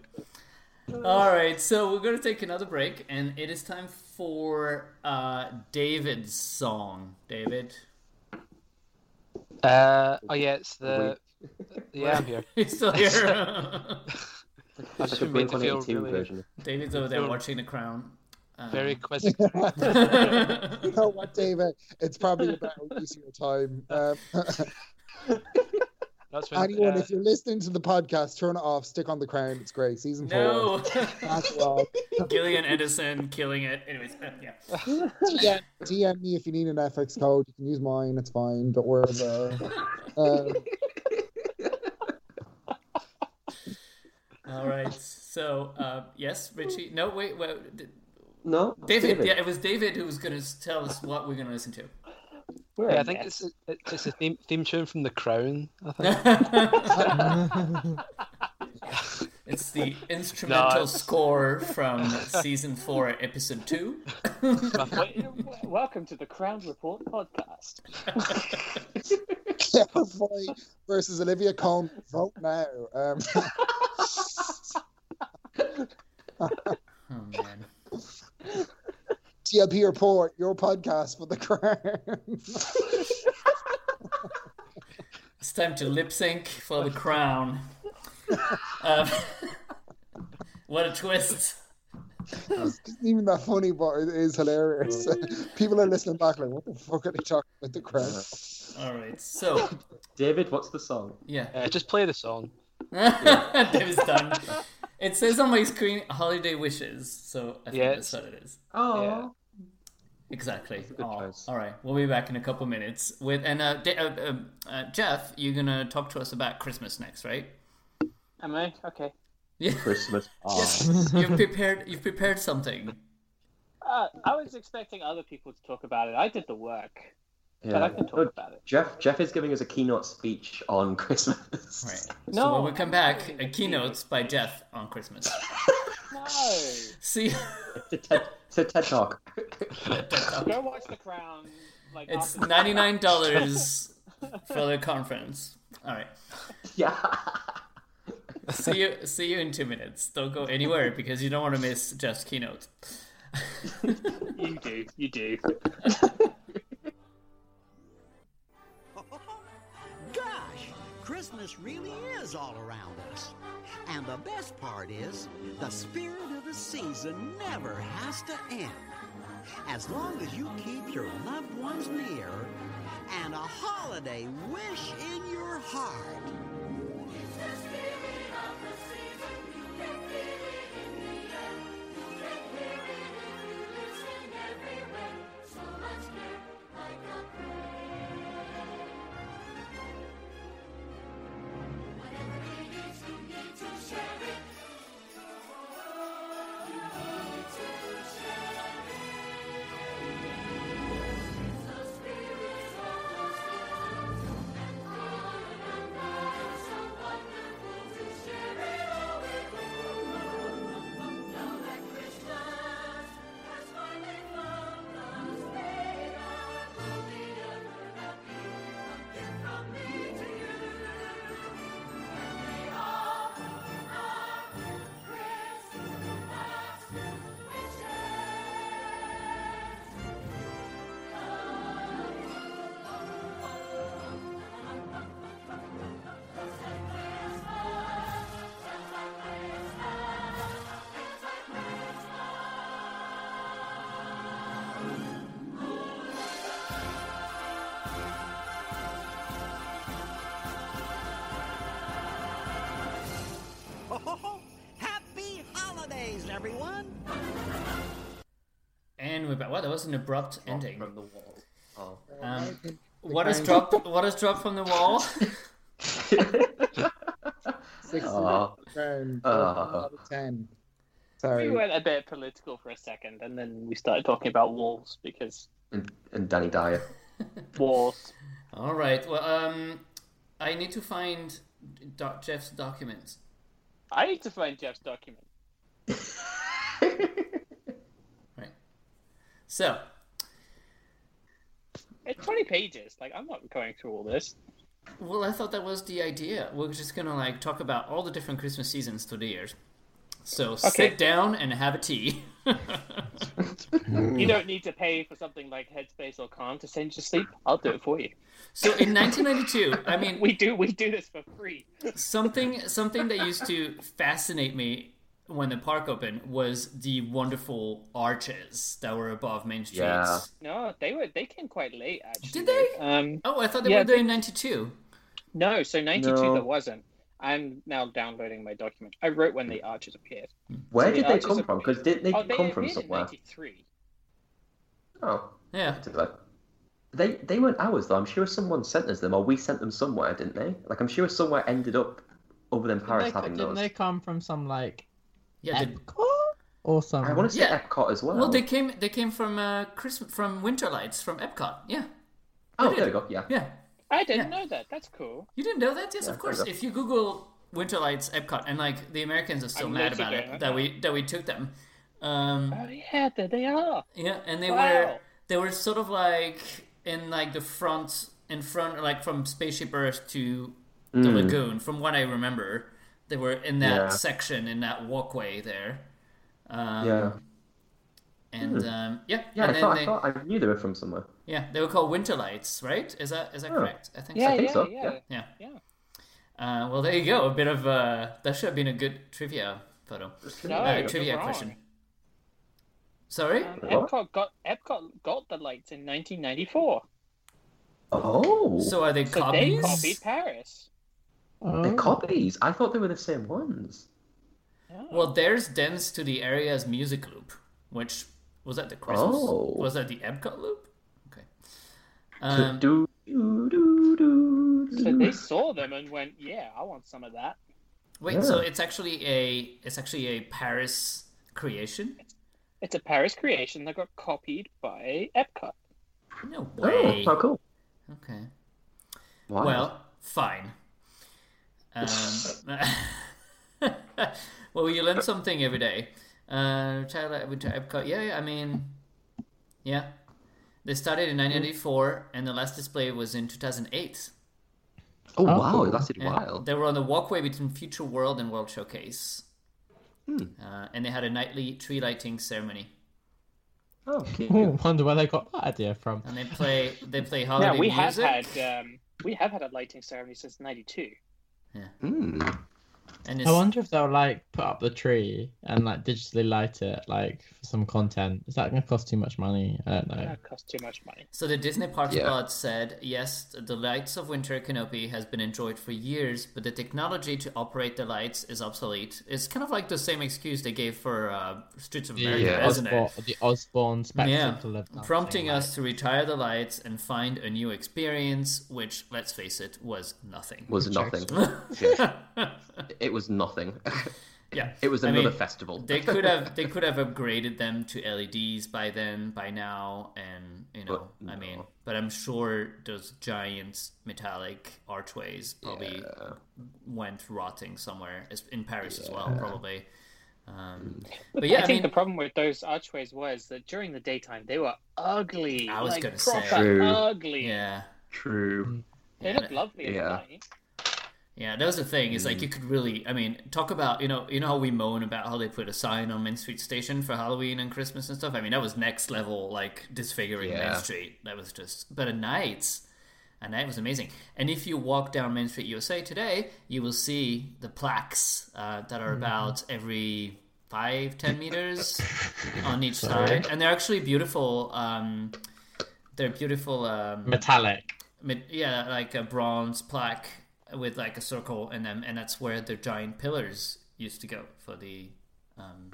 Speaker 1: All right, so we're going to take another break, and it is time for uh, David's song. David.
Speaker 6: Uh, oh yeah, it's the. Yeah, I'm here.
Speaker 1: He's still here.
Speaker 6: I
Speaker 2: It's
Speaker 6: just
Speaker 2: like a
Speaker 6: been made to feel
Speaker 2: Blink-182
Speaker 6: really
Speaker 2: version.
Speaker 1: David's over there
Speaker 6: Sure.
Speaker 1: watching The Crown. Um,
Speaker 6: very quiz.
Speaker 4: you know what, David? It's probably about using your time. Um,
Speaker 6: That's when.
Speaker 4: Anyone,
Speaker 6: uh,
Speaker 4: if you're listening to the podcast, turn it off. Stick on the crown. It's great. Season four.
Speaker 1: no.
Speaker 4: That's wrong.
Speaker 1: Gillian Anderson killing it. Anyways, uh, yeah.
Speaker 4: DM, DM me if you need an FX code. You can use mine. It's fine. Don't worry about it. Um,
Speaker 1: All right. So, uh, yes, Richie. No, wait. wait d-
Speaker 2: No,
Speaker 1: David. Yeah, it was David who was going to tell us what we're going to listen to.
Speaker 3: We're
Speaker 6: yeah,
Speaker 3: a
Speaker 6: I think
Speaker 3: mess.
Speaker 6: it's it's, it's the theme, theme tune from The Crown. I think.
Speaker 1: it's
Speaker 5: That's
Speaker 1: It's the instrumental
Speaker 6: it's-
Speaker 1: score from season four, episode two. Oh,
Speaker 3: Welcome to the Crown Report podcast.
Speaker 4: Kevin Foy versus Olivia Cohn. Vote now. Um,
Speaker 1: Oh man.
Speaker 4: TLP report. Your podcast for the crown.
Speaker 1: It's time to lip sync for the crown. Um, what a twist!
Speaker 4: it's not even that funny, but it is hilarious. People are listening back like, "What the fuck are they talking about the crown?"
Speaker 1: All right, so
Speaker 2: David, what's the song?
Speaker 1: yeah,
Speaker 6: Uh, just play the song.
Speaker 1: David's done. It says on my screen "Holiday Wishes," so I think
Speaker 6: Yes.
Speaker 1: that's what it is.
Speaker 2: Oh,
Speaker 6: Yeah.
Speaker 1: Exactly.
Speaker 2: good
Speaker 1: Aw,
Speaker 2: choice.
Speaker 1: All right, we'll be back in a couple minutes with and uh, Da- uh, uh, uh, Jeff, you're gonna talk to us about Christmas next, right?
Speaker 3: Am I okay?
Speaker 1: Yeah.
Speaker 2: Christmas. Oh.
Speaker 1: you've prepared. You've prepared something.
Speaker 3: Uh, I was expecting other people to talk about it. I did the work, but I
Speaker 2: Yeah.
Speaker 3: can talk
Speaker 2: Oh,
Speaker 3: about it.
Speaker 2: Jeff, Jeff is giving us a keynote speech on Christmas.
Speaker 1: Right. so
Speaker 3: No,
Speaker 1: when we come back,
Speaker 3: I'm
Speaker 1: a
Speaker 3: doing
Speaker 1: keynotes by Jeff on Christmas.
Speaker 3: No,
Speaker 1: See,
Speaker 2: It's a TED, it's a TED talk.
Speaker 3: go watch The Crown. Like
Speaker 1: it's
Speaker 3: after-
Speaker 1: ninety nine dollars for the conference. All right.
Speaker 2: yeah.
Speaker 1: See you. See you in two minutes. Don't go anywhere because you don't want to miss Jeff's keynote.
Speaker 3: You do, you do.
Speaker 7: Gosh, Christmas really is all around us. And the best part is, the spirit of the season never has to end. As long as you keep your loved ones near and a holiday wish in your heart. Oh, happy holidays, everyone!
Speaker 1: And we're back. Wow, that was an abrupt ending.
Speaker 2: From the wall. Oh.
Speaker 1: Um, what has dropped? What has dropped from the wall?
Speaker 4: Six
Speaker 1: uh,
Speaker 2: Aw.
Speaker 4: crown.
Speaker 2: Aw.
Speaker 4: Out of ten.
Speaker 3: We
Speaker 4: Sorry.
Speaker 3: went a bit political for a second, and then we started talking about walls because
Speaker 2: And, and Danny Dyer.
Speaker 3: walls.
Speaker 1: All right. Well, um, I need to find doc- Jeff's documents.
Speaker 3: I need to find Jeff's document.
Speaker 1: Right. So
Speaker 3: It's twenty pages. Like I'm not going through all this.
Speaker 1: Well, I thought that was the idea. We're just gonna like talk about all the different Christmas seasons through the years. So
Speaker 3: Okay.
Speaker 1: sit down and have a tea.
Speaker 2: Hmm.
Speaker 3: You don't need to pay for something like Headspace or Calm to send you to sleep. I'll do it for you.
Speaker 1: so in 1992, I mean,
Speaker 3: We do. We do this for free.
Speaker 1: something something that used to fascinate me when the park opened was the wonderful arches that were above Main Street.
Speaker 2: Yeah.
Speaker 3: No, they were. They came quite late actually.
Speaker 1: Did they?
Speaker 3: Um,
Speaker 1: Oh, I thought they
Speaker 3: Yeah,
Speaker 1: were there in '92.
Speaker 3: no. So ninety two
Speaker 2: No.
Speaker 3: there wasn't. I'm now downloading my document. I wrote when the arches appeared.
Speaker 2: Where
Speaker 3: the
Speaker 2: did they
Speaker 3: arches
Speaker 2: come
Speaker 3: are-
Speaker 2: from? Because didn't they
Speaker 3: Oh, they
Speaker 2: come
Speaker 3: appeared
Speaker 2: from
Speaker 3: in
Speaker 2: somewhere?
Speaker 3: ninety three.
Speaker 2: Oh.
Speaker 1: Yeah.
Speaker 2: Didn't they? They they weren't ours though. I'm sure someone sent us them, or we sent them somewhere, didn't they? Like I'm sure somewhere ended up other than Paris
Speaker 5: Didn't they,
Speaker 2: having
Speaker 5: didn't
Speaker 2: those.
Speaker 5: they come from some like
Speaker 1: Yeah. They,
Speaker 5: Epcot or some?
Speaker 2: I want to say
Speaker 1: Yeah.
Speaker 2: Epcot as well.
Speaker 1: well, they came. They came from uh, Christmas, from Winter Lights, from Epcot. Yeah.
Speaker 2: oh,
Speaker 1: they
Speaker 2: there we
Speaker 1: did.
Speaker 2: go. Yeah.
Speaker 1: Yeah.
Speaker 3: I didn't know that. That's cool.
Speaker 1: You didn't know that? Yes,
Speaker 2: Yeah,
Speaker 1: of course.
Speaker 2: there you
Speaker 1: If you Google Winter Lights Epcot, and like the Americans are still
Speaker 3: I'm
Speaker 1: mad
Speaker 3: literally
Speaker 1: about
Speaker 3: going,
Speaker 1: it that we that we took them. Um,
Speaker 3: Oh yeah, there they are.
Speaker 1: yeah, and they were
Speaker 3: Wow.
Speaker 1: they were sort of like in like the front in front like from Spaceship Earth to the lagoon, from what I remember. They were in that
Speaker 2: Mm. Yeah.
Speaker 1: section in that walkway there. Um,
Speaker 2: yeah.
Speaker 1: And um, yeah,
Speaker 2: Hmm.
Speaker 1: and
Speaker 2: Yeah, I
Speaker 1: then
Speaker 2: thought,
Speaker 1: they,
Speaker 2: I thought I knew they were from somewhere.
Speaker 1: yeah, they were called Winter Lights, right? Is that is that
Speaker 2: Oh.
Speaker 1: correct? I think
Speaker 3: Yeah,
Speaker 1: so.
Speaker 2: think
Speaker 3: yeah,
Speaker 2: so,
Speaker 3: yeah,
Speaker 2: yeah.
Speaker 1: Yeah.
Speaker 3: Yeah.
Speaker 1: Uh, well, there you go. A bit of uh, that should have been a good trivia photo.
Speaker 3: No,
Speaker 1: uh,
Speaker 3: you're
Speaker 1: trivia
Speaker 3: wrong.
Speaker 1: question. Sorry.
Speaker 3: Um,
Speaker 2: What?
Speaker 3: Epcot got Epcot got the lights in 1994,
Speaker 2: Oh,
Speaker 1: so are they
Speaker 3: so
Speaker 1: copies?
Speaker 3: they copied Paris.
Speaker 2: they're copies. I thought they were the same ones.
Speaker 3: Yeah.
Speaker 1: Well, there's dance to the area's music loop, which was that the Christmas?
Speaker 2: Oh.
Speaker 1: Was that the Epcot loop? Okay.
Speaker 2: So
Speaker 1: Um,
Speaker 2: do, do, do, do,
Speaker 3: so
Speaker 2: do.
Speaker 3: they saw them and went, "Yeah, I want some of that."
Speaker 1: wait, so
Speaker 2: Yeah.
Speaker 1: it's actually a it's actually a Paris creation?
Speaker 3: It's a Paris creation that got copied by Epcot.
Speaker 1: No
Speaker 2: Oh,
Speaker 1: way.
Speaker 2: how cool.
Speaker 1: Okay.
Speaker 2: Wow.
Speaker 1: Well, fine. Um, well, you learn something every day. Uh, child at Winter Epcot. Yeah, yeah, I mean, yeah. They
Speaker 2: Mm.
Speaker 1: started in 1984, and the last display was in 2008.
Speaker 2: oh,
Speaker 5: Oh.
Speaker 2: wow, it lasted a
Speaker 1: Yeah,
Speaker 2: while.
Speaker 1: They were on the walkway between Future World and World Showcase.
Speaker 3: Hmm.
Speaker 1: Uh, and they had a nightly tree lighting ceremony.
Speaker 2: Oh, cute.
Speaker 5: Wonder where they got that idea from.
Speaker 1: And they play they play holiday
Speaker 3: Yeah, we have
Speaker 1: music.
Speaker 3: had um, we have had a lighting ceremony since '92.
Speaker 2: Hmm.
Speaker 1: and
Speaker 5: I
Speaker 1: it's,
Speaker 5: wonder if they'll like put up the tree and like digitally light it, like for some content. Is that gonna cost too much money? I don't know.
Speaker 3: That costs too much money.
Speaker 1: So the Disney Parks
Speaker 2: Yeah.
Speaker 1: Pod said, yes, the lights of Winter Canopy has been enjoyed for years, but the technology to operate the lights is obsolete. It's kind of like the same excuse they gave for uh, Streets of America,
Speaker 2: Yeah.
Speaker 1: isn't it?
Speaker 5: Osborne, the Osborne
Speaker 1: Yeah,
Speaker 5: spectacle of
Speaker 3: Oh,
Speaker 5: dancing
Speaker 1: prompting
Speaker 5: lights.
Speaker 1: us to retire the lights and find a new experience, which, let's face it, was nothing.
Speaker 2: Was nothing. It was nothing.
Speaker 1: yeah,
Speaker 2: It was
Speaker 1: I
Speaker 2: another
Speaker 1: mean,
Speaker 2: festival.
Speaker 1: they could have they could have upgraded them to LEDs by then, by now, and you know,
Speaker 2: But
Speaker 1: I mean,
Speaker 2: no.
Speaker 1: but I'm sure those giant metallic archways probably
Speaker 2: Yeah.
Speaker 1: went rotting somewhere as- in Paris as well, probably. Um,
Speaker 2: Mm.
Speaker 3: But
Speaker 1: yeah,
Speaker 3: I
Speaker 1: I
Speaker 3: think
Speaker 1: mean-
Speaker 3: the problem with those archways was that during the daytime they were ugly.
Speaker 1: I was
Speaker 3: like,
Speaker 1: gonna say.
Speaker 3: proper
Speaker 2: True.
Speaker 3: ugly.
Speaker 1: yeah,
Speaker 2: True.
Speaker 3: They look lovely at
Speaker 2: Yeah.
Speaker 3: night.
Speaker 1: yeah, that was the thing. Is like you could really, I mean, talk about you know, you know how we moan about how they put a sign on Main Street Station for Halloween and Christmas and stuff. I mean, that was next level, like disfiguring
Speaker 2: Yeah.
Speaker 1: Main Street. That was just, but at night. And that was amazing. And if you walk down Main Street USA today, you will see the plaques uh, that are about every five, ten meters on each side, and they're actually beautiful. Um, they're beautiful. Um,
Speaker 5: metallic.
Speaker 1: mid- yeah, like a bronze plaque with like a circle in them, and that's where the giant pillars used to go for the. Um,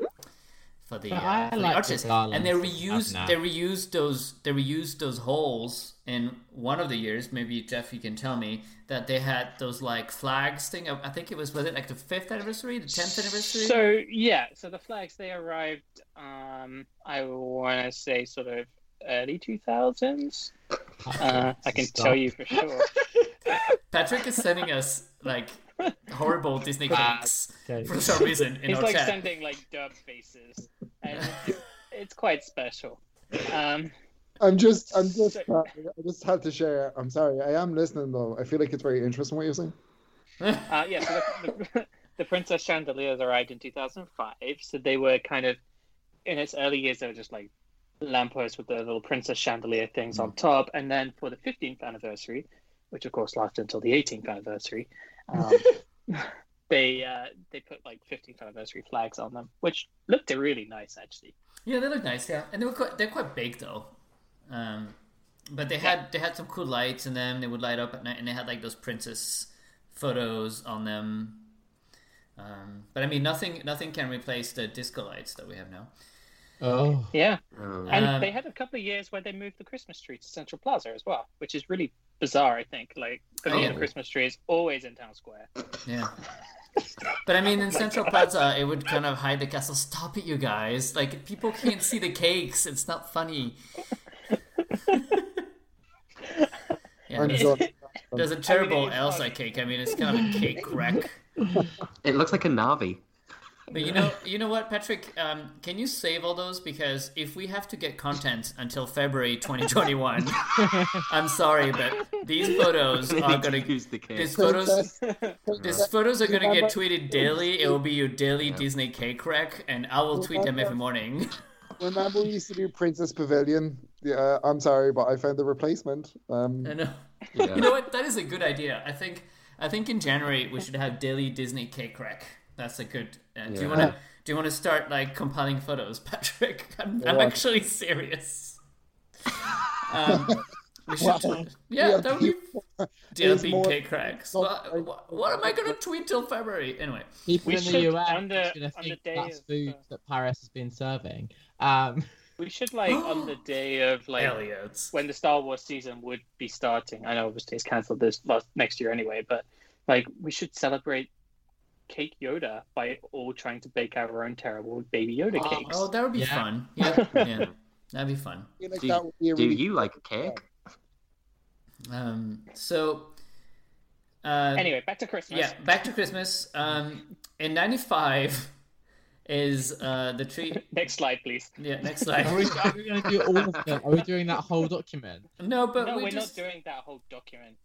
Speaker 1: for the,
Speaker 5: But
Speaker 1: uh,
Speaker 5: I
Speaker 1: for the
Speaker 5: like the
Speaker 1: arches,
Speaker 5: garlands
Speaker 1: and they
Speaker 5: that they have
Speaker 1: reused
Speaker 5: now.
Speaker 1: they reused those they reused those holes in one of the years. Maybe Jeff, you can tell me that they had those like flags thing. I I think it was was it like the fifth anniversary, the tenth anniversary.
Speaker 3: So yeah, so the flags they arrived. Um, I want to say sort of early two thousands. Uh, I can
Speaker 5: Stop.
Speaker 3: tell you for sure.
Speaker 1: Patrick is sending us like horrible Disney
Speaker 5: Ah,
Speaker 1: cakes
Speaker 5: Okay.
Speaker 1: for some reason in
Speaker 3: He's
Speaker 1: our
Speaker 3: like
Speaker 1: chat.
Speaker 3: sending like dub faces, and it's, it's quite special. Um,
Speaker 4: I'm just, I'm just,
Speaker 3: Sick.
Speaker 4: uh, I just had to share. I'm sorry. I am listening though. I feel like it's very interesting what you're saying.
Speaker 3: uh, yeah, so the, the, the Princess Chandeliers arrived in 2005, so they were kind of in its early years, they were just like lampposts with the little Princess Chandelier things
Speaker 1: Mm.
Speaker 3: on top. And then for the 15th anniversary, which of course lasted until the 18th anniversary, um, they uh, they put like 15th anniversary flags on them, which looked really nice actually.
Speaker 1: Yeah, they look nice. Yeah, and they were quite, they're quite big though. Um, but they had they had some cool lights in them. They would light up at night, and they had like those princess photos on them. Um, but I mean, nothing nothing can replace the disco lights that we have now.
Speaker 5: Oh,
Speaker 3: Yeah,
Speaker 2: Oh.
Speaker 3: and
Speaker 1: Um,
Speaker 3: they had a couple of years where they moved the Christmas tree to Central Plaza as well, which is really bizarre. I think like I mean,
Speaker 1: Oh.
Speaker 3: the Christmas tree is always in Town Square.
Speaker 1: Yeah. But I mean, in Central Plaza, it would kind of hide the castle. Stop it, you guys! Like people can't see the cakes. It's not funny. yeah,
Speaker 4: I'm
Speaker 1: there's,
Speaker 4: sorry.
Speaker 1: there's a terrible
Speaker 3: is
Speaker 1: Elsa
Speaker 3: funny.
Speaker 1: cake. I mean, it's kind of a cake wreck.
Speaker 2: It looks like a Navi.
Speaker 1: But you know, you know what, Patrick? Um, can you save all those because if we have to get content until February 2021, I'm sorry, but these photos
Speaker 2: They
Speaker 1: are
Speaker 2: need to
Speaker 1: gonna
Speaker 2: use the case.
Speaker 1: these photos these photos are gonna get
Speaker 4: Remember-
Speaker 1: tweeted daily. It will be your daily
Speaker 2: Yeah.
Speaker 1: Disney cake rack, and I will tweet them every morning.
Speaker 4: Remember we used to do Princess Pavilion? Yeah, I'm sorry, but I found the replacement. Um,
Speaker 1: I know.
Speaker 2: Yeah.
Speaker 1: You know what? That is a good idea. I think I think in January we should have daily Disney cake rack. That's a good. Uh, Do you
Speaker 2: Yeah.
Speaker 1: want to do you want to start like compiling photos, Patrick? I'm, I'm
Speaker 4: Yeah.
Speaker 1: actually serious. Um, we should,
Speaker 4: Wow.
Speaker 1: yeah, that would be
Speaker 4: is
Speaker 1: DLP
Speaker 4: more-
Speaker 1: cake racks.
Speaker 4: not-
Speaker 1: What, what, what am I gonna tweet till February anyway?
Speaker 5: People
Speaker 3: We
Speaker 5: in the
Speaker 3: should,
Speaker 5: US
Speaker 3: on the-
Speaker 5: are going to
Speaker 3: on the
Speaker 5: think
Speaker 3: day
Speaker 5: that's
Speaker 3: of,
Speaker 5: food
Speaker 3: uh,
Speaker 5: that Paris has been serving. Um,
Speaker 3: We should like on the day of like
Speaker 1: Elliot.
Speaker 3: when the Star Wars season would be starting. I know obviously it's cancelled this last next year anyway, but like we should celebrate Cake Yoda by all trying to bake our own terrible baby Yoda
Speaker 1: Oh,
Speaker 3: cakes.
Speaker 1: oh, that would be
Speaker 5: Yeah.
Speaker 1: fun. Yeah, yeah, that'd be fun.
Speaker 4: I feel like
Speaker 2: Do-
Speaker 4: that would be a
Speaker 2: Do
Speaker 4: really
Speaker 2: you like cake?
Speaker 1: Um, so. Uh,
Speaker 3: anyway, back to Christmas.
Speaker 1: Yeah, back to Christmas. Um, in '95 is uh, the tree.
Speaker 3: Next slide, please.
Speaker 1: Yeah, next
Speaker 5: are we,
Speaker 1: slide.
Speaker 5: are we going to do all of them? Are we doing that whole document?
Speaker 1: No, but
Speaker 3: no,
Speaker 1: we
Speaker 3: we're
Speaker 1: just.
Speaker 3: not doing that whole document.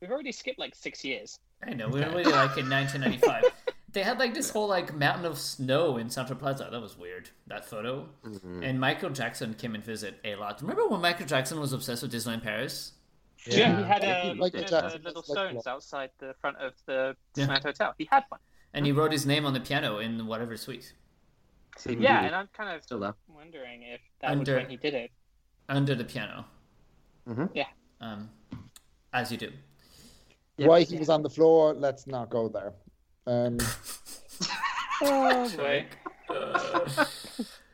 Speaker 3: We've already skipped like six years.
Speaker 1: I know we're already like in 1995. they had like this whole like mountain of snow in Central Plaza. That was weird. That photo.
Speaker 2: Mm-hmm.
Speaker 3: Hmm.
Speaker 1: And Michael Jackson came and visit a lot. Remember when Michael Jackson was obsessed with Disneyland Paris?
Speaker 3: Yeah, he had
Speaker 2: Yeah,
Speaker 3: a,
Speaker 2: he liked
Speaker 3: he
Speaker 2: it.
Speaker 3: had
Speaker 2: Yeah.
Speaker 3: a little
Speaker 4: It's like
Speaker 3: stones outside the front of the
Speaker 1: Yeah.
Speaker 3: Disneyland Hotel. He had one.
Speaker 1: And he
Speaker 3: Hmm.
Speaker 1: wrote his name on the piano in whatever suite.
Speaker 2: Same
Speaker 3: Yeah,
Speaker 2: unit.
Speaker 3: and I'm kind of
Speaker 2: Still there.
Speaker 3: wondering if that
Speaker 1: Under-
Speaker 3: was when he did it.
Speaker 1: Under the piano.
Speaker 2: Mhm.
Speaker 3: Yeah.
Speaker 1: Um, as you do.
Speaker 4: why he was on the floor. Let's not go there. Um,
Speaker 3: Oh,
Speaker 1: boy.
Speaker 3: uh,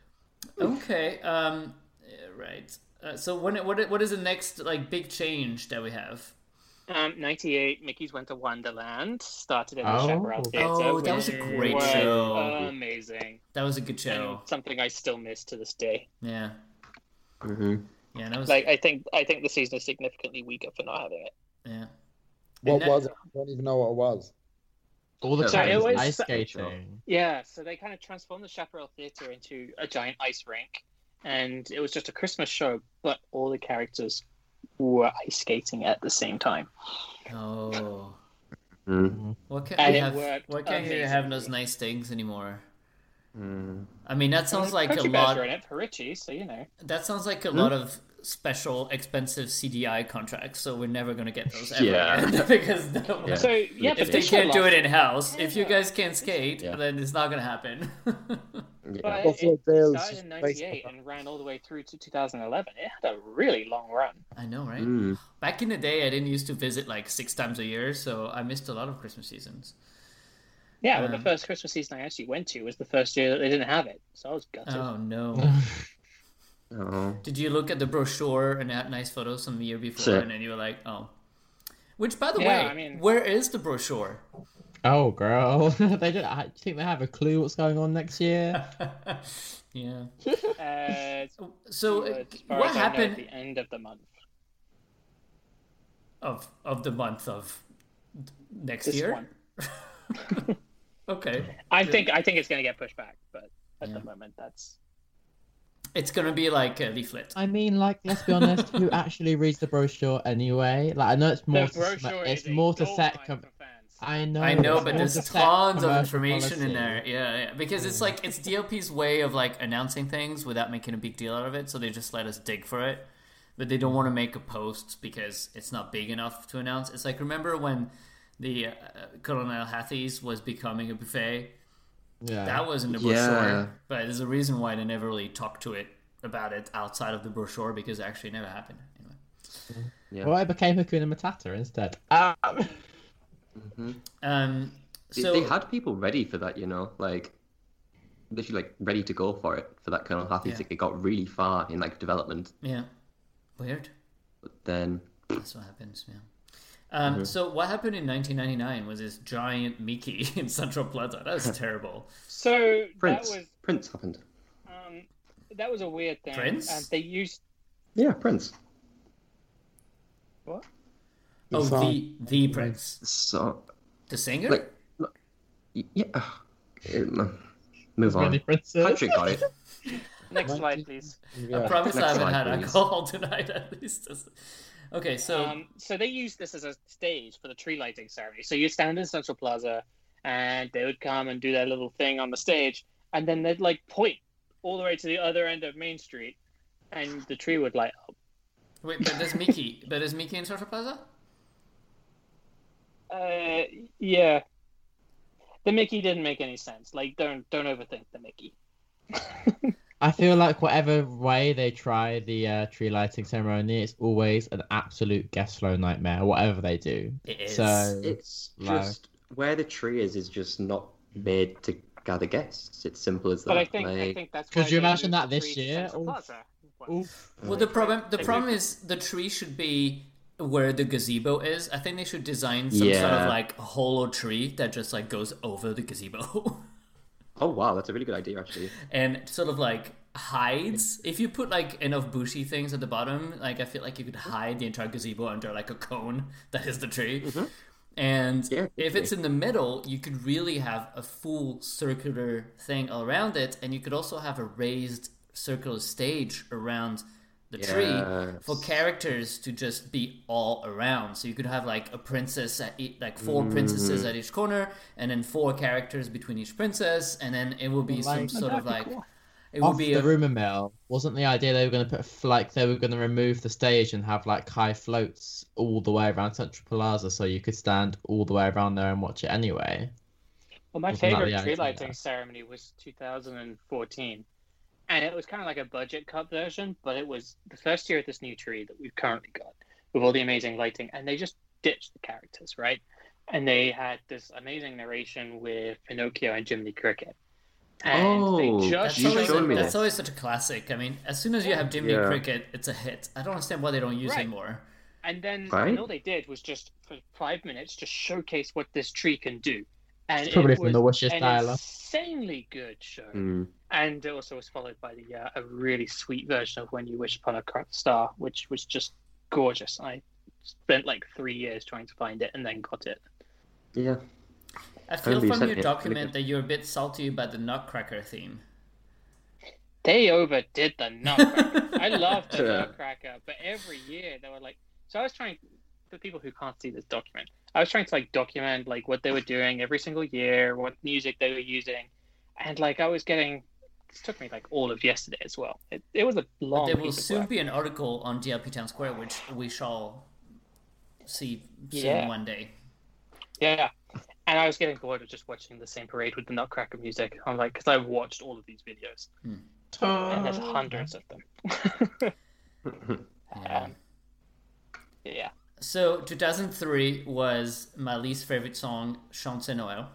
Speaker 1: Okay. Um. yeah, Right. Uh, so when it- what i- what is the next like big change that we have?
Speaker 3: Um, 98, Mickey's Went to Wonderland started at the
Speaker 5: Oh.
Speaker 3: Chaparral Theatre.
Speaker 1: Oh, that was a
Speaker 3: which
Speaker 1: great
Speaker 3: was
Speaker 1: show.
Speaker 3: Amazing.
Speaker 1: That was a good
Speaker 3: And
Speaker 1: show.
Speaker 3: something I still miss to this day.
Speaker 1: Yeah.
Speaker 2: Mhm.
Speaker 1: Yeah. That was
Speaker 3: Like, I think I think the season is significantly weaker for not having it.
Speaker 1: yeah.
Speaker 4: what
Speaker 1: that-
Speaker 4: was it? I don't even know what it was.
Speaker 5: All the
Speaker 2: So
Speaker 5: time.
Speaker 3: it was-
Speaker 5: ice skating.
Speaker 3: Yeah, so they kind of transformed the Chaparral Theatre into a giant ice rink, and it was just a Christmas show, but all the characters were ice skating at the same time.
Speaker 1: Oh.
Speaker 2: Mm.
Speaker 1: What can
Speaker 3: And
Speaker 1: we
Speaker 3: it
Speaker 1: have?
Speaker 3: worked
Speaker 1: What can we have those
Speaker 3: amazingly.
Speaker 1: nice things anymore?
Speaker 2: Mm.
Speaker 1: I mean, that sounds like a
Speaker 3: Country Bears
Speaker 1: lot.
Speaker 3: were in it for Richie, so you know.
Speaker 1: That sounds like a
Speaker 4: Hmm?
Speaker 1: lot of special, expensive CDI contracts. So we're never gonna get those ever
Speaker 2: Yeah.
Speaker 1: again because that was-
Speaker 3: So yeah, but
Speaker 1: if they
Speaker 3: this show
Speaker 1: can't do it
Speaker 3: lasted-
Speaker 1: in house, if you
Speaker 3: Yeah.
Speaker 1: guys can't skate,
Speaker 2: Yeah.
Speaker 1: then it's not gonna happen.
Speaker 2: Yeah.
Speaker 3: But
Speaker 4: Buffalo
Speaker 3: it
Speaker 4: Bills
Speaker 3: started in
Speaker 4: just based
Speaker 3: 98 and ran all the way through to 2011. It had a really long run.
Speaker 1: I know, right?
Speaker 2: Mm.
Speaker 1: Back in the day, I didn't used to visit like six times a year, so I missed a lot of Christmas seasons.
Speaker 3: Yeah, well, the
Speaker 1: Um,
Speaker 3: first Christmas season I actually went to was the first year that they didn't have it. So I was gutted.
Speaker 1: Oh no!
Speaker 2: Oh.
Speaker 1: Did you look at the brochure and had nice photos from the year before,
Speaker 2: Sure.
Speaker 1: and then you were like, oh. Which, by the
Speaker 3: Yeah,
Speaker 1: way,
Speaker 3: I mean-
Speaker 1: where is the brochure?
Speaker 5: Oh, girl. they don't, I think they have a clue what's going on next year.
Speaker 1: yeah.
Speaker 3: Uh,
Speaker 1: So,
Speaker 3: as far
Speaker 1: what
Speaker 3: as I know,
Speaker 1: happened?
Speaker 3: at the end of the month?
Speaker 1: of of the month of next
Speaker 3: This
Speaker 1: year.
Speaker 3: one.
Speaker 1: okay,
Speaker 3: I think I think it's going to get pushed back, but at
Speaker 1: Yeah.
Speaker 3: the moment, that's
Speaker 1: it's gonna be like a leaflet.
Speaker 5: I mean, like, let's be honest, who actually reads the brochure anyway? Like, I know it's more
Speaker 3: the
Speaker 5: to, sm-
Speaker 3: brochure
Speaker 5: it's
Speaker 3: is a
Speaker 5: more to
Speaker 3: goldmine
Speaker 5: set. Com-
Speaker 3: for fans.
Speaker 5: I know.
Speaker 1: I know,
Speaker 5: it's
Speaker 1: but
Speaker 5: more
Speaker 1: there's
Speaker 5: to set
Speaker 1: tons of
Speaker 5: commercial
Speaker 1: information in
Speaker 5: policy.
Speaker 1: there. Yeah, yeah. Because it's like it's DLP's way of like announcing things without making a big deal out of it, so they just let us dig for it. But they don't want to make a post because it's not big enough to announce. It's like remember when the uh, Colonel Hathis was becoming a buffet?
Speaker 5: Yeah.
Speaker 1: That was in the brochure,
Speaker 2: Yeah.
Speaker 1: but there's a reason why they never really talked to it about it outside of the brochure because it actually never happened. Anyway.
Speaker 2: Yeah.
Speaker 5: Well, I became Hakuna Matata instead. Um,
Speaker 1: Um,
Speaker 2: Mm-hmm. They-
Speaker 1: so
Speaker 2: they had people ready for that, you know, like literally like ready to go for it for that Colonel Hathaway.
Speaker 1: Yeah.
Speaker 2: It got really far in like development.
Speaker 1: yeah, weird.
Speaker 2: But then
Speaker 1: That's what happens. Yeah. Um,
Speaker 2: Mm-hmm.
Speaker 1: So what happened in 1999 was this giant Mickey in Central Plaza. That was terrible.
Speaker 3: so
Speaker 2: Prince
Speaker 3: that was
Speaker 2: Prince happened.
Speaker 3: um, that was a weird thing.
Speaker 1: Prince?
Speaker 3: Um, they used
Speaker 2: Yeah, Prince.
Speaker 3: what?
Speaker 1: oh,
Speaker 4: song.
Speaker 1: the the prince,
Speaker 2: So
Speaker 1: the singer.
Speaker 2: Mm-hmm. like Y- Yeah. ugh. Um, Move on.
Speaker 5: Princess.
Speaker 2: Patrick got it.
Speaker 3: Next
Speaker 4: Right.
Speaker 3: slide, please.
Speaker 1: I
Speaker 4: Yeah.
Speaker 1: promise I
Speaker 2: Next
Speaker 1: haven't
Speaker 2: slide,
Speaker 1: had
Speaker 2: please.
Speaker 1: alcohol tonight, at least. Okay, so
Speaker 3: um, so they used this as a stage for the tree lighting ceremony. So you stand in Central Plaza, and they would come and do their little thing on the stage, and then they'd like point all the way to the other end of Main Street, and the tree would light up.
Speaker 1: wait, but there's Mickey. but is Mickey in Social Plaza?
Speaker 3: Uh, yeah. The Mickey didn't make any sense. Like, don't don't overthink the Mickey.
Speaker 5: I feel like whatever way they try the uh, tree lighting ceremony, it's always an absolute guest flow nightmare. Whatever they do,
Speaker 1: It is.
Speaker 5: so
Speaker 2: It's
Speaker 5: Wow.
Speaker 2: just where the tree is is just not made to gather guests. It's simple as that.
Speaker 3: But I think I
Speaker 2: like,
Speaker 3: think that's
Speaker 5: Could
Speaker 3: why
Speaker 5: you
Speaker 3: they
Speaker 5: imagine
Speaker 3: moved
Speaker 5: that
Speaker 3: the
Speaker 5: this
Speaker 3: tree to
Speaker 5: year?
Speaker 3: Central
Speaker 5: Oof.
Speaker 3: Plaza.
Speaker 5: Oof.
Speaker 1: Well, the problem the
Speaker 3: They
Speaker 1: problem
Speaker 3: moved-
Speaker 1: is the tree should be where the gazebo is. I think they should design some sort of
Speaker 2: Yeah.
Speaker 1: like hollow tree that just like goes over the gazebo
Speaker 2: oh wow, that's a really good idea actually.
Speaker 1: and sort of like hides. If you put like enough bushy things at the bottom, like I feel like you could
Speaker 2: Mm-hmm.
Speaker 1: hide the entire gazebo under like a cone that is the tree. And
Speaker 2: Mm-hmm. Yeah,
Speaker 1: if it's
Speaker 2: definitely.
Speaker 1: in the middle, you could really have a full circular thing all around it, and you could also have a raised circular stage around the tree for
Speaker 2: Yes.
Speaker 1: characters to just be all around. So you could have like a princess at each, like four princesses at each corner, and then four characters between each princess, and then it will be some
Speaker 5: Like-
Speaker 1: sort of like it will
Speaker 5: Off
Speaker 1: be
Speaker 5: the
Speaker 1: a,
Speaker 5: rumor mill, wasn't the idea they were going to put a f- like they were going to remove the stage and have like high floats all the way around Central Plaza, so you could stand all the way around there and watch it anyway.
Speaker 3: Well, my
Speaker 5: Wasn't that
Speaker 3: favorite
Speaker 5: the
Speaker 3: tree
Speaker 5: idea?
Speaker 3: lighting ceremony was 2014, and it was kind of like a budget cut version, but it was the first year of this new tree that we've currently got with all the amazing lighting, and they just ditched the characters, right? And they had this amazing narration with Pinocchio and Jiminy Cricket, and
Speaker 2: Oh,
Speaker 3: they just
Speaker 1: that's
Speaker 2: You
Speaker 1: always,
Speaker 3: showed
Speaker 2: showed me
Speaker 1: that's
Speaker 2: this.
Speaker 1: always such a classic. I mean, as soon as you have Jiminy
Speaker 2: Yeah.
Speaker 1: Cricket, it's a hit. I don't understand why they don't use
Speaker 3: Right.
Speaker 1: it more.
Speaker 3: And then
Speaker 2: Right.
Speaker 3: and all they did was just for five minutes just showcase what this tree can do. And
Speaker 5: It's probably
Speaker 3: it
Speaker 5: from the
Speaker 3: was
Speaker 5: Wishes
Speaker 3: an
Speaker 5: dialogue.
Speaker 3: insanely good show.
Speaker 2: Mm.
Speaker 3: And it also was followed by the uh, a really sweet version of When You Wish Upon a Cr- Star, which was just gorgeous. I spent like three years trying to find it and then got it.
Speaker 2: Yeah.
Speaker 1: I feel
Speaker 2: Andy, you
Speaker 1: from
Speaker 2: sent
Speaker 1: your
Speaker 2: me a-
Speaker 1: document that you're a bit salty about the Nutcracker theme.
Speaker 3: They overdid the Nutcracker. I loved the
Speaker 2: Yeah.
Speaker 3: Nutcracker, but every year they were like. So I was trying for people who can't see this document. I was trying to like document like what they were doing every single year, what music they were using, and like I was getting. It took me like all of yesterday as well. It, it was a long.
Speaker 1: There will
Speaker 3: piece of
Speaker 1: soon
Speaker 3: work.
Speaker 1: be an article on DLP Town Square, which we shall see soon
Speaker 3: Yeah.
Speaker 1: one day.
Speaker 3: Yeah. And I was getting bored of just watching the same parade with the Nutcracker music. I'm like, because I've watched all of these videos, and there's
Speaker 5: Oh.
Speaker 3: hundreds of them.
Speaker 1: Yeah.
Speaker 3: um, yeah.
Speaker 1: So 2003 was my least favorite song, Chante Noël.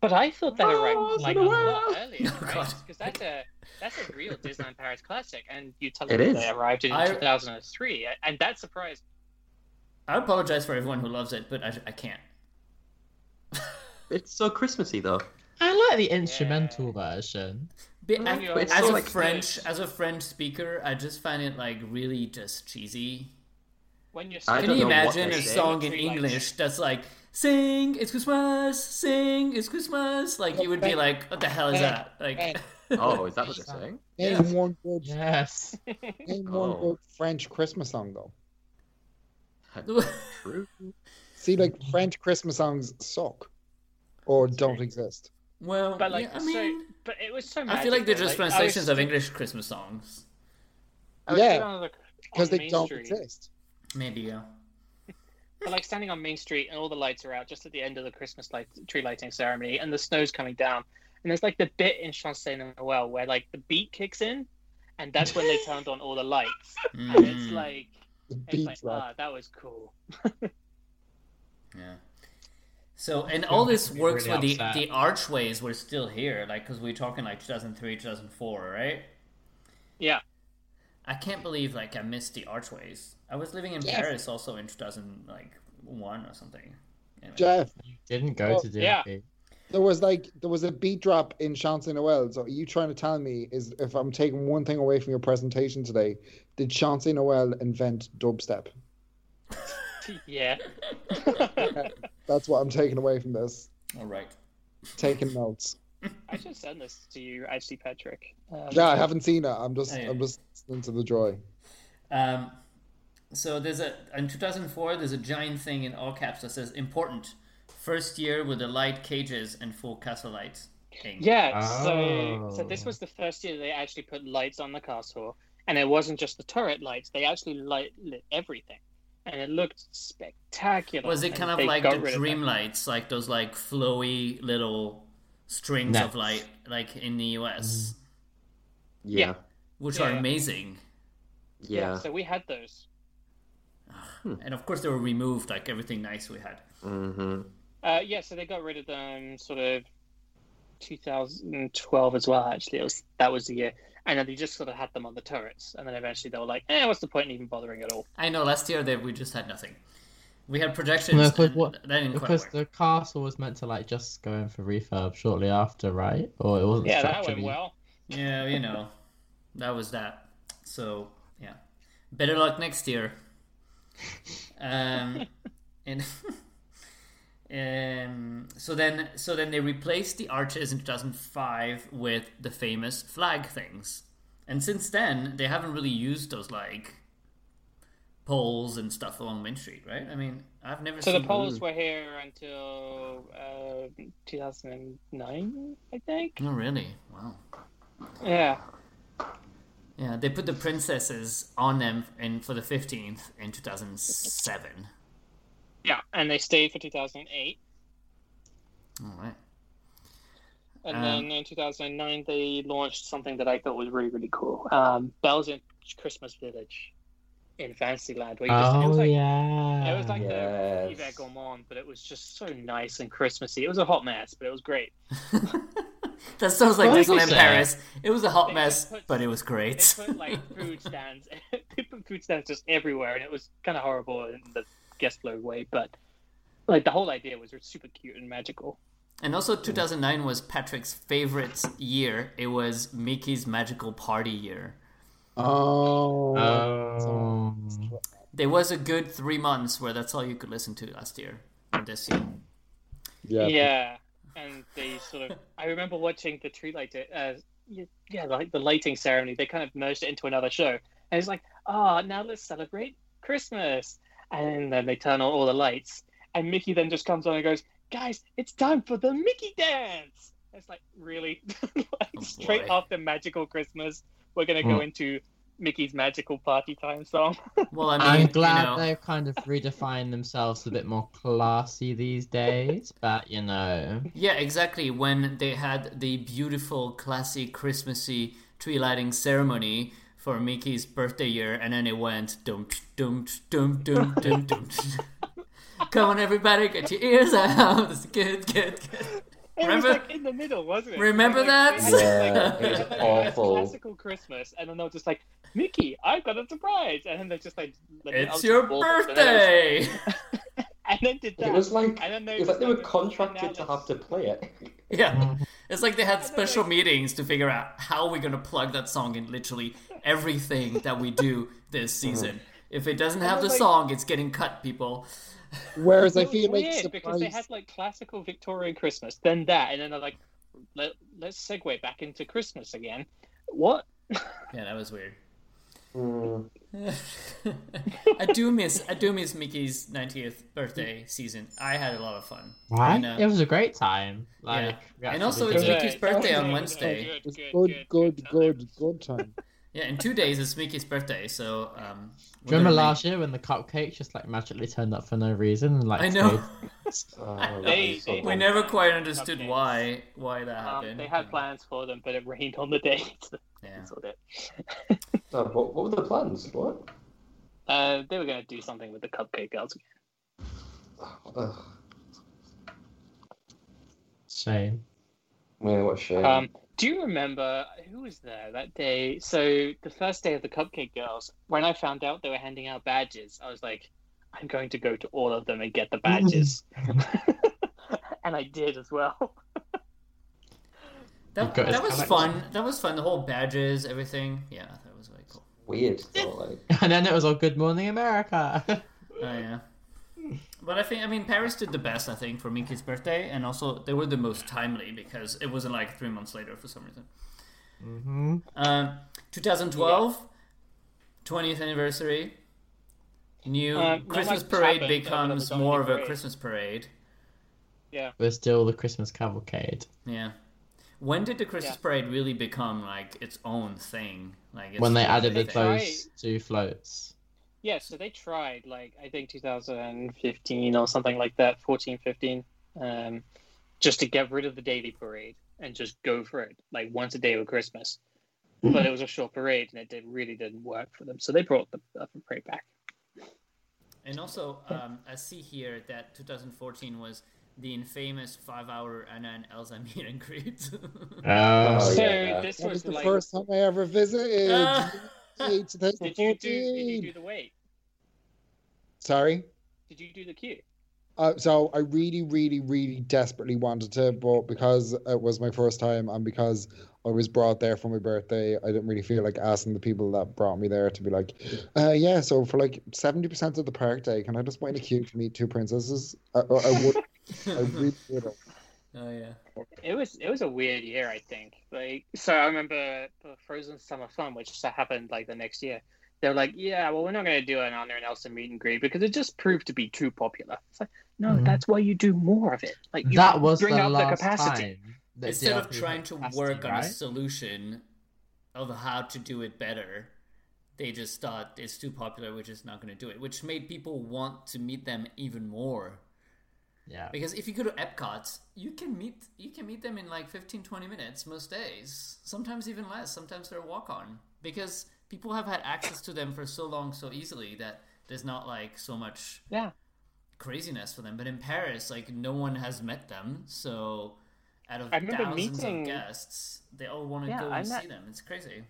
Speaker 3: But I thought that arrived like a lot earlier,
Speaker 1: Oh, God.
Speaker 3: right? Because that's a that's a real Disneyland Paris classic, and you tell
Speaker 2: It
Speaker 3: me that
Speaker 2: is.
Speaker 3: they arrived in
Speaker 1: I-
Speaker 3: 2003, and that surprised.
Speaker 1: I apologize for everyone who loves it, but I, I can't.
Speaker 2: It's so Christmassy though.
Speaker 5: I like the instrumental version.
Speaker 1: But
Speaker 3: Well,
Speaker 1: I-
Speaker 3: you
Speaker 1: as
Speaker 2: know,
Speaker 1: a
Speaker 2: like-
Speaker 1: French as a French speaker, I just find it like really just cheesy.
Speaker 3: When you're
Speaker 2: I
Speaker 1: Can
Speaker 2: don't
Speaker 1: you
Speaker 2: know what
Speaker 1: imagine
Speaker 2: they're
Speaker 1: a
Speaker 2: saying.
Speaker 1: song in
Speaker 3: Tree lighting.
Speaker 1: English that's like "Sing, it's Christmas, sing, it's Christmas"? Like you would be like, "What the hell
Speaker 3: Eh,
Speaker 1: is that?" Like,
Speaker 2: Oh, is that what they're saying?
Speaker 4: Name one good,
Speaker 5: Yes.
Speaker 4: name one
Speaker 2: Oh.
Speaker 4: good French Christmas song though.
Speaker 2: True.
Speaker 4: See, like
Speaker 3: Mm-hmm.
Speaker 4: French Christmas songs suck or don't exist.
Speaker 1: well,
Speaker 3: But like,
Speaker 1: yeah, I mean,
Speaker 3: so, but it was so.
Speaker 1: I feel like they're just
Speaker 3: magical, like, I was-
Speaker 1: translations of English Christmas songs.
Speaker 3: I was
Speaker 4: Yeah,
Speaker 3: sitting on the-
Speaker 4: Because
Speaker 3: on
Speaker 4: they
Speaker 3: Main
Speaker 4: don't
Speaker 3: Street.
Speaker 4: exist.
Speaker 1: Maybe yeah.
Speaker 3: But like standing on Main Street and all the lights are out just at the end of the Christmas light tree lighting ceremony and the snow's coming down. And there's like the bit in Chanson Noel where like the beat kicks in and that's when they turned on all the lights. And it's
Speaker 1: Mm,
Speaker 3: like
Speaker 4: The
Speaker 3: it's like,
Speaker 4: beats
Speaker 3: ah, that was cool.
Speaker 1: yeah. So and all this
Speaker 5: me
Speaker 1: works
Speaker 5: really
Speaker 1: with the
Speaker 5: upset.
Speaker 1: the archways were still here, like because we're talking like 2003, 2004, right?
Speaker 3: Yeah.
Speaker 1: I can't believe like I missed the archways. I was living in
Speaker 4: Yes.
Speaker 1: Paris also in 2000 like one or something. Anyway.
Speaker 4: Jeff,
Speaker 5: You didn't go
Speaker 4: Oh,
Speaker 5: to DLP.
Speaker 3: yeah.
Speaker 4: there was like there was a beat drop in Chanson Noel. So are you trying to tell me is if I'm taking one thing away from your presentation today, did Chanson Noel invent dubstep?
Speaker 3: Yeah.
Speaker 4: That's what I'm taking away from this.
Speaker 1: All right.
Speaker 4: taking notes.
Speaker 3: I should send this to you, actually, Patrick. Um,
Speaker 4: Yeah, I haven't seen it. I'm just,
Speaker 1: Yeah.
Speaker 4: I'm just listening to the joy.
Speaker 1: Um, so there's a in 2004 there's a giant thing in all caps that says important first year with the light cages and full castle lights thing.
Speaker 3: Yeah, so so this
Speaker 5: Oh.
Speaker 3: was the first year they actually put lights on the castle, and it wasn't just the turret lights; they actually light lit everything, and it looked spectacular.
Speaker 1: Was it
Speaker 3: and
Speaker 1: kind of
Speaker 3: they
Speaker 1: like
Speaker 3: got
Speaker 1: the
Speaker 3: rid of
Speaker 1: dream
Speaker 3: them.
Speaker 1: lights, like those like flowy little strings of
Speaker 5: Nets. Mm-hmm.
Speaker 1: light, like in the US,
Speaker 2: Yeah.
Speaker 1: which
Speaker 3: Yeah.
Speaker 1: are amazing?
Speaker 2: Yeah.
Speaker 3: So we had those.
Speaker 1: And of course, they were removed, like everything nice we had.
Speaker 2: hmm
Speaker 3: Uh, yeah, so they got rid of them sort of 2012 as well. Actually, it was that was the year, and then they just sort of had them on the turrets, and then eventually they were like, "Eh, what's the point in even bothering at all?"
Speaker 1: I know last year that we just had nothing. We had projections,
Speaker 5: No, because
Speaker 1: and
Speaker 5: what-
Speaker 1: that didn't quite
Speaker 5: Because
Speaker 1: work.
Speaker 5: the castle was meant to like just go in for refurb shortly after, right? Or it wasn't
Speaker 3: Yeah, that
Speaker 5: structurally.
Speaker 3: went well.
Speaker 1: Yeah, you know, that was that. So yeah, better luck next year. Um, and um, so then, so then they replaced the arches in 2005 with the famous flag things, and since then they haven't really used those like poles and stuff along Main Street, right? I mean, I've never
Speaker 3: So the
Speaker 1: seen
Speaker 3: polls were here until uh, 2009, I think.
Speaker 1: No, really? Wow.
Speaker 3: Yeah.
Speaker 1: Yeah, they put the princesses on them in for the 15th in 2007.
Speaker 3: Yeah, and they stayed for 2008.
Speaker 1: All right.
Speaker 3: And
Speaker 1: Um,
Speaker 3: then in 2009, they launched something that I thought was really, really cool um, Bells in Christmas Village in Fantasyland. Where you just, it
Speaker 5: Oh
Speaker 3: was like,
Speaker 5: yeah.
Speaker 3: It was like the
Speaker 2: Yes.
Speaker 3: Yves Gourmand, but it was just so nice and Christmassy. It was a hot mess, but it was great.
Speaker 1: that sounds like
Speaker 5: What
Speaker 1: Disneyland
Speaker 5: was that?
Speaker 1: Paris. It was a hot
Speaker 3: They
Speaker 1: mess,
Speaker 3: put-
Speaker 1: but it was great.
Speaker 3: They put like food stands, they put food stands just everywhere, and it was kind of horrible in the guest blow way. But like the whole idea was super cute and magical.
Speaker 1: and also, 2009 was Patrick's favorite year. It was Mickey's Magical Party year.
Speaker 4: Oh,
Speaker 5: Oh.
Speaker 1: There was a good three months where that's all you could listen to last year and this year.
Speaker 4: yeah.
Speaker 3: Yeah, and they sort of. I remember watching the tree light. Uh, yeah, yeah, like the lighting ceremony. They kind of merged it into another show, and it's like, ah, now let's celebrate Christmas. And then they turn on all the lights, and Mickey then just comes on and goes, "Guys, it's time for the Mickey dance." It's like really, like
Speaker 1: Oh,
Speaker 3: straight
Speaker 1: boy.
Speaker 3: after magical Christmas, we're gonna go
Speaker 2: Hmm.
Speaker 3: into Mickey's magical party time song.
Speaker 1: Well, I mean,
Speaker 5: I'm
Speaker 1: you
Speaker 5: glad
Speaker 1: know,
Speaker 5: they've kind of redefined themselves a bit more classy these days, but you know.
Speaker 1: Yeah, exactly. When they had the beautiful, classy, Christmassy tree lighting ceremony for Mickey's birthday year, and then it went dum tch, dum tch, dum dum dum dum. tch. Come on, everybody, get your ears out. It's good, good, good.
Speaker 3: It
Speaker 1: Remember-
Speaker 3: was like in the middle, wasn't it?
Speaker 1: Remember
Speaker 3: Like,
Speaker 1: that?
Speaker 3: they had,
Speaker 2: Yeah,
Speaker 3: they
Speaker 1: it was
Speaker 3: had, like,
Speaker 2: awful.
Speaker 3: Classical Christmas, and then they were just like, "Mickey, I've got a surprise," and then they just like, let it out
Speaker 1: It's your
Speaker 3: to all the bananas,
Speaker 1: birthday.
Speaker 3: and then did that.
Speaker 2: It was like
Speaker 3: and then they,
Speaker 2: it was like they were contracted to
Speaker 3: announced-
Speaker 2: have to play it.
Speaker 1: Yeah,
Speaker 3: Mm-hmm.
Speaker 1: it's like they had
Speaker 3: then,
Speaker 1: special
Speaker 3: like-
Speaker 1: meetings to figure out how we're gonna plug that song in literally everything that we do this
Speaker 3: Uh-huh.
Speaker 1: season. If it doesn't have
Speaker 3: then,
Speaker 1: the
Speaker 3: like-
Speaker 1: song, it's getting cut, people.
Speaker 4: Whereas
Speaker 3: It
Speaker 4: I
Speaker 3: was
Speaker 4: feel like
Speaker 3: weird because they
Speaker 4: surprise-
Speaker 3: had like classical Victorian Christmas, then that, and then they're like, Let, "Let's segue back into Christmas again." What?
Speaker 1: Yeah, that was weird.
Speaker 2: Hmm.
Speaker 1: I do miss I do miss Mickey's 90th birthday season. I had a lot of fun.
Speaker 5: Right?
Speaker 1: And, uh,
Speaker 5: It was a great time. Like, we
Speaker 1: And
Speaker 5: actually
Speaker 1: also
Speaker 5: did
Speaker 1: it's
Speaker 5: it.
Speaker 1: Mickey's
Speaker 3: Right.
Speaker 1: birthday on
Speaker 3: Okay,
Speaker 1: Wednesday.
Speaker 3: Good,
Speaker 4: It's
Speaker 3: good,
Speaker 4: good, good,
Speaker 3: time.
Speaker 4: good, good time.
Speaker 1: Yeah, in two days it's Mickey's birthday, so um
Speaker 5: Do you remember
Speaker 1: we're gonna
Speaker 5: last year when the cupcakes just like magically turned up for no reason and like
Speaker 1: make- I know.
Speaker 5: stayed-
Speaker 2: Oh,
Speaker 3: They-
Speaker 2: that was so
Speaker 3: they-
Speaker 1: we
Speaker 2: bad.
Speaker 1: never quite understood
Speaker 3: Cupcakes.
Speaker 1: why why that
Speaker 3: Um,
Speaker 1: happened.
Speaker 3: they had plans for them, but it rained on the day. so they
Speaker 1: Yeah.
Speaker 3: cancelled it.
Speaker 2: Oh, what, what were the plans? What?
Speaker 3: Uh, they were going to do something with the Cupcake Girls.
Speaker 2: Ugh.
Speaker 5: Shame.
Speaker 2: Man, what a shame.
Speaker 3: Um, do you remember who was there that day? So the first day of the Cupcake Girls, when I found out they were handing out badges, I was like, I'm going to go to all of them and get the badges, and I did as well.
Speaker 1: That,
Speaker 5: You've got
Speaker 1: that
Speaker 5: his
Speaker 1: was
Speaker 5: collection.
Speaker 1: fun. That was fun. The whole badges, everything. Yeah, that was really cool.
Speaker 2: Weird. Though, like.
Speaker 5: And then it was all Good Morning America.
Speaker 1: Oh yeah. But I think, I mean, Paris did the best, I think, for Miki's birthday, and also they were the most timely because it wasn't like three months later for some reason.
Speaker 5: Mm-hmm.
Speaker 1: Um, 2012, 20th anniversary. New
Speaker 3: Uh, not
Speaker 1: Christmas
Speaker 3: much
Speaker 1: parade
Speaker 3: happened, uh, but it
Speaker 1: becomes
Speaker 3: was only
Speaker 1: more of a
Speaker 3: parade.
Speaker 1: Christmas parade.
Speaker 5: There's still the Christmas cavalcade.
Speaker 1: Yeah. When did the Christmas
Speaker 3: Yeah.
Speaker 1: parade really become like its own thing? Like it's
Speaker 5: when they
Speaker 1: just-
Speaker 5: added
Speaker 3: they
Speaker 5: the,
Speaker 3: tried-
Speaker 5: those two floats.
Speaker 3: Yeah, so they tried, like, I think 2015 or something like that, 14, 15, um, just to get rid of the daily parade and just go for it, like once a day with Christmas.
Speaker 4: Mm-hmm.
Speaker 3: But it was a short parade and it did, really didn't work for them. So they brought the, the parade back.
Speaker 1: And also, um, I see here that 2014 was the infamous five-hour Anna and Elsa meet and greet.
Speaker 5: Um,
Speaker 2: Oh,
Speaker 3: so
Speaker 2: yeah.
Speaker 3: this
Speaker 4: That
Speaker 3: was
Speaker 4: was the
Speaker 3: like,
Speaker 4: first time I ever visited.
Speaker 1: Uh,
Speaker 4: Hey, 2014.
Speaker 3: did you do did you do the wait?
Speaker 4: Sorry.
Speaker 3: Did you do the queue?
Speaker 4: Uh, so I really, really, really desperately wanted to, but because it was my first time and because I was brought there for my birthday, I didn't really feel like asking the people that brought me there to be like, uh, yeah, so for like 70% of the park day, can I just wait in a queue to meet two princesses? I, I I would, I really would have.
Speaker 1: oh yeah.
Speaker 3: It was it was a weird year, I think. Like, so I remember for Frozen Summer Fun, which so happened like the next year. They were like, "Yeah, well, we're not going to do an honor and Elsa meet and greet because it just proved to be too popular." It's like, no,
Speaker 5: Mhm.
Speaker 3: that's why you do more of it. Like, you
Speaker 5: that was
Speaker 3: bring
Speaker 5: the
Speaker 3: up
Speaker 5: last
Speaker 3: the capacity.
Speaker 5: time. that
Speaker 1: Instead of
Speaker 5: DLP had
Speaker 1: trying to
Speaker 5: capacity,
Speaker 1: work on a
Speaker 5: right?
Speaker 1: solution of how to do it better, they just thought it's too popular, we're just not going to do it, which made people want to meet them even more.
Speaker 5: yeah.
Speaker 1: Because if you go to Epcot, you can meet you can meet them in like 15 20 minutes most days. Sometimes even less. Sometimes they're walk on because people have had access to them for so long so easily that there's not like so much
Speaker 3: Yeah.
Speaker 1: craziness for them. But in Paris, like no one has met them, so out of
Speaker 3: I remember
Speaker 1: thousands
Speaker 3: meeting-
Speaker 1: of guests, they all want to
Speaker 3: Yeah,
Speaker 1: go
Speaker 3: I
Speaker 1: and
Speaker 3: met-
Speaker 1: see them. It's crazy.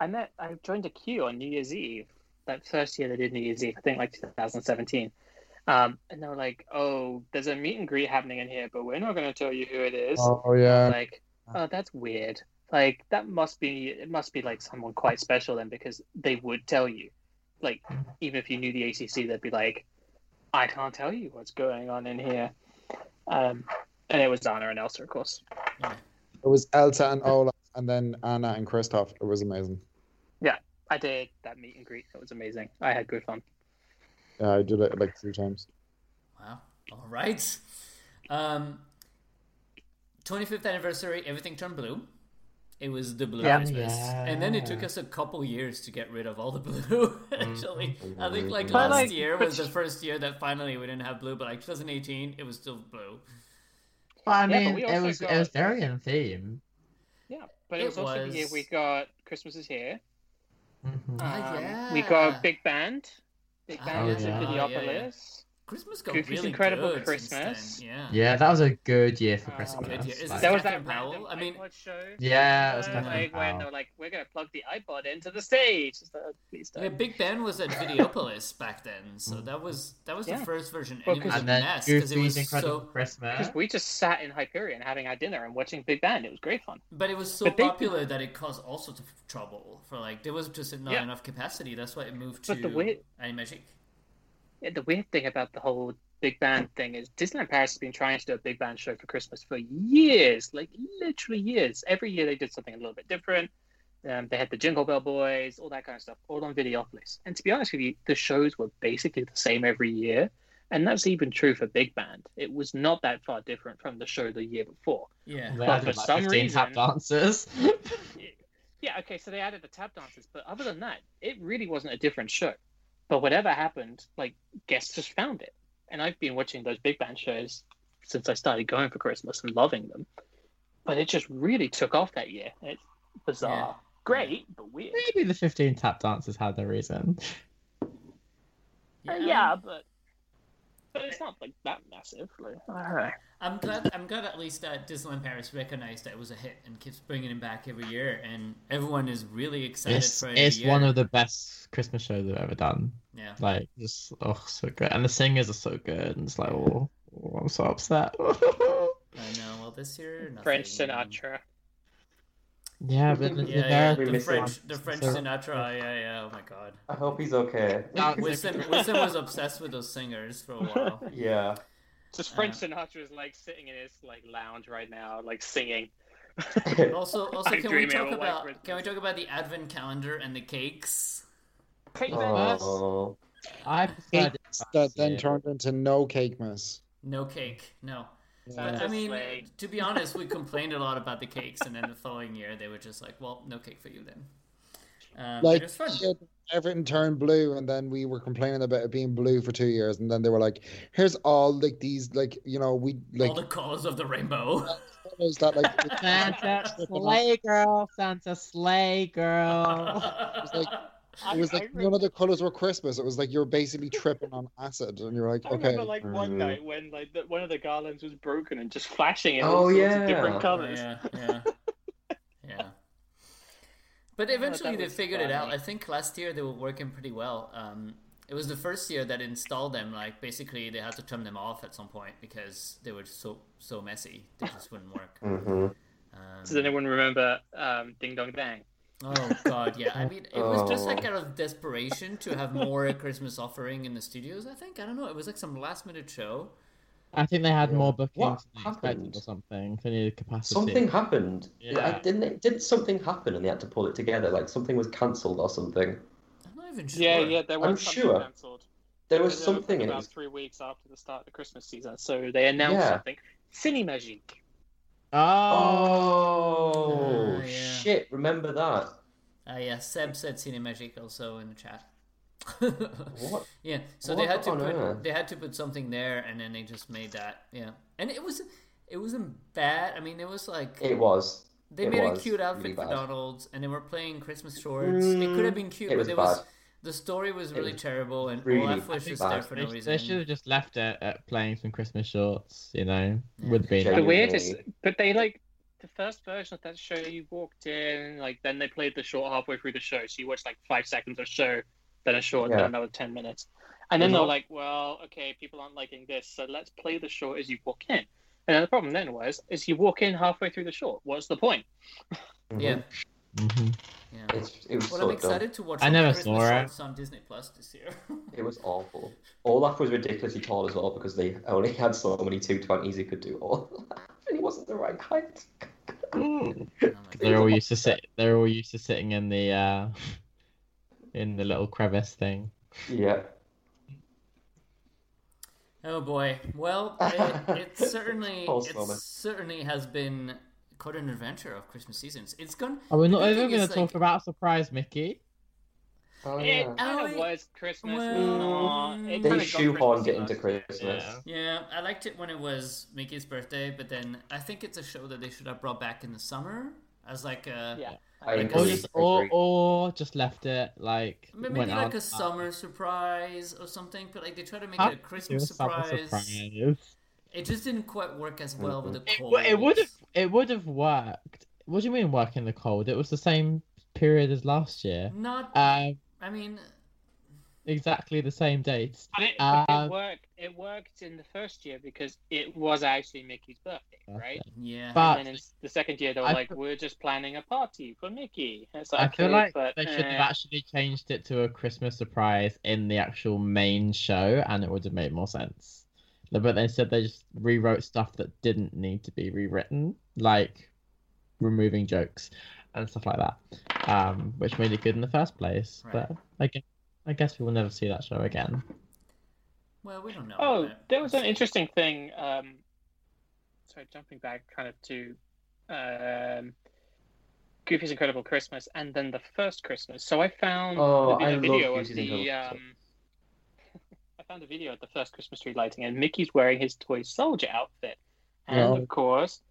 Speaker 3: I met, I joined a queue on New Year's Eve. That first year they did New Year's Eve, I think like 2017. Um, and they were like, "Oh, there's a meet and greet happening in here, but we're not going to tell you who it is."
Speaker 4: Oh, yeah.
Speaker 3: like, oh, that's weird. Like that must be it must be like someone quite special then because they would tell you. Like even if you knew the ACC, they'd be like, I can't tell you what's going on in here. Um, and it was Donna and Elsa, of course.
Speaker 4: It was Elsa and Olaf, and then Anna and Kristoff. It was amazing.
Speaker 3: I did that meet and greet. That was amazing. I had good fun.
Speaker 4: Yeah, I did it like three times.
Speaker 1: Wow. All right. Um, 25th anniversary, everything turned blue. It was the blue
Speaker 3: Yeah.
Speaker 1: Christmas. And then it took
Speaker 5: Yeah.
Speaker 1: us a couple years to get rid of all the blue, actually.
Speaker 3: Mm-hmm.
Speaker 1: I think like last
Speaker 2: But,
Speaker 3: like,
Speaker 1: year was
Speaker 3: but-
Speaker 1: the first year that finally we didn't have blue, but like 2018, it was still blue.
Speaker 5: But I
Speaker 3: Yeah, but
Speaker 5: mean,
Speaker 3: we
Speaker 5: it
Speaker 3: also
Speaker 5: was
Speaker 3: got-
Speaker 5: it was very in theme.
Speaker 3: But it,
Speaker 1: It
Speaker 3: was also the year
Speaker 1: was.
Speaker 3: we got Christmas is here. Um,
Speaker 5: Mhm.
Speaker 1: Ah,
Speaker 3: We
Speaker 1: yeah.
Speaker 3: got Big Band. Big
Speaker 1: Ah,
Speaker 3: Band
Speaker 5: yeah.
Speaker 3: for the
Speaker 1: Yeah,
Speaker 3: upper
Speaker 1: yeah, yeah.
Speaker 3: list.
Speaker 1: Christmas got
Speaker 3: Goofy's
Speaker 1: really
Speaker 3: Incredible
Speaker 1: good since
Speaker 3: Christmas.
Speaker 1: then, Yeah.
Speaker 5: Yeah, that was a good year for
Speaker 3: Uh,
Speaker 5: Christmas.
Speaker 1: Oh, good year. Is
Speaker 5: like-
Speaker 1: that-
Speaker 3: There was
Speaker 1: Catherine
Speaker 3: that
Speaker 1: Powell?
Speaker 3: random
Speaker 1: I mean-
Speaker 3: iPod show.
Speaker 5: Yeah, it was
Speaker 3: Uh,
Speaker 5: Catherine
Speaker 3: like when
Speaker 5: Powell.
Speaker 3: they're like, we're gonna plug the iPod into the stage. It's like, "Oh, please
Speaker 1: Yeah,
Speaker 3: don't.
Speaker 1: Big Ben was at Videopolis back then, so that was that was
Speaker 3: Yeah.
Speaker 1: the first version,
Speaker 3: Well,
Speaker 1: and it was a
Speaker 5: and then
Speaker 1: mess because it was
Speaker 5: Goofy's
Speaker 1: so
Speaker 5: Incredible Christmas.
Speaker 3: Because we just sat in Hyperion having our dinner and watching Big Band. It was great fun.
Speaker 1: But it was so
Speaker 3: But they-
Speaker 1: popular that it caused all sorts of trouble. For like, there was just not
Speaker 3: Yeah.
Speaker 1: enough capacity. That's why it moved
Speaker 3: But
Speaker 1: to
Speaker 3: the way-
Speaker 1: Animagic.
Speaker 3: Yeah, the weird thing about the whole Big Band thing is Disneyland Paris has been trying to do a Big Band show for Christmas for years, like literally years. Every year they did something a little bit different. Um, they had the Jingle Bell Boys, all that kind of stuff, all on Videopolis. And to be honest with you, the shows were basically the same every year. And that's even true for Big Band. It was not that far different from the show the year before.
Speaker 1: Yeah,
Speaker 5: They
Speaker 3: But
Speaker 5: added
Speaker 3: for
Speaker 5: like
Speaker 3: some
Speaker 5: 15
Speaker 3: reason-
Speaker 5: tap dancers.
Speaker 3: Yeah, okay, so they added the tap dances, but other than that, it really wasn't a different show. But whatever happened, like guests just found it. And I've been watching those big band shows since I started going for Christmas and loving them. But it just really took off that year. It's bizarre.
Speaker 1: Yeah.
Speaker 3: Great, but weird.
Speaker 5: Maybe the 15 tap dancers had their reason.
Speaker 3: Uh, yeah, but but it's not like that massive. Like, I don't know.
Speaker 1: I'm glad. I'm glad at least that Disneyland Paris recognized that it was a hit and keeps bringing it back every year, and everyone is really excited
Speaker 5: It's,
Speaker 1: for it.
Speaker 5: it's
Speaker 1: every year.
Speaker 5: one of the best Christmas shows I've ever done.
Speaker 1: yeah.
Speaker 5: Like, just, oh, so good. And the singers are so good. And it's like, oh, oh, I'm so upset.
Speaker 1: I know. Well, this year nothing.
Speaker 3: French Sinatra.
Speaker 5: Yeah, but
Speaker 1: Yeah,
Speaker 5: the, the
Speaker 1: yeah.
Speaker 5: American
Speaker 1: The
Speaker 2: missed it.
Speaker 1: French, the French
Speaker 5: So-
Speaker 1: Sinatra. Yeah, yeah. Oh my god.
Speaker 2: I hope he's okay.
Speaker 5: That was a-
Speaker 1: Wilson, Wilson was obsessed with those singers for a while.
Speaker 2: Yeah.
Speaker 3: Just Frank Sinatra is like sitting in his like lounge right now, like singing.
Speaker 1: Also, also,
Speaker 3: I'm
Speaker 1: can we
Speaker 3: dreaming of
Speaker 1: talk
Speaker 3: a white
Speaker 1: about
Speaker 3: Christmas.
Speaker 1: can we talk about the advent calendar and the cakes?
Speaker 3: Cake Bangers.
Speaker 2: oh.
Speaker 5: I preferred it
Speaker 4: Cakes
Speaker 5: last
Speaker 4: that then
Speaker 5: year.
Speaker 4: turned into no cake mess.
Speaker 1: No cake, no.
Speaker 4: Yeah.
Speaker 1: But, I
Speaker 3: Just
Speaker 1: mean,
Speaker 3: like-
Speaker 1: to be honest, we complained a lot about the cakes, and then the following year they were just like, "Well, no cake for you then." Um,
Speaker 4: like
Speaker 1: it was fun.
Speaker 4: shit, everything turned blue and then we were complaining about it being blue for two years and then they were like here's all like these like you know we like
Speaker 1: All the colors of the rainbow.
Speaker 4: colors that like
Speaker 5: Santa Slay Girl, Santa Slay Girl.
Speaker 4: like- it was like none of the colors were christmas it was like you're basically tripping on acid and you're like
Speaker 3: I
Speaker 4: okay
Speaker 3: remember like one
Speaker 2: Mm.
Speaker 3: night when like the, one of the garlands was broken and just flashing in
Speaker 2: Oh,
Speaker 3: all sorts
Speaker 2: yeah.
Speaker 3: of different colors.
Speaker 1: yeah, yeah, yeah. But
Speaker 3: that
Speaker 1: eventually they
Speaker 3: was
Speaker 1: figured it out.
Speaker 3: funny.
Speaker 1: I think last year they were working pretty well. Um, it was the first year that installed them. Like basically, they had to turn them off at some point because they were so so messy. They just wouldn't work.
Speaker 3: Mm.
Speaker 2: Mm-hmm.
Speaker 1: Um,
Speaker 3: Does anyone remember um, Ding Dong Dang?
Speaker 1: Oh God, yeah. I mean, it was just like
Speaker 2: Oh.
Speaker 1: out of desperation to have more Christmas offering in the studios. I think I don't know. It was like some last minute show.
Speaker 5: I think they had
Speaker 2: Yeah.
Speaker 5: more bookings
Speaker 2: What
Speaker 5: than expected
Speaker 2: happened?
Speaker 5: or something. They needed capacity.
Speaker 2: Something happened.
Speaker 5: Yeah.
Speaker 2: I, didn't it, didn't something happen and they had to pull it together? Like something was cancelled or something.
Speaker 1: I'm not even sure.
Speaker 3: Yeah, yeah, there was
Speaker 2: I'm
Speaker 3: something
Speaker 2: sure.
Speaker 3: cancelled.
Speaker 2: There was
Speaker 3: They were
Speaker 2: something and it
Speaker 3: about
Speaker 2: was
Speaker 3: three weeks after the start of the Christmas season, so they announced
Speaker 2: Yeah.
Speaker 3: something. Cinemagique.
Speaker 5: Oh,
Speaker 2: Oh
Speaker 1: Ah, yeah.
Speaker 2: shit! Remember that?
Speaker 1: Uh, yeah, Seb said Cinemagic also in the chat.
Speaker 2: What?
Speaker 1: Yeah, so they
Speaker 2: What
Speaker 1: had to
Speaker 2: on
Speaker 1: put
Speaker 2: earth?
Speaker 1: they had to put something there, and then they just made that. Yeah, and it was it wasn't bad. I mean, it was like
Speaker 2: It was.
Speaker 1: they
Speaker 2: it
Speaker 1: made a
Speaker 2: was
Speaker 1: cute outfit
Speaker 2: really
Speaker 1: for
Speaker 2: bad. Mm,
Speaker 1: Donald's, and they were playing Christmas shorts. it could have been cute,
Speaker 2: it
Speaker 1: but
Speaker 2: was
Speaker 1: it was
Speaker 2: bad.
Speaker 1: the story was
Speaker 2: It
Speaker 1: really
Speaker 2: was
Speaker 1: terrible, and
Speaker 2: really
Speaker 1: Olaf was just there
Speaker 2: bad.
Speaker 1: for
Speaker 5: they,
Speaker 1: no
Speaker 5: they
Speaker 1: reason.
Speaker 5: should have just left it at playing some Christmas shorts, you know,
Speaker 1: Yeah.
Speaker 5: with being
Speaker 2: Yeah,
Speaker 3: The
Speaker 2: Genuinely. Mm-hmm.
Speaker 3: weirdest, but they like the first version of that show. You walked in, like then they played the short halfway through the show, so you watched like five seconds of show, then a short,
Speaker 2: Yeah.
Speaker 3: then another ten minutes, and then
Speaker 2: Mhm.
Speaker 3: they're like, "Well, okay, people aren't liking this, so let's play the short as you walk in." And then the problem then was, is you walk in halfway through the short. What's the point?
Speaker 2: Mhm.
Speaker 1: Yeah,
Speaker 5: Mhm.
Speaker 1: yeah.
Speaker 2: It's, it was
Speaker 1: Well,
Speaker 2: so
Speaker 1: I'm
Speaker 2: dumb.
Speaker 1: excited to watch.
Speaker 5: I
Speaker 1: all the
Speaker 5: never
Speaker 1: Christmas
Speaker 5: saw it.
Speaker 1: shorts on Disney Plus this year.
Speaker 2: It was awful. Olaf was ridiculously tall as well because they only had so many 220s he could do Olaf. And he wasn't the right height.
Speaker 1: Oh my God.
Speaker 5: Mm-hmm. They're all used to sit. They're all used to sitting in the uh, in the little crevice thing.
Speaker 2: Yeah.
Speaker 1: Oh boy. Well, it, it certainly
Speaker 2: Pulse
Speaker 1: it
Speaker 2: moment.
Speaker 1: certainly has been quite an adventure of Christmas seasons. It's gone.
Speaker 5: Are we
Speaker 1: The
Speaker 5: Oh, not
Speaker 1: good
Speaker 5: even
Speaker 1: thing
Speaker 5: going to
Speaker 1: is, like-
Speaker 5: talk about surprise Mickey?
Speaker 2: Oh,
Speaker 3: It
Speaker 2: yeah.
Speaker 3: kind
Speaker 1: Owie.
Speaker 3: of was Christmas.
Speaker 1: Well,
Speaker 3: Aw, it
Speaker 2: They
Speaker 3: kinda got
Speaker 2: shoehorned it
Speaker 3: Christmassy
Speaker 2: into
Speaker 3: last year.
Speaker 2: Christmas.
Speaker 5: Yeah.
Speaker 1: Yeah, I liked it when it was Mickey's birthday, but then I think it's a show that they should have brought back in the summer as like a
Speaker 3: Yeah.
Speaker 2: I
Speaker 1: Like,
Speaker 5: Or
Speaker 1: Agree,
Speaker 5: just
Speaker 2: I
Speaker 5: or,
Speaker 2: agree.
Speaker 5: or just left it like
Speaker 1: ma-
Speaker 5: went
Speaker 1: maybe
Speaker 5: out
Speaker 1: like a
Speaker 5: and-
Speaker 1: summer surprise or something. But like they tried to make
Speaker 5: Huh?
Speaker 1: it a
Speaker 5: Yeah,
Speaker 1: Christmas
Speaker 5: summer
Speaker 1: surprise.
Speaker 5: surprise.
Speaker 1: It just didn't quite work as well with the
Speaker 5: It,
Speaker 1: cold.
Speaker 5: w- it would have it would have worked. What do you mean work in the cold? It was the same period as last year.
Speaker 1: not.
Speaker 5: Um,
Speaker 1: I mean,
Speaker 5: exactly the same dates.
Speaker 3: But it, but
Speaker 5: Uh,
Speaker 3: it worked. It worked in the first year because it was actually Mickey's birthday, right?
Speaker 1: yeah.
Speaker 5: But
Speaker 3: and then in s- the second year, they were
Speaker 5: I
Speaker 3: like,
Speaker 5: feel-
Speaker 3: "We're just planning a party for Mickey." And It's like,
Speaker 5: I feel
Speaker 3: okay,
Speaker 5: like
Speaker 3: but,
Speaker 5: they should
Speaker 3: eh.
Speaker 5: have actually changed it to a Christmas surprise in the actual main show, and it would have made more sense. But they said they just rewrote stuff that didn't need to be rewritten, like removing jokes and stuff like that, um, which made it good in the first place.
Speaker 1: Right.
Speaker 5: But I guess, I guess we will never see that show again.
Speaker 1: well, we don't know.
Speaker 3: Oh,
Speaker 1: about
Speaker 3: there was
Speaker 1: that.
Speaker 3: an interesting thing. Um, sorry, jumping back kind of to um, Goofy's Incredible Christmas and then the first Christmas. So I found
Speaker 2: Oh,
Speaker 3: a vi-
Speaker 2: I
Speaker 3: a
Speaker 2: love
Speaker 3: video of
Speaker 2: Goofy's
Speaker 3: the.
Speaker 2: Incredible
Speaker 3: Um, I found a video of the first Christmas tree lighting, and Mickey's wearing his toy soldier outfit, and
Speaker 4: Yeah.
Speaker 3: of course,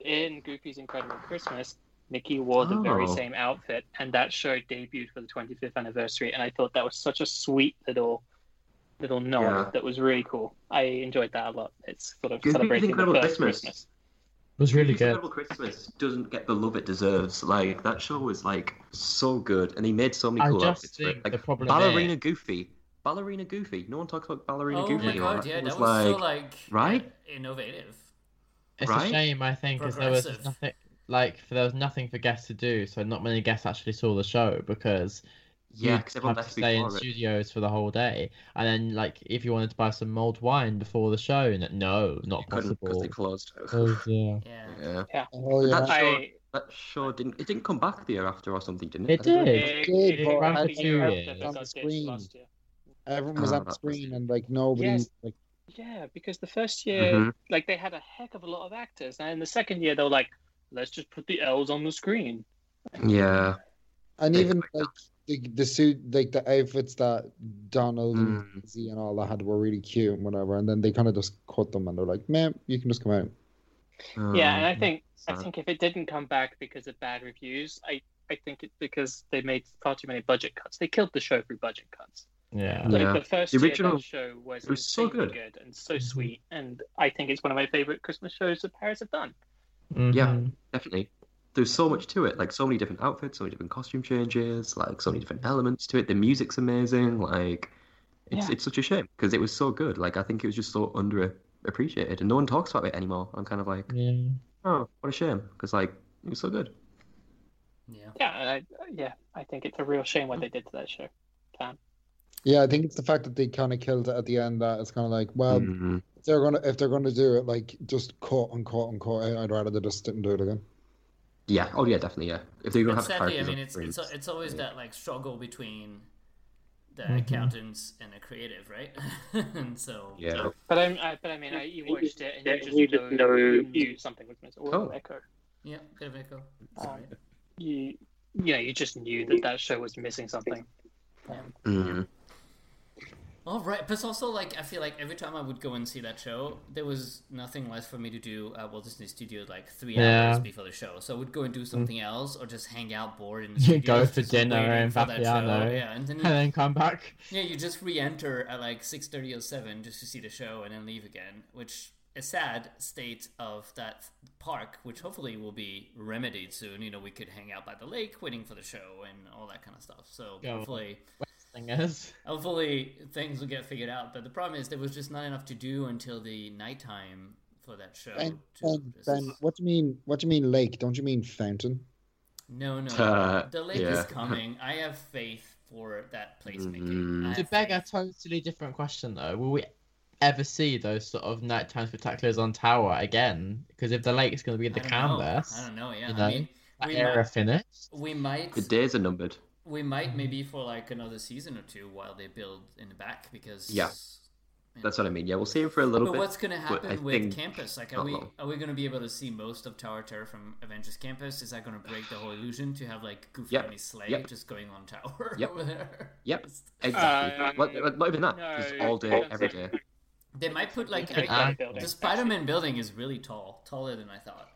Speaker 3: in Goofy's Incredible Christmas. Mickey wore the very
Speaker 2: Oh.
Speaker 3: same outfit, and that show debuted for the 25th anniversary. And I thought that was such a sweet little little nod
Speaker 2: Yeah.
Speaker 3: that was really cool. I enjoyed that a lot. It's sort of
Speaker 2: Goofy's
Speaker 3: celebrating the
Speaker 2: Incredible
Speaker 3: first
Speaker 2: Christmas.
Speaker 3: Christmas.
Speaker 5: It was really
Speaker 2: Goofy's
Speaker 5: good.
Speaker 2: Incredible Christmas doesn't get the love it deserves. Like that show was like so good, and he made so many
Speaker 5: I
Speaker 2: cool
Speaker 5: just
Speaker 2: outfits. for it.
Speaker 5: think
Speaker 2: Like
Speaker 5: the problem
Speaker 2: Ballerina
Speaker 5: is-
Speaker 2: Goofy, Ballerina Goofy. No one talks about Ballerina
Speaker 1: Oh
Speaker 2: Goofy
Speaker 1: my
Speaker 2: anymore.
Speaker 1: god, yeah,
Speaker 2: it
Speaker 1: that was, so like
Speaker 2: right?
Speaker 1: innovative.
Speaker 5: It's a
Speaker 2: Right?
Speaker 5: shame, I think, because there was
Speaker 1: Progressive.
Speaker 5: nothing. like there was nothing for guests to do, so not many guests actually saw the show because
Speaker 2: Yeah,
Speaker 5: you'd
Speaker 2: because everyone
Speaker 5: have to
Speaker 2: left
Speaker 5: stay in
Speaker 2: before it.
Speaker 5: studios for the whole day. And then like if you wanted to buy some mulled wine before the show, n- no, not
Speaker 2: Couldn't because
Speaker 5: possible.
Speaker 2: they closed.
Speaker 5: Oh, dear.
Speaker 1: Yeah.
Speaker 2: yeah.
Speaker 4: Oh yeah.
Speaker 2: That's- Sure.
Speaker 3: I,
Speaker 2: That show didn't. It didn't come back the year after or something, didn't it?
Speaker 5: It
Speaker 2: I don't know.
Speaker 5: did.
Speaker 3: it,
Speaker 4: did,
Speaker 5: but
Speaker 3: ran
Speaker 5: I
Speaker 3: the year
Speaker 5: do
Speaker 3: after
Speaker 5: it.
Speaker 3: it
Speaker 4: On
Speaker 3: got ditched
Speaker 4: screen.
Speaker 3: last year.
Speaker 4: Everyone was
Speaker 2: Ah,
Speaker 4: on
Speaker 2: that was-
Speaker 4: screen and like nobody
Speaker 3: Yes.
Speaker 4: like
Speaker 3: Yeah, because the first year,
Speaker 2: Mhm.
Speaker 3: like they had a heck of a lot of actors, and in the second year they were like, let's just put the L's on the screen.
Speaker 2: Yeah.
Speaker 4: and
Speaker 2: Yeah.
Speaker 4: even like the, the suit like the outfits that Donald and
Speaker 2: Mm.
Speaker 4: Z and all that had were really cute and whatever and then they kind of just cut them and they're like man you can just come out
Speaker 3: yeah,
Speaker 2: Um,
Speaker 3: and I think I
Speaker 2: sad.
Speaker 3: think if it didn't come back because of bad reviews, I I think it's because they made far too many budget cuts. They killed the show through budget cuts.
Speaker 5: Yeah.
Speaker 2: Yeah.
Speaker 3: Like the first
Speaker 2: The
Speaker 3: year,
Speaker 2: original-
Speaker 3: that show was,
Speaker 2: it was so
Speaker 3: insanely
Speaker 2: good.
Speaker 3: and so sweet, and I think it's one of my favorite Christmas shows that Paris have done.
Speaker 2: Yeah,
Speaker 5: Mhm.
Speaker 2: definitely. There's so much to it, like so many different outfits, so many different costume changes, like so many different elements to it. The music's amazing. Like, it's
Speaker 3: Yeah.
Speaker 2: it's such a shame because it was so good. Like, I think it was just so underappreciated, and no one talks about it anymore. I'm kind of like,
Speaker 5: Yeah.
Speaker 2: oh, what a shame, because like it was so good.
Speaker 1: Yeah.
Speaker 3: Yeah, I, uh, yeah, I think it's a real shame what they did to that show. Damn.
Speaker 4: yeah I think it's the fact that they kind of killed it at the end that it's kind of like well
Speaker 2: Mhm.
Speaker 4: if they're gonna if they're gonna do it like just cut and cut and cut I'd rather they just didn't do it again
Speaker 2: Yeah. Oh yeah, definitely. Yeah. If they're gonna
Speaker 1: But
Speaker 2: have
Speaker 1: sadly, I
Speaker 2: characters on
Speaker 1: mean, it's, it's
Speaker 2: screens.
Speaker 1: it's always
Speaker 2: yeah. Mm-hmm.
Speaker 1: that like struggle between the
Speaker 5: Mhm.
Speaker 1: accountants and the creative, right? and so
Speaker 2: yeah.
Speaker 3: But I'm, I, but I mean, I, you watched it and
Speaker 7: Yeah,
Speaker 3: you just,
Speaker 7: you just
Speaker 3: know,
Speaker 7: know-
Speaker 3: you knew something was missing.
Speaker 2: Oh.
Speaker 3: Oh, Echo.
Speaker 1: yeah, bit of echo.
Speaker 3: Um,
Speaker 1: Sorry.
Speaker 3: you, you know, you just knew that that show was missing something.
Speaker 2: Mhm.
Speaker 1: All right, but it's also like I feel like every time I would go and see that show, there was nothing less for me to do at Walt Disney Studio like three
Speaker 5: Yeah.
Speaker 1: hours before the show. So I would go and do
Speaker 2: Mm.
Speaker 1: something else, or just hang out bored in the
Speaker 5: You
Speaker 1: studio.
Speaker 5: go for
Speaker 1: just
Speaker 5: dinner
Speaker 1: waiting
Speaker 5: in
Speaker 1: for that
Speaker 5: Vapiano.
Speaker 1: show. Yeah, and then
Speaker 5: And then come back.
Speaker 1: yeah, you just re-enter at like six thirty or seven just to see the show and then leave again, which a sad state of that park, which hopefully will be remedied soon. You know, we could hang out by the lake waiting for the show and all that kind of stuff. So
Speaker 5: Yeah.
Speaker 1: hopefully,
Speaker 5: Singers.
Speaker 1: hopefully things will get figured out. But the problem is there was just not enough to do until the nighttime for that show.
Speaker 4: Ben,
Speaker 1: to-
Speaker 4: ben, ben what do you mean what do you mean lake don't you mean fountain
Speaker 1: No, no,
Speaker 2: Uh,
Speaker 1: the lake
Speaker 2: yeah.
Speaker 1: is coming. I have faith for that placemaking.
Speaker 2: Mm.
Speaker 1: I
Speaker 5: To
Speaker 1: have
Speaker 5: beg
Speaker 1: faith.
Speaker 5: a totally different question though, will we ever see those sort of nighttime spectaculars on Tower again? Because if the lake's going to be the
Speaker 1: I don't know.
Speaker 5: canvas,
Speaker 1: I don't know. Yeah,
Speaker 5: you
Speaker 1: I
Speaker 5: know,
Speaker 1: mean,
Speaker 5: that
Speaker 1: we
Speaker 5: era
Speaker 1: might-
Speaker 5: finished.
Speaker 1: we might
Speaker 2: The days are numbered.
Speaker 1: we might maybe for like another season or two while they build in the back because
Speaker 2: Yeah.
Speaker 1: you know.
Speaker 2: That's what I mean. Yeah, we'll see him for a little
Speaker 1: But
Speaker 2: bit.
Speaker 1: what's going to
Speaker 2: but I
Speaker 1: happen with
Speaker 2: think
Speaker 1: campus? Like, are
Speaker 2: not
Speaker 1: we
Speaker 2: long.
Speaker 1: are we going to be able to see most of Tower Terror from Avengers Campus? Is that going to break the whole illusion to have like Goofy
Speaker 2: Yep.
Speaker 1: and his sleigh
Speaker 2: Yep.
Speaker 1: just going on Tower
Speaker 2: Yep.
Speaker 1: over there?
Speaker 2: Yep.
Speaker 1: Just-
Speaker 2: Exactly.
Speaker 3: Um,
Speaker 2: What- what- not even that. Just
Speaker 3: no,
Speaker 2: all
Speaker 3: I
Speaker 2: day,
Speaker 3: don't
Speaker 2: every
Speaker 3: think-
Speaker 2: day.
Speaker 1: They might put like uh,
Speaker 5: Could
Speaker 1: I-
Speaker 5: add-
Speaker 3: building.
Speaker 1: the Spider-Man building is really tall, taller than I thought.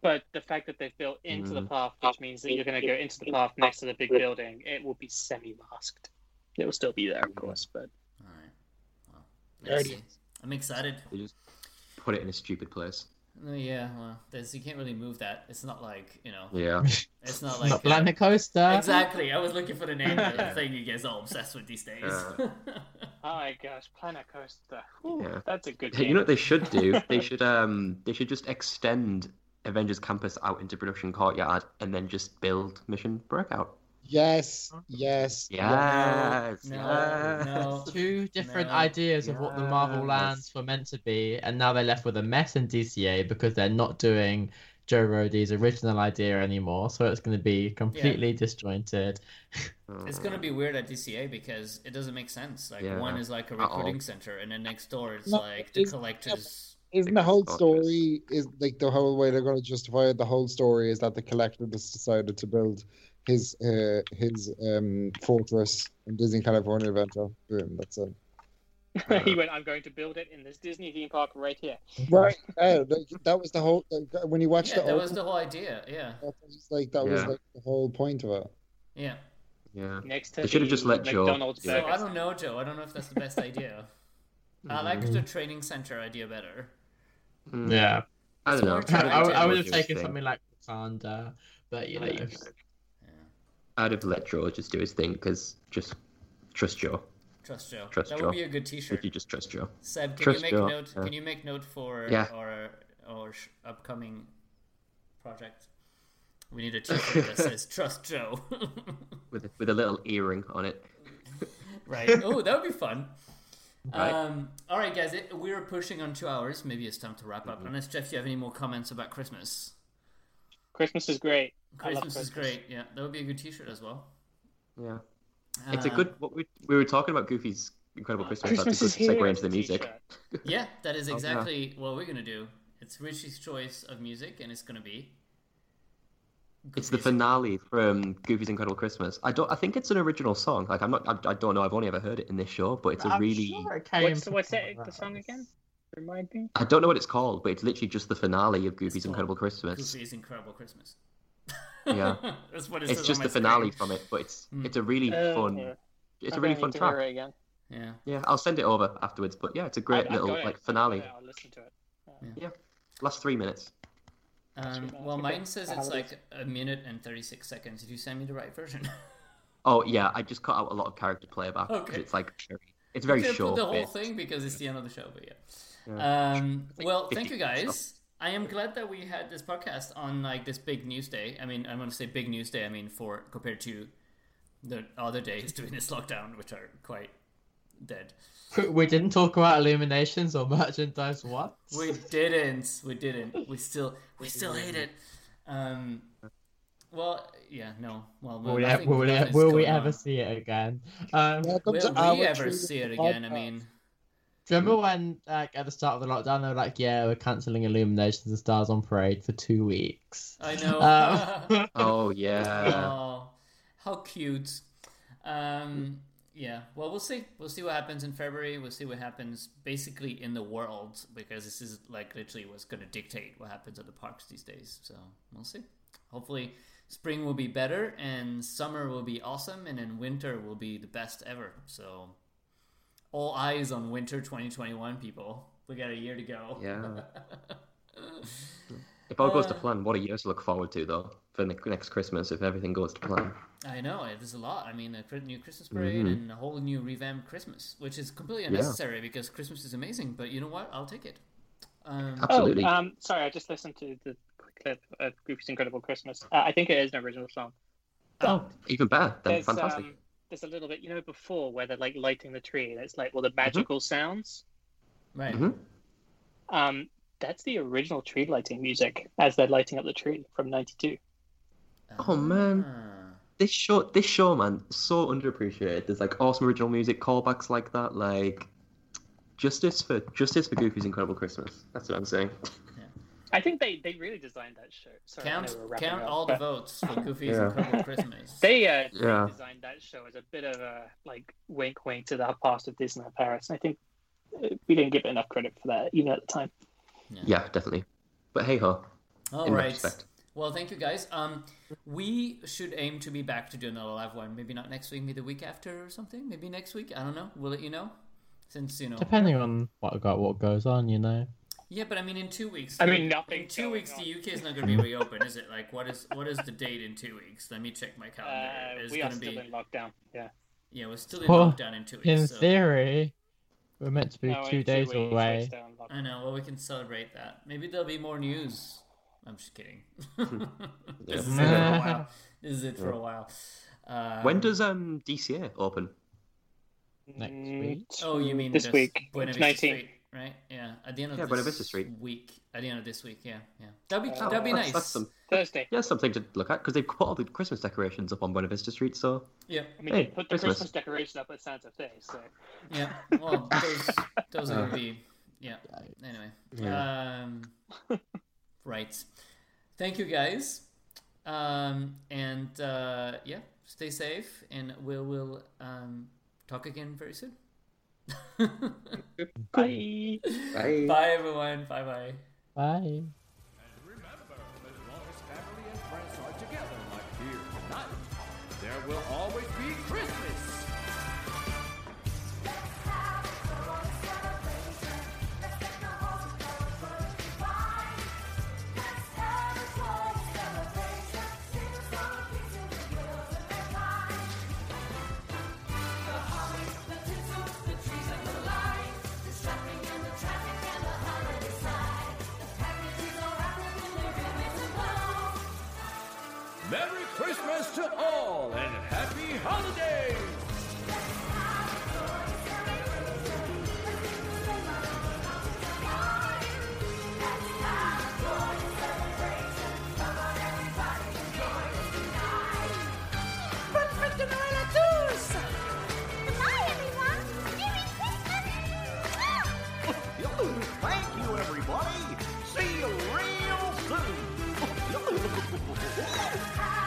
Speaker 3: But the fact that they've built into the
Speaker 2: Mm.
Speaker 3: path, which means that you're going to go into the path next to the big building, it will be semi-masked. It will still be there,
Speaker 2: Mm.
Speaker 3: of course, but
Speaker 1: All right. Well, let's
Speaker 4: Alrighty.
Speaker 1: see. I'm excited.
Speaker 2: They just put it in a stupid place.
Speaker 1: No, yeah, well, there's, you can't really move that. It's not like you know.
Speaker 2: Yeah.
Speaker 1: It's not
Speaker 5: Not
Speaker 1: like uh,
Speaker 5: Planet Coaster.
Speaker 1: Exactly. I was looking for the name of the thing you guys are all obsessed with these days.
Speaker 2: Uh,
Speaker 3: oh my gosh, Planet Coaster. Ooh,
Speaker 2: Yeah.
Speaker 3: That's a good
Speaker 2: Hey,
Speaker 3: game.
Speaker 2: you know what they should do? They should um they should just extend Avengers Campus out into production courtyard and then just build Mission Breakout.
Speaker 4: yes yes
Speaker 2: Yes.
Speaker 1: no,
Speaker 2: yes.
Speaker 1: no.
Speaker 5: Two different
Speaker 1: No.
Speaker 5: ideas of what the Marvel
Speaker 2: Yes.
Speaker 5: lands were meant to be, and now they're left with a mess in DCA because they're not doing Joe Rody's original idea anymore. So it's going to be completely disjointed.
Speaker 2: Oh.
Speaker 1: It's gonna be weird at DCA because it doesn't make sense. Like
Speaker 2: Yeah.
Speaker 1: one is like a
Speaker 2: At all.
Speaker 1: recruiting center, and then next door it's
Speaker 4: No,
Speaker 1: like the
Speaker 4: it's-
Speaker 1: collectors.
Speaker 4: Isn't the whole story is like the whole way they're going to justify it? The whole story is that the collector just decided to build his uh, his um, fortress in Disney California Adventure. Boom, that's it.
Speaker 3: he went, I'm going to build it in this Disney theme park right here.
Speaker 4: Right? yeah, like, that was the whole. Like, when you watch
Speaker 1: Yeah,
Speaker 4: the,
Speaker 1: that
Speaker 4: old,
Speaker 1: was the whole idea. Yeah,
Speaker 4: that was like that was
Speaker 2: Yeah.
Speaker 4: like the whole point of it.
Speaker 1: yeah.
Speaker 2: Yeah.
Speaker 3: Next to
Speaker 2: They should have
Speaker 3: the
Speaker 2: just let Joe
Speaker 3: McDonald's
Speaker 2: do it.
Speaker 1: So
Speaker 3: burger.
Speaker 1: I don't know, Joe. I don't know if that's the best idea. I like
Speaker 2: Mm-hmm.
Speaker 5: Mhm.
Speaker 1: the training center idea better.
Speaker 2: Mm,
Speaker 5: Yeah.
Speaker 2: I don't know.
Speaker 1: It's
Speaker 5: I,
Speaker 1: more
Speaker 5: I would- I would have
Speaker 2: Joe's
Speaker 5: taken
Speaker 2: thing.
Speaker 5: something like Wakanda, but you know.
Speaker 1: Yeah.
Speaker 2: I'd have let Joe just do his thing because just trust Joe.
Speaker 1: Trust Joe.
Speaker 2: Trust
Speaker 1: that
Speaker 2: Joe.
Speaker 1: would be a good T-shirt.
Speaker 2: If you just trust Joe.
Speaker 1: Seb, can
Speaker 2: Trust
Speaker 1: you make
Speaker 2: Joe,
Speaker 1: note?
Speaker 2: yeah.
Speaker 1: Can you make note for
Speaker 2: Yeah.
Speaker 1: our our sh- upcoming project. We need a T-shirt that says "Trust Joe."
Speaker 2: with with a little earring on it.
Speaker 1: right. Oh, that would be fun.
Speaker 2: Right.
Speaker 1: Um, all right, guys. It, we're pushing on two hours. Maybe it's time to wrap
Speaker 2: Mm-hmm.
Speaker 1: up. Unless Jeff, you have any more comments about Christmas?
Speaker 3: Christmas is great. I love
Speaker 1: Christmas is great. Yeah, that would be a good T-shirt as well.
Speaker 2: Yeah, it's a
Speaker 1: Um,
Speaker 2: good. What we we were talking about Goofy's incredible Christmas.
Speaker 3: Uh, Christmas is
Speaker 2: That's a good
Speaker 3: here.
Speaker 2: segue into the music.
Speaker 3: T-shirt.
Speaker 1: Yeah, that is
Speaker 2: Oh, yeah.
Speaker 1: exactly what we're gonna do. It's Richie's choice of music, and it's gonna be. good
Speaker 2: It's the
Speaker 1: music.
Speaker 2: finale from Goofy's Incredible Christmas. I don't. I think it's an original song. Like I'm not. I, I don't know. I've only ever heard it in this show, but it's a
Speaker 5: I'm
Speaker 2: really.
Speaker 5: sure it came
Speaker 3: What's, what's
Speaker 5: from
Speaker 3: that, the song again? Remind me.
Speaker 2: I don't know what it's called, but it's literally just the finale of Goofy's
Speaker 1: called
Speaker 2: Incredible Christmas.
Speaker 1: Goofy's Incredible Christmas.
Speaker 2: Yeah.
Speaker 1: that's what it
Speaker 2: It's
Speaker 1: says
Speaker 2: just
Speaker 1: on
Speaker 2: the
Speaker 1: my
Speaker 2: finale
Speaker 1: screen.
Speaker 2: from it, but it's
Speaker 1: Hmm.
Speaker 2: it's a really
Speaker 3: Uh,
Speaker 2: fun.
Speaker 3: yeah.
Speaker 2: It's a
Speaker 3: Okay,
Speaker 2: really
Speaker 3: I
Speaker 2: fun
Speaker 3: need to hear
Speaker 2: track.
Speaker 3: it again.
Speaker 1: Yeah.
Speaker 2: Yeah, I'll send it over afterwards. But yeah, it's a great
Speaker 3: I've- I've
Speaker 2: little
Speaker 3: got it.
Speaker 2: like
Speaker 3: I've got
Speaker 2: finale.
Speaker 3: it. I'll listen to it.
Speaker 2: Last three minutes.
Speaker 1: Um,
Speaker 3: what I
Speaker 1: well,
Speaker 3: think
Speaker 1: mine says
Speaker 3: I
Speaker 1: it's
Speaker 3: have it.
Speaker 1: like a minute and thirty-six seconds. Did you send me the right version?
Speaker 2: Oh yeah, I just cut out a lot of character playback because
Speaker 1: Okay.
Speaker 2: it's like very, it's very
Speaker 1: Could have
Speaker 2: short.
Speaker 1: put the whole
Speaker 2: bits.
Speaker 1: thing because it's the end of the show. But yeah. Um,
Speaker 2: Like
Speaker 1: well, thank
Speaker 2: 50
Speaker 1: you guys. I am glad that we had this podcast on like this big news day. I mean, I'm going to say big news day. I mean, for compared to the other days during this lockdown, which are quite dead.
Speaker 5: We didn't talk about illuminations or merchandise. What?
Speaker 1: We didn't. We didn't. We still. We still hate it. Um. Well, yeah. No. Well,
Speaker 5: Will we,
Speaker 1: nothing-
Speaker 5: e- will we,
Speaker 1: nothing's
Speaker 5: will we
Speaker 1: going on.
Speaker 5: ever see it again? Um, do
Speaker 4: Welcome to
Speaker 1: Will
Speaker 4: our
Speaker 1: we ever
Speaker 4: true
Speaker 1: see it again? I
Speaker 4: podcast.
Speaker 1: mean,
Speaker 5: you remember when, like, at the start of the lockdown, they were like, "Yeah, we're canceling illuminations and stars on parade for two weeks."
Speaker 1: I know.
Speaker 5: Um,
Speaker 2: Oh yeah.
Speaker 1: Oh, how cute. Um, yeah. Well, we'll see. We'll see what happens in February. We'll see what happens basically in the world because this is like literally what's going to dictate what happens at the parks these days. So we'll see. Hopefully, spring will be better and summer will be awesome, and then winter will be the best ever. So, all eyes on winter 2021, people. We got a year to go.
Speaker 2: Yeah. If all
Speaker 3: Uh.
Speaker 2: goes to plan, what a year to look forward to though for ne- next Christmas if everything goes to plan.
Speaker 1: I know eh, there's a lot. I mean, a cri- new Christmas parade
Speaker 2: Mhm.
Speaker 1: and a whole new revamped Christmas, which is completely unnecessary because Christmas is amazing. But you know what? I'll take it. Um,
Speaker 2: Absolutely.
Speaker 3: Oh, um, sorry, I just listened to the clip of Goofy's Incredible Christmas. Uh, I think it is an original song.
Speaker 2: Oh, even better. Then
Speaker 3: There's,
Speaker 2: fantastic.
Speaker 3: um, there's a little bit, you know, before where they're like lighting the tree and it's like all the
Speaker 5: Mm-hmm.
Speaker 3: magical sounds.
Speaker 1: right.
Speaker 2: Mhm.
Speaker 3: Um, that's the original tree lighting music as they're lighting up the tree from '92.
Speaker 1: Uh,
Speaker 2: Oh, man.
Speaker 1: Ah.
Speaker 2: This show, this show, man, so underappreciated. There's like awesome original music callbacks like that, like justice for justice for Goofy's Incredible Christmas. That's what I'm saying.
Speaker 3: I think they, they really designed that show. Sorry, I know
Speaker 1: Count
Speaker 3: we're wrapping
Speaker 1: count
Speaker 3: up,
Speaker 1: all the
Speaker 3: but
Speaker 1: votes for Goofy's
Speaker 2: Yeah.
Speaker 1: Incredible Christmas.
Speaker 3: They uh, they
Speaker 2: Yeah.
Speaker 3: designed that show as a bit of a like wink, wink to that past of Disneyland Paris. And I think uh, we didn't give it enough credit for that, even at the time.
Speaker 2: Yeah, definitely. But hey ho,
Speaker 1: All
Speaker 2: in
Speaker 1: right.
Speaker 2: retrospect.
Speaker 1: Well, thank you guys. Um, we should aim to be back to do another live one. Maybe not next week. Maybe the week after or something. Maybe next week. I don't know. We'll let you know. Since you know.
Speaker 5: Depending on what got what goes on, you know.
Speaker 1: Yeah, but I mean, in two weeks.
Speaker 3: I mean,
Speaker 1: In
Speaker 3: nothing's
Speaker 1: two
Speaker 3: going
Speaker 1: weeks,
Speaker 3: on.
Speaker 1: the UK is not going to be reopened, is it? Like, what is what is the date in two weeks? Let me check my calendar.
Speaker 3: Uh,
Speaker 1: it's
Speaker 3: we are
Speaker 1: going to
Speaker 3: still
Speaker 1: be
Speaker 3: in lockdown. Yeah.
Speaker 1: yeah, we're still in
Speaker 5: Well,
Speaker 1: lockdown in two
Speaker 5: In
Speaker 1: weeks. So
Speaker 5: theory, we're meant to be
Speaker 3: No, in
Speaker 5: two days
Speaker 3: weeks, we're
Speaker 5: away.
Speaker 3: still in lockdown.
Speaker 1: I know. Well, we can celebrate that. Maybe there'll be more news. I'm just kidding.
Speaker 2: Yeah.
Speaker 1: this is it for a while. This is it for a while. Um,
Speaker 2: when does um DCA open?
Speaker 5: Next
Speaker 3: Mm,
Speaker 5: week.
Speaker 1: Oh, you mean
Speaker 3: this week,
Speaker 1: Buena Vista
Speaker 3: 19.
Speaker 1: Street, right? Yeah, at the end of
Speaker 2: Yeah,
Speaker 1: this
Speaker 2: Buena Vista Street.
Speaker 1: week. At the end of this week, yeah, yeah. That'd be
Speaker 3: Oh,
Speaker 1: that'd be
Speaker 2: that's,
Speaker 1: nice.
Speaker 2: That's some,
Speaker 3: Thursday.
Speaker 2: yeah, something to look at because they've put all the Christmas decorations up on Buena Vista Street. So
Speaker 1: Yeah,
Speaker 3: I mean,
Speaker 2: Hey,
Speaker 3: they put the
Speaker 2: Christmas.
Speaker 3: Christmas. decoration up at Santa Fe, so
Speaker 1: yeah. Well, those those would be yeah. Anyway. Um, right. Thank you guys. Um, and uh, yeah, stay safe, and we will um, talk again very soon.
Speaker 3: bye.
Speaker 1: bye, everyone. Bye bye.
Speaker 5: Bye.
Speaker 7: And remember, as long as family and friends are together like here tonight, there will always be Christmas.
Speaker 8: Traffic and the holiday side. The packages are wrapped and the ribbons are blown.
Speaker 9: Merry Christmas to all and happy holidays!
Speaker 8: Bonne fête de Noël à tous! Goodbye, everyone! Merry Christmas!
Speaker 7: Thank you, everybody. See you real soon.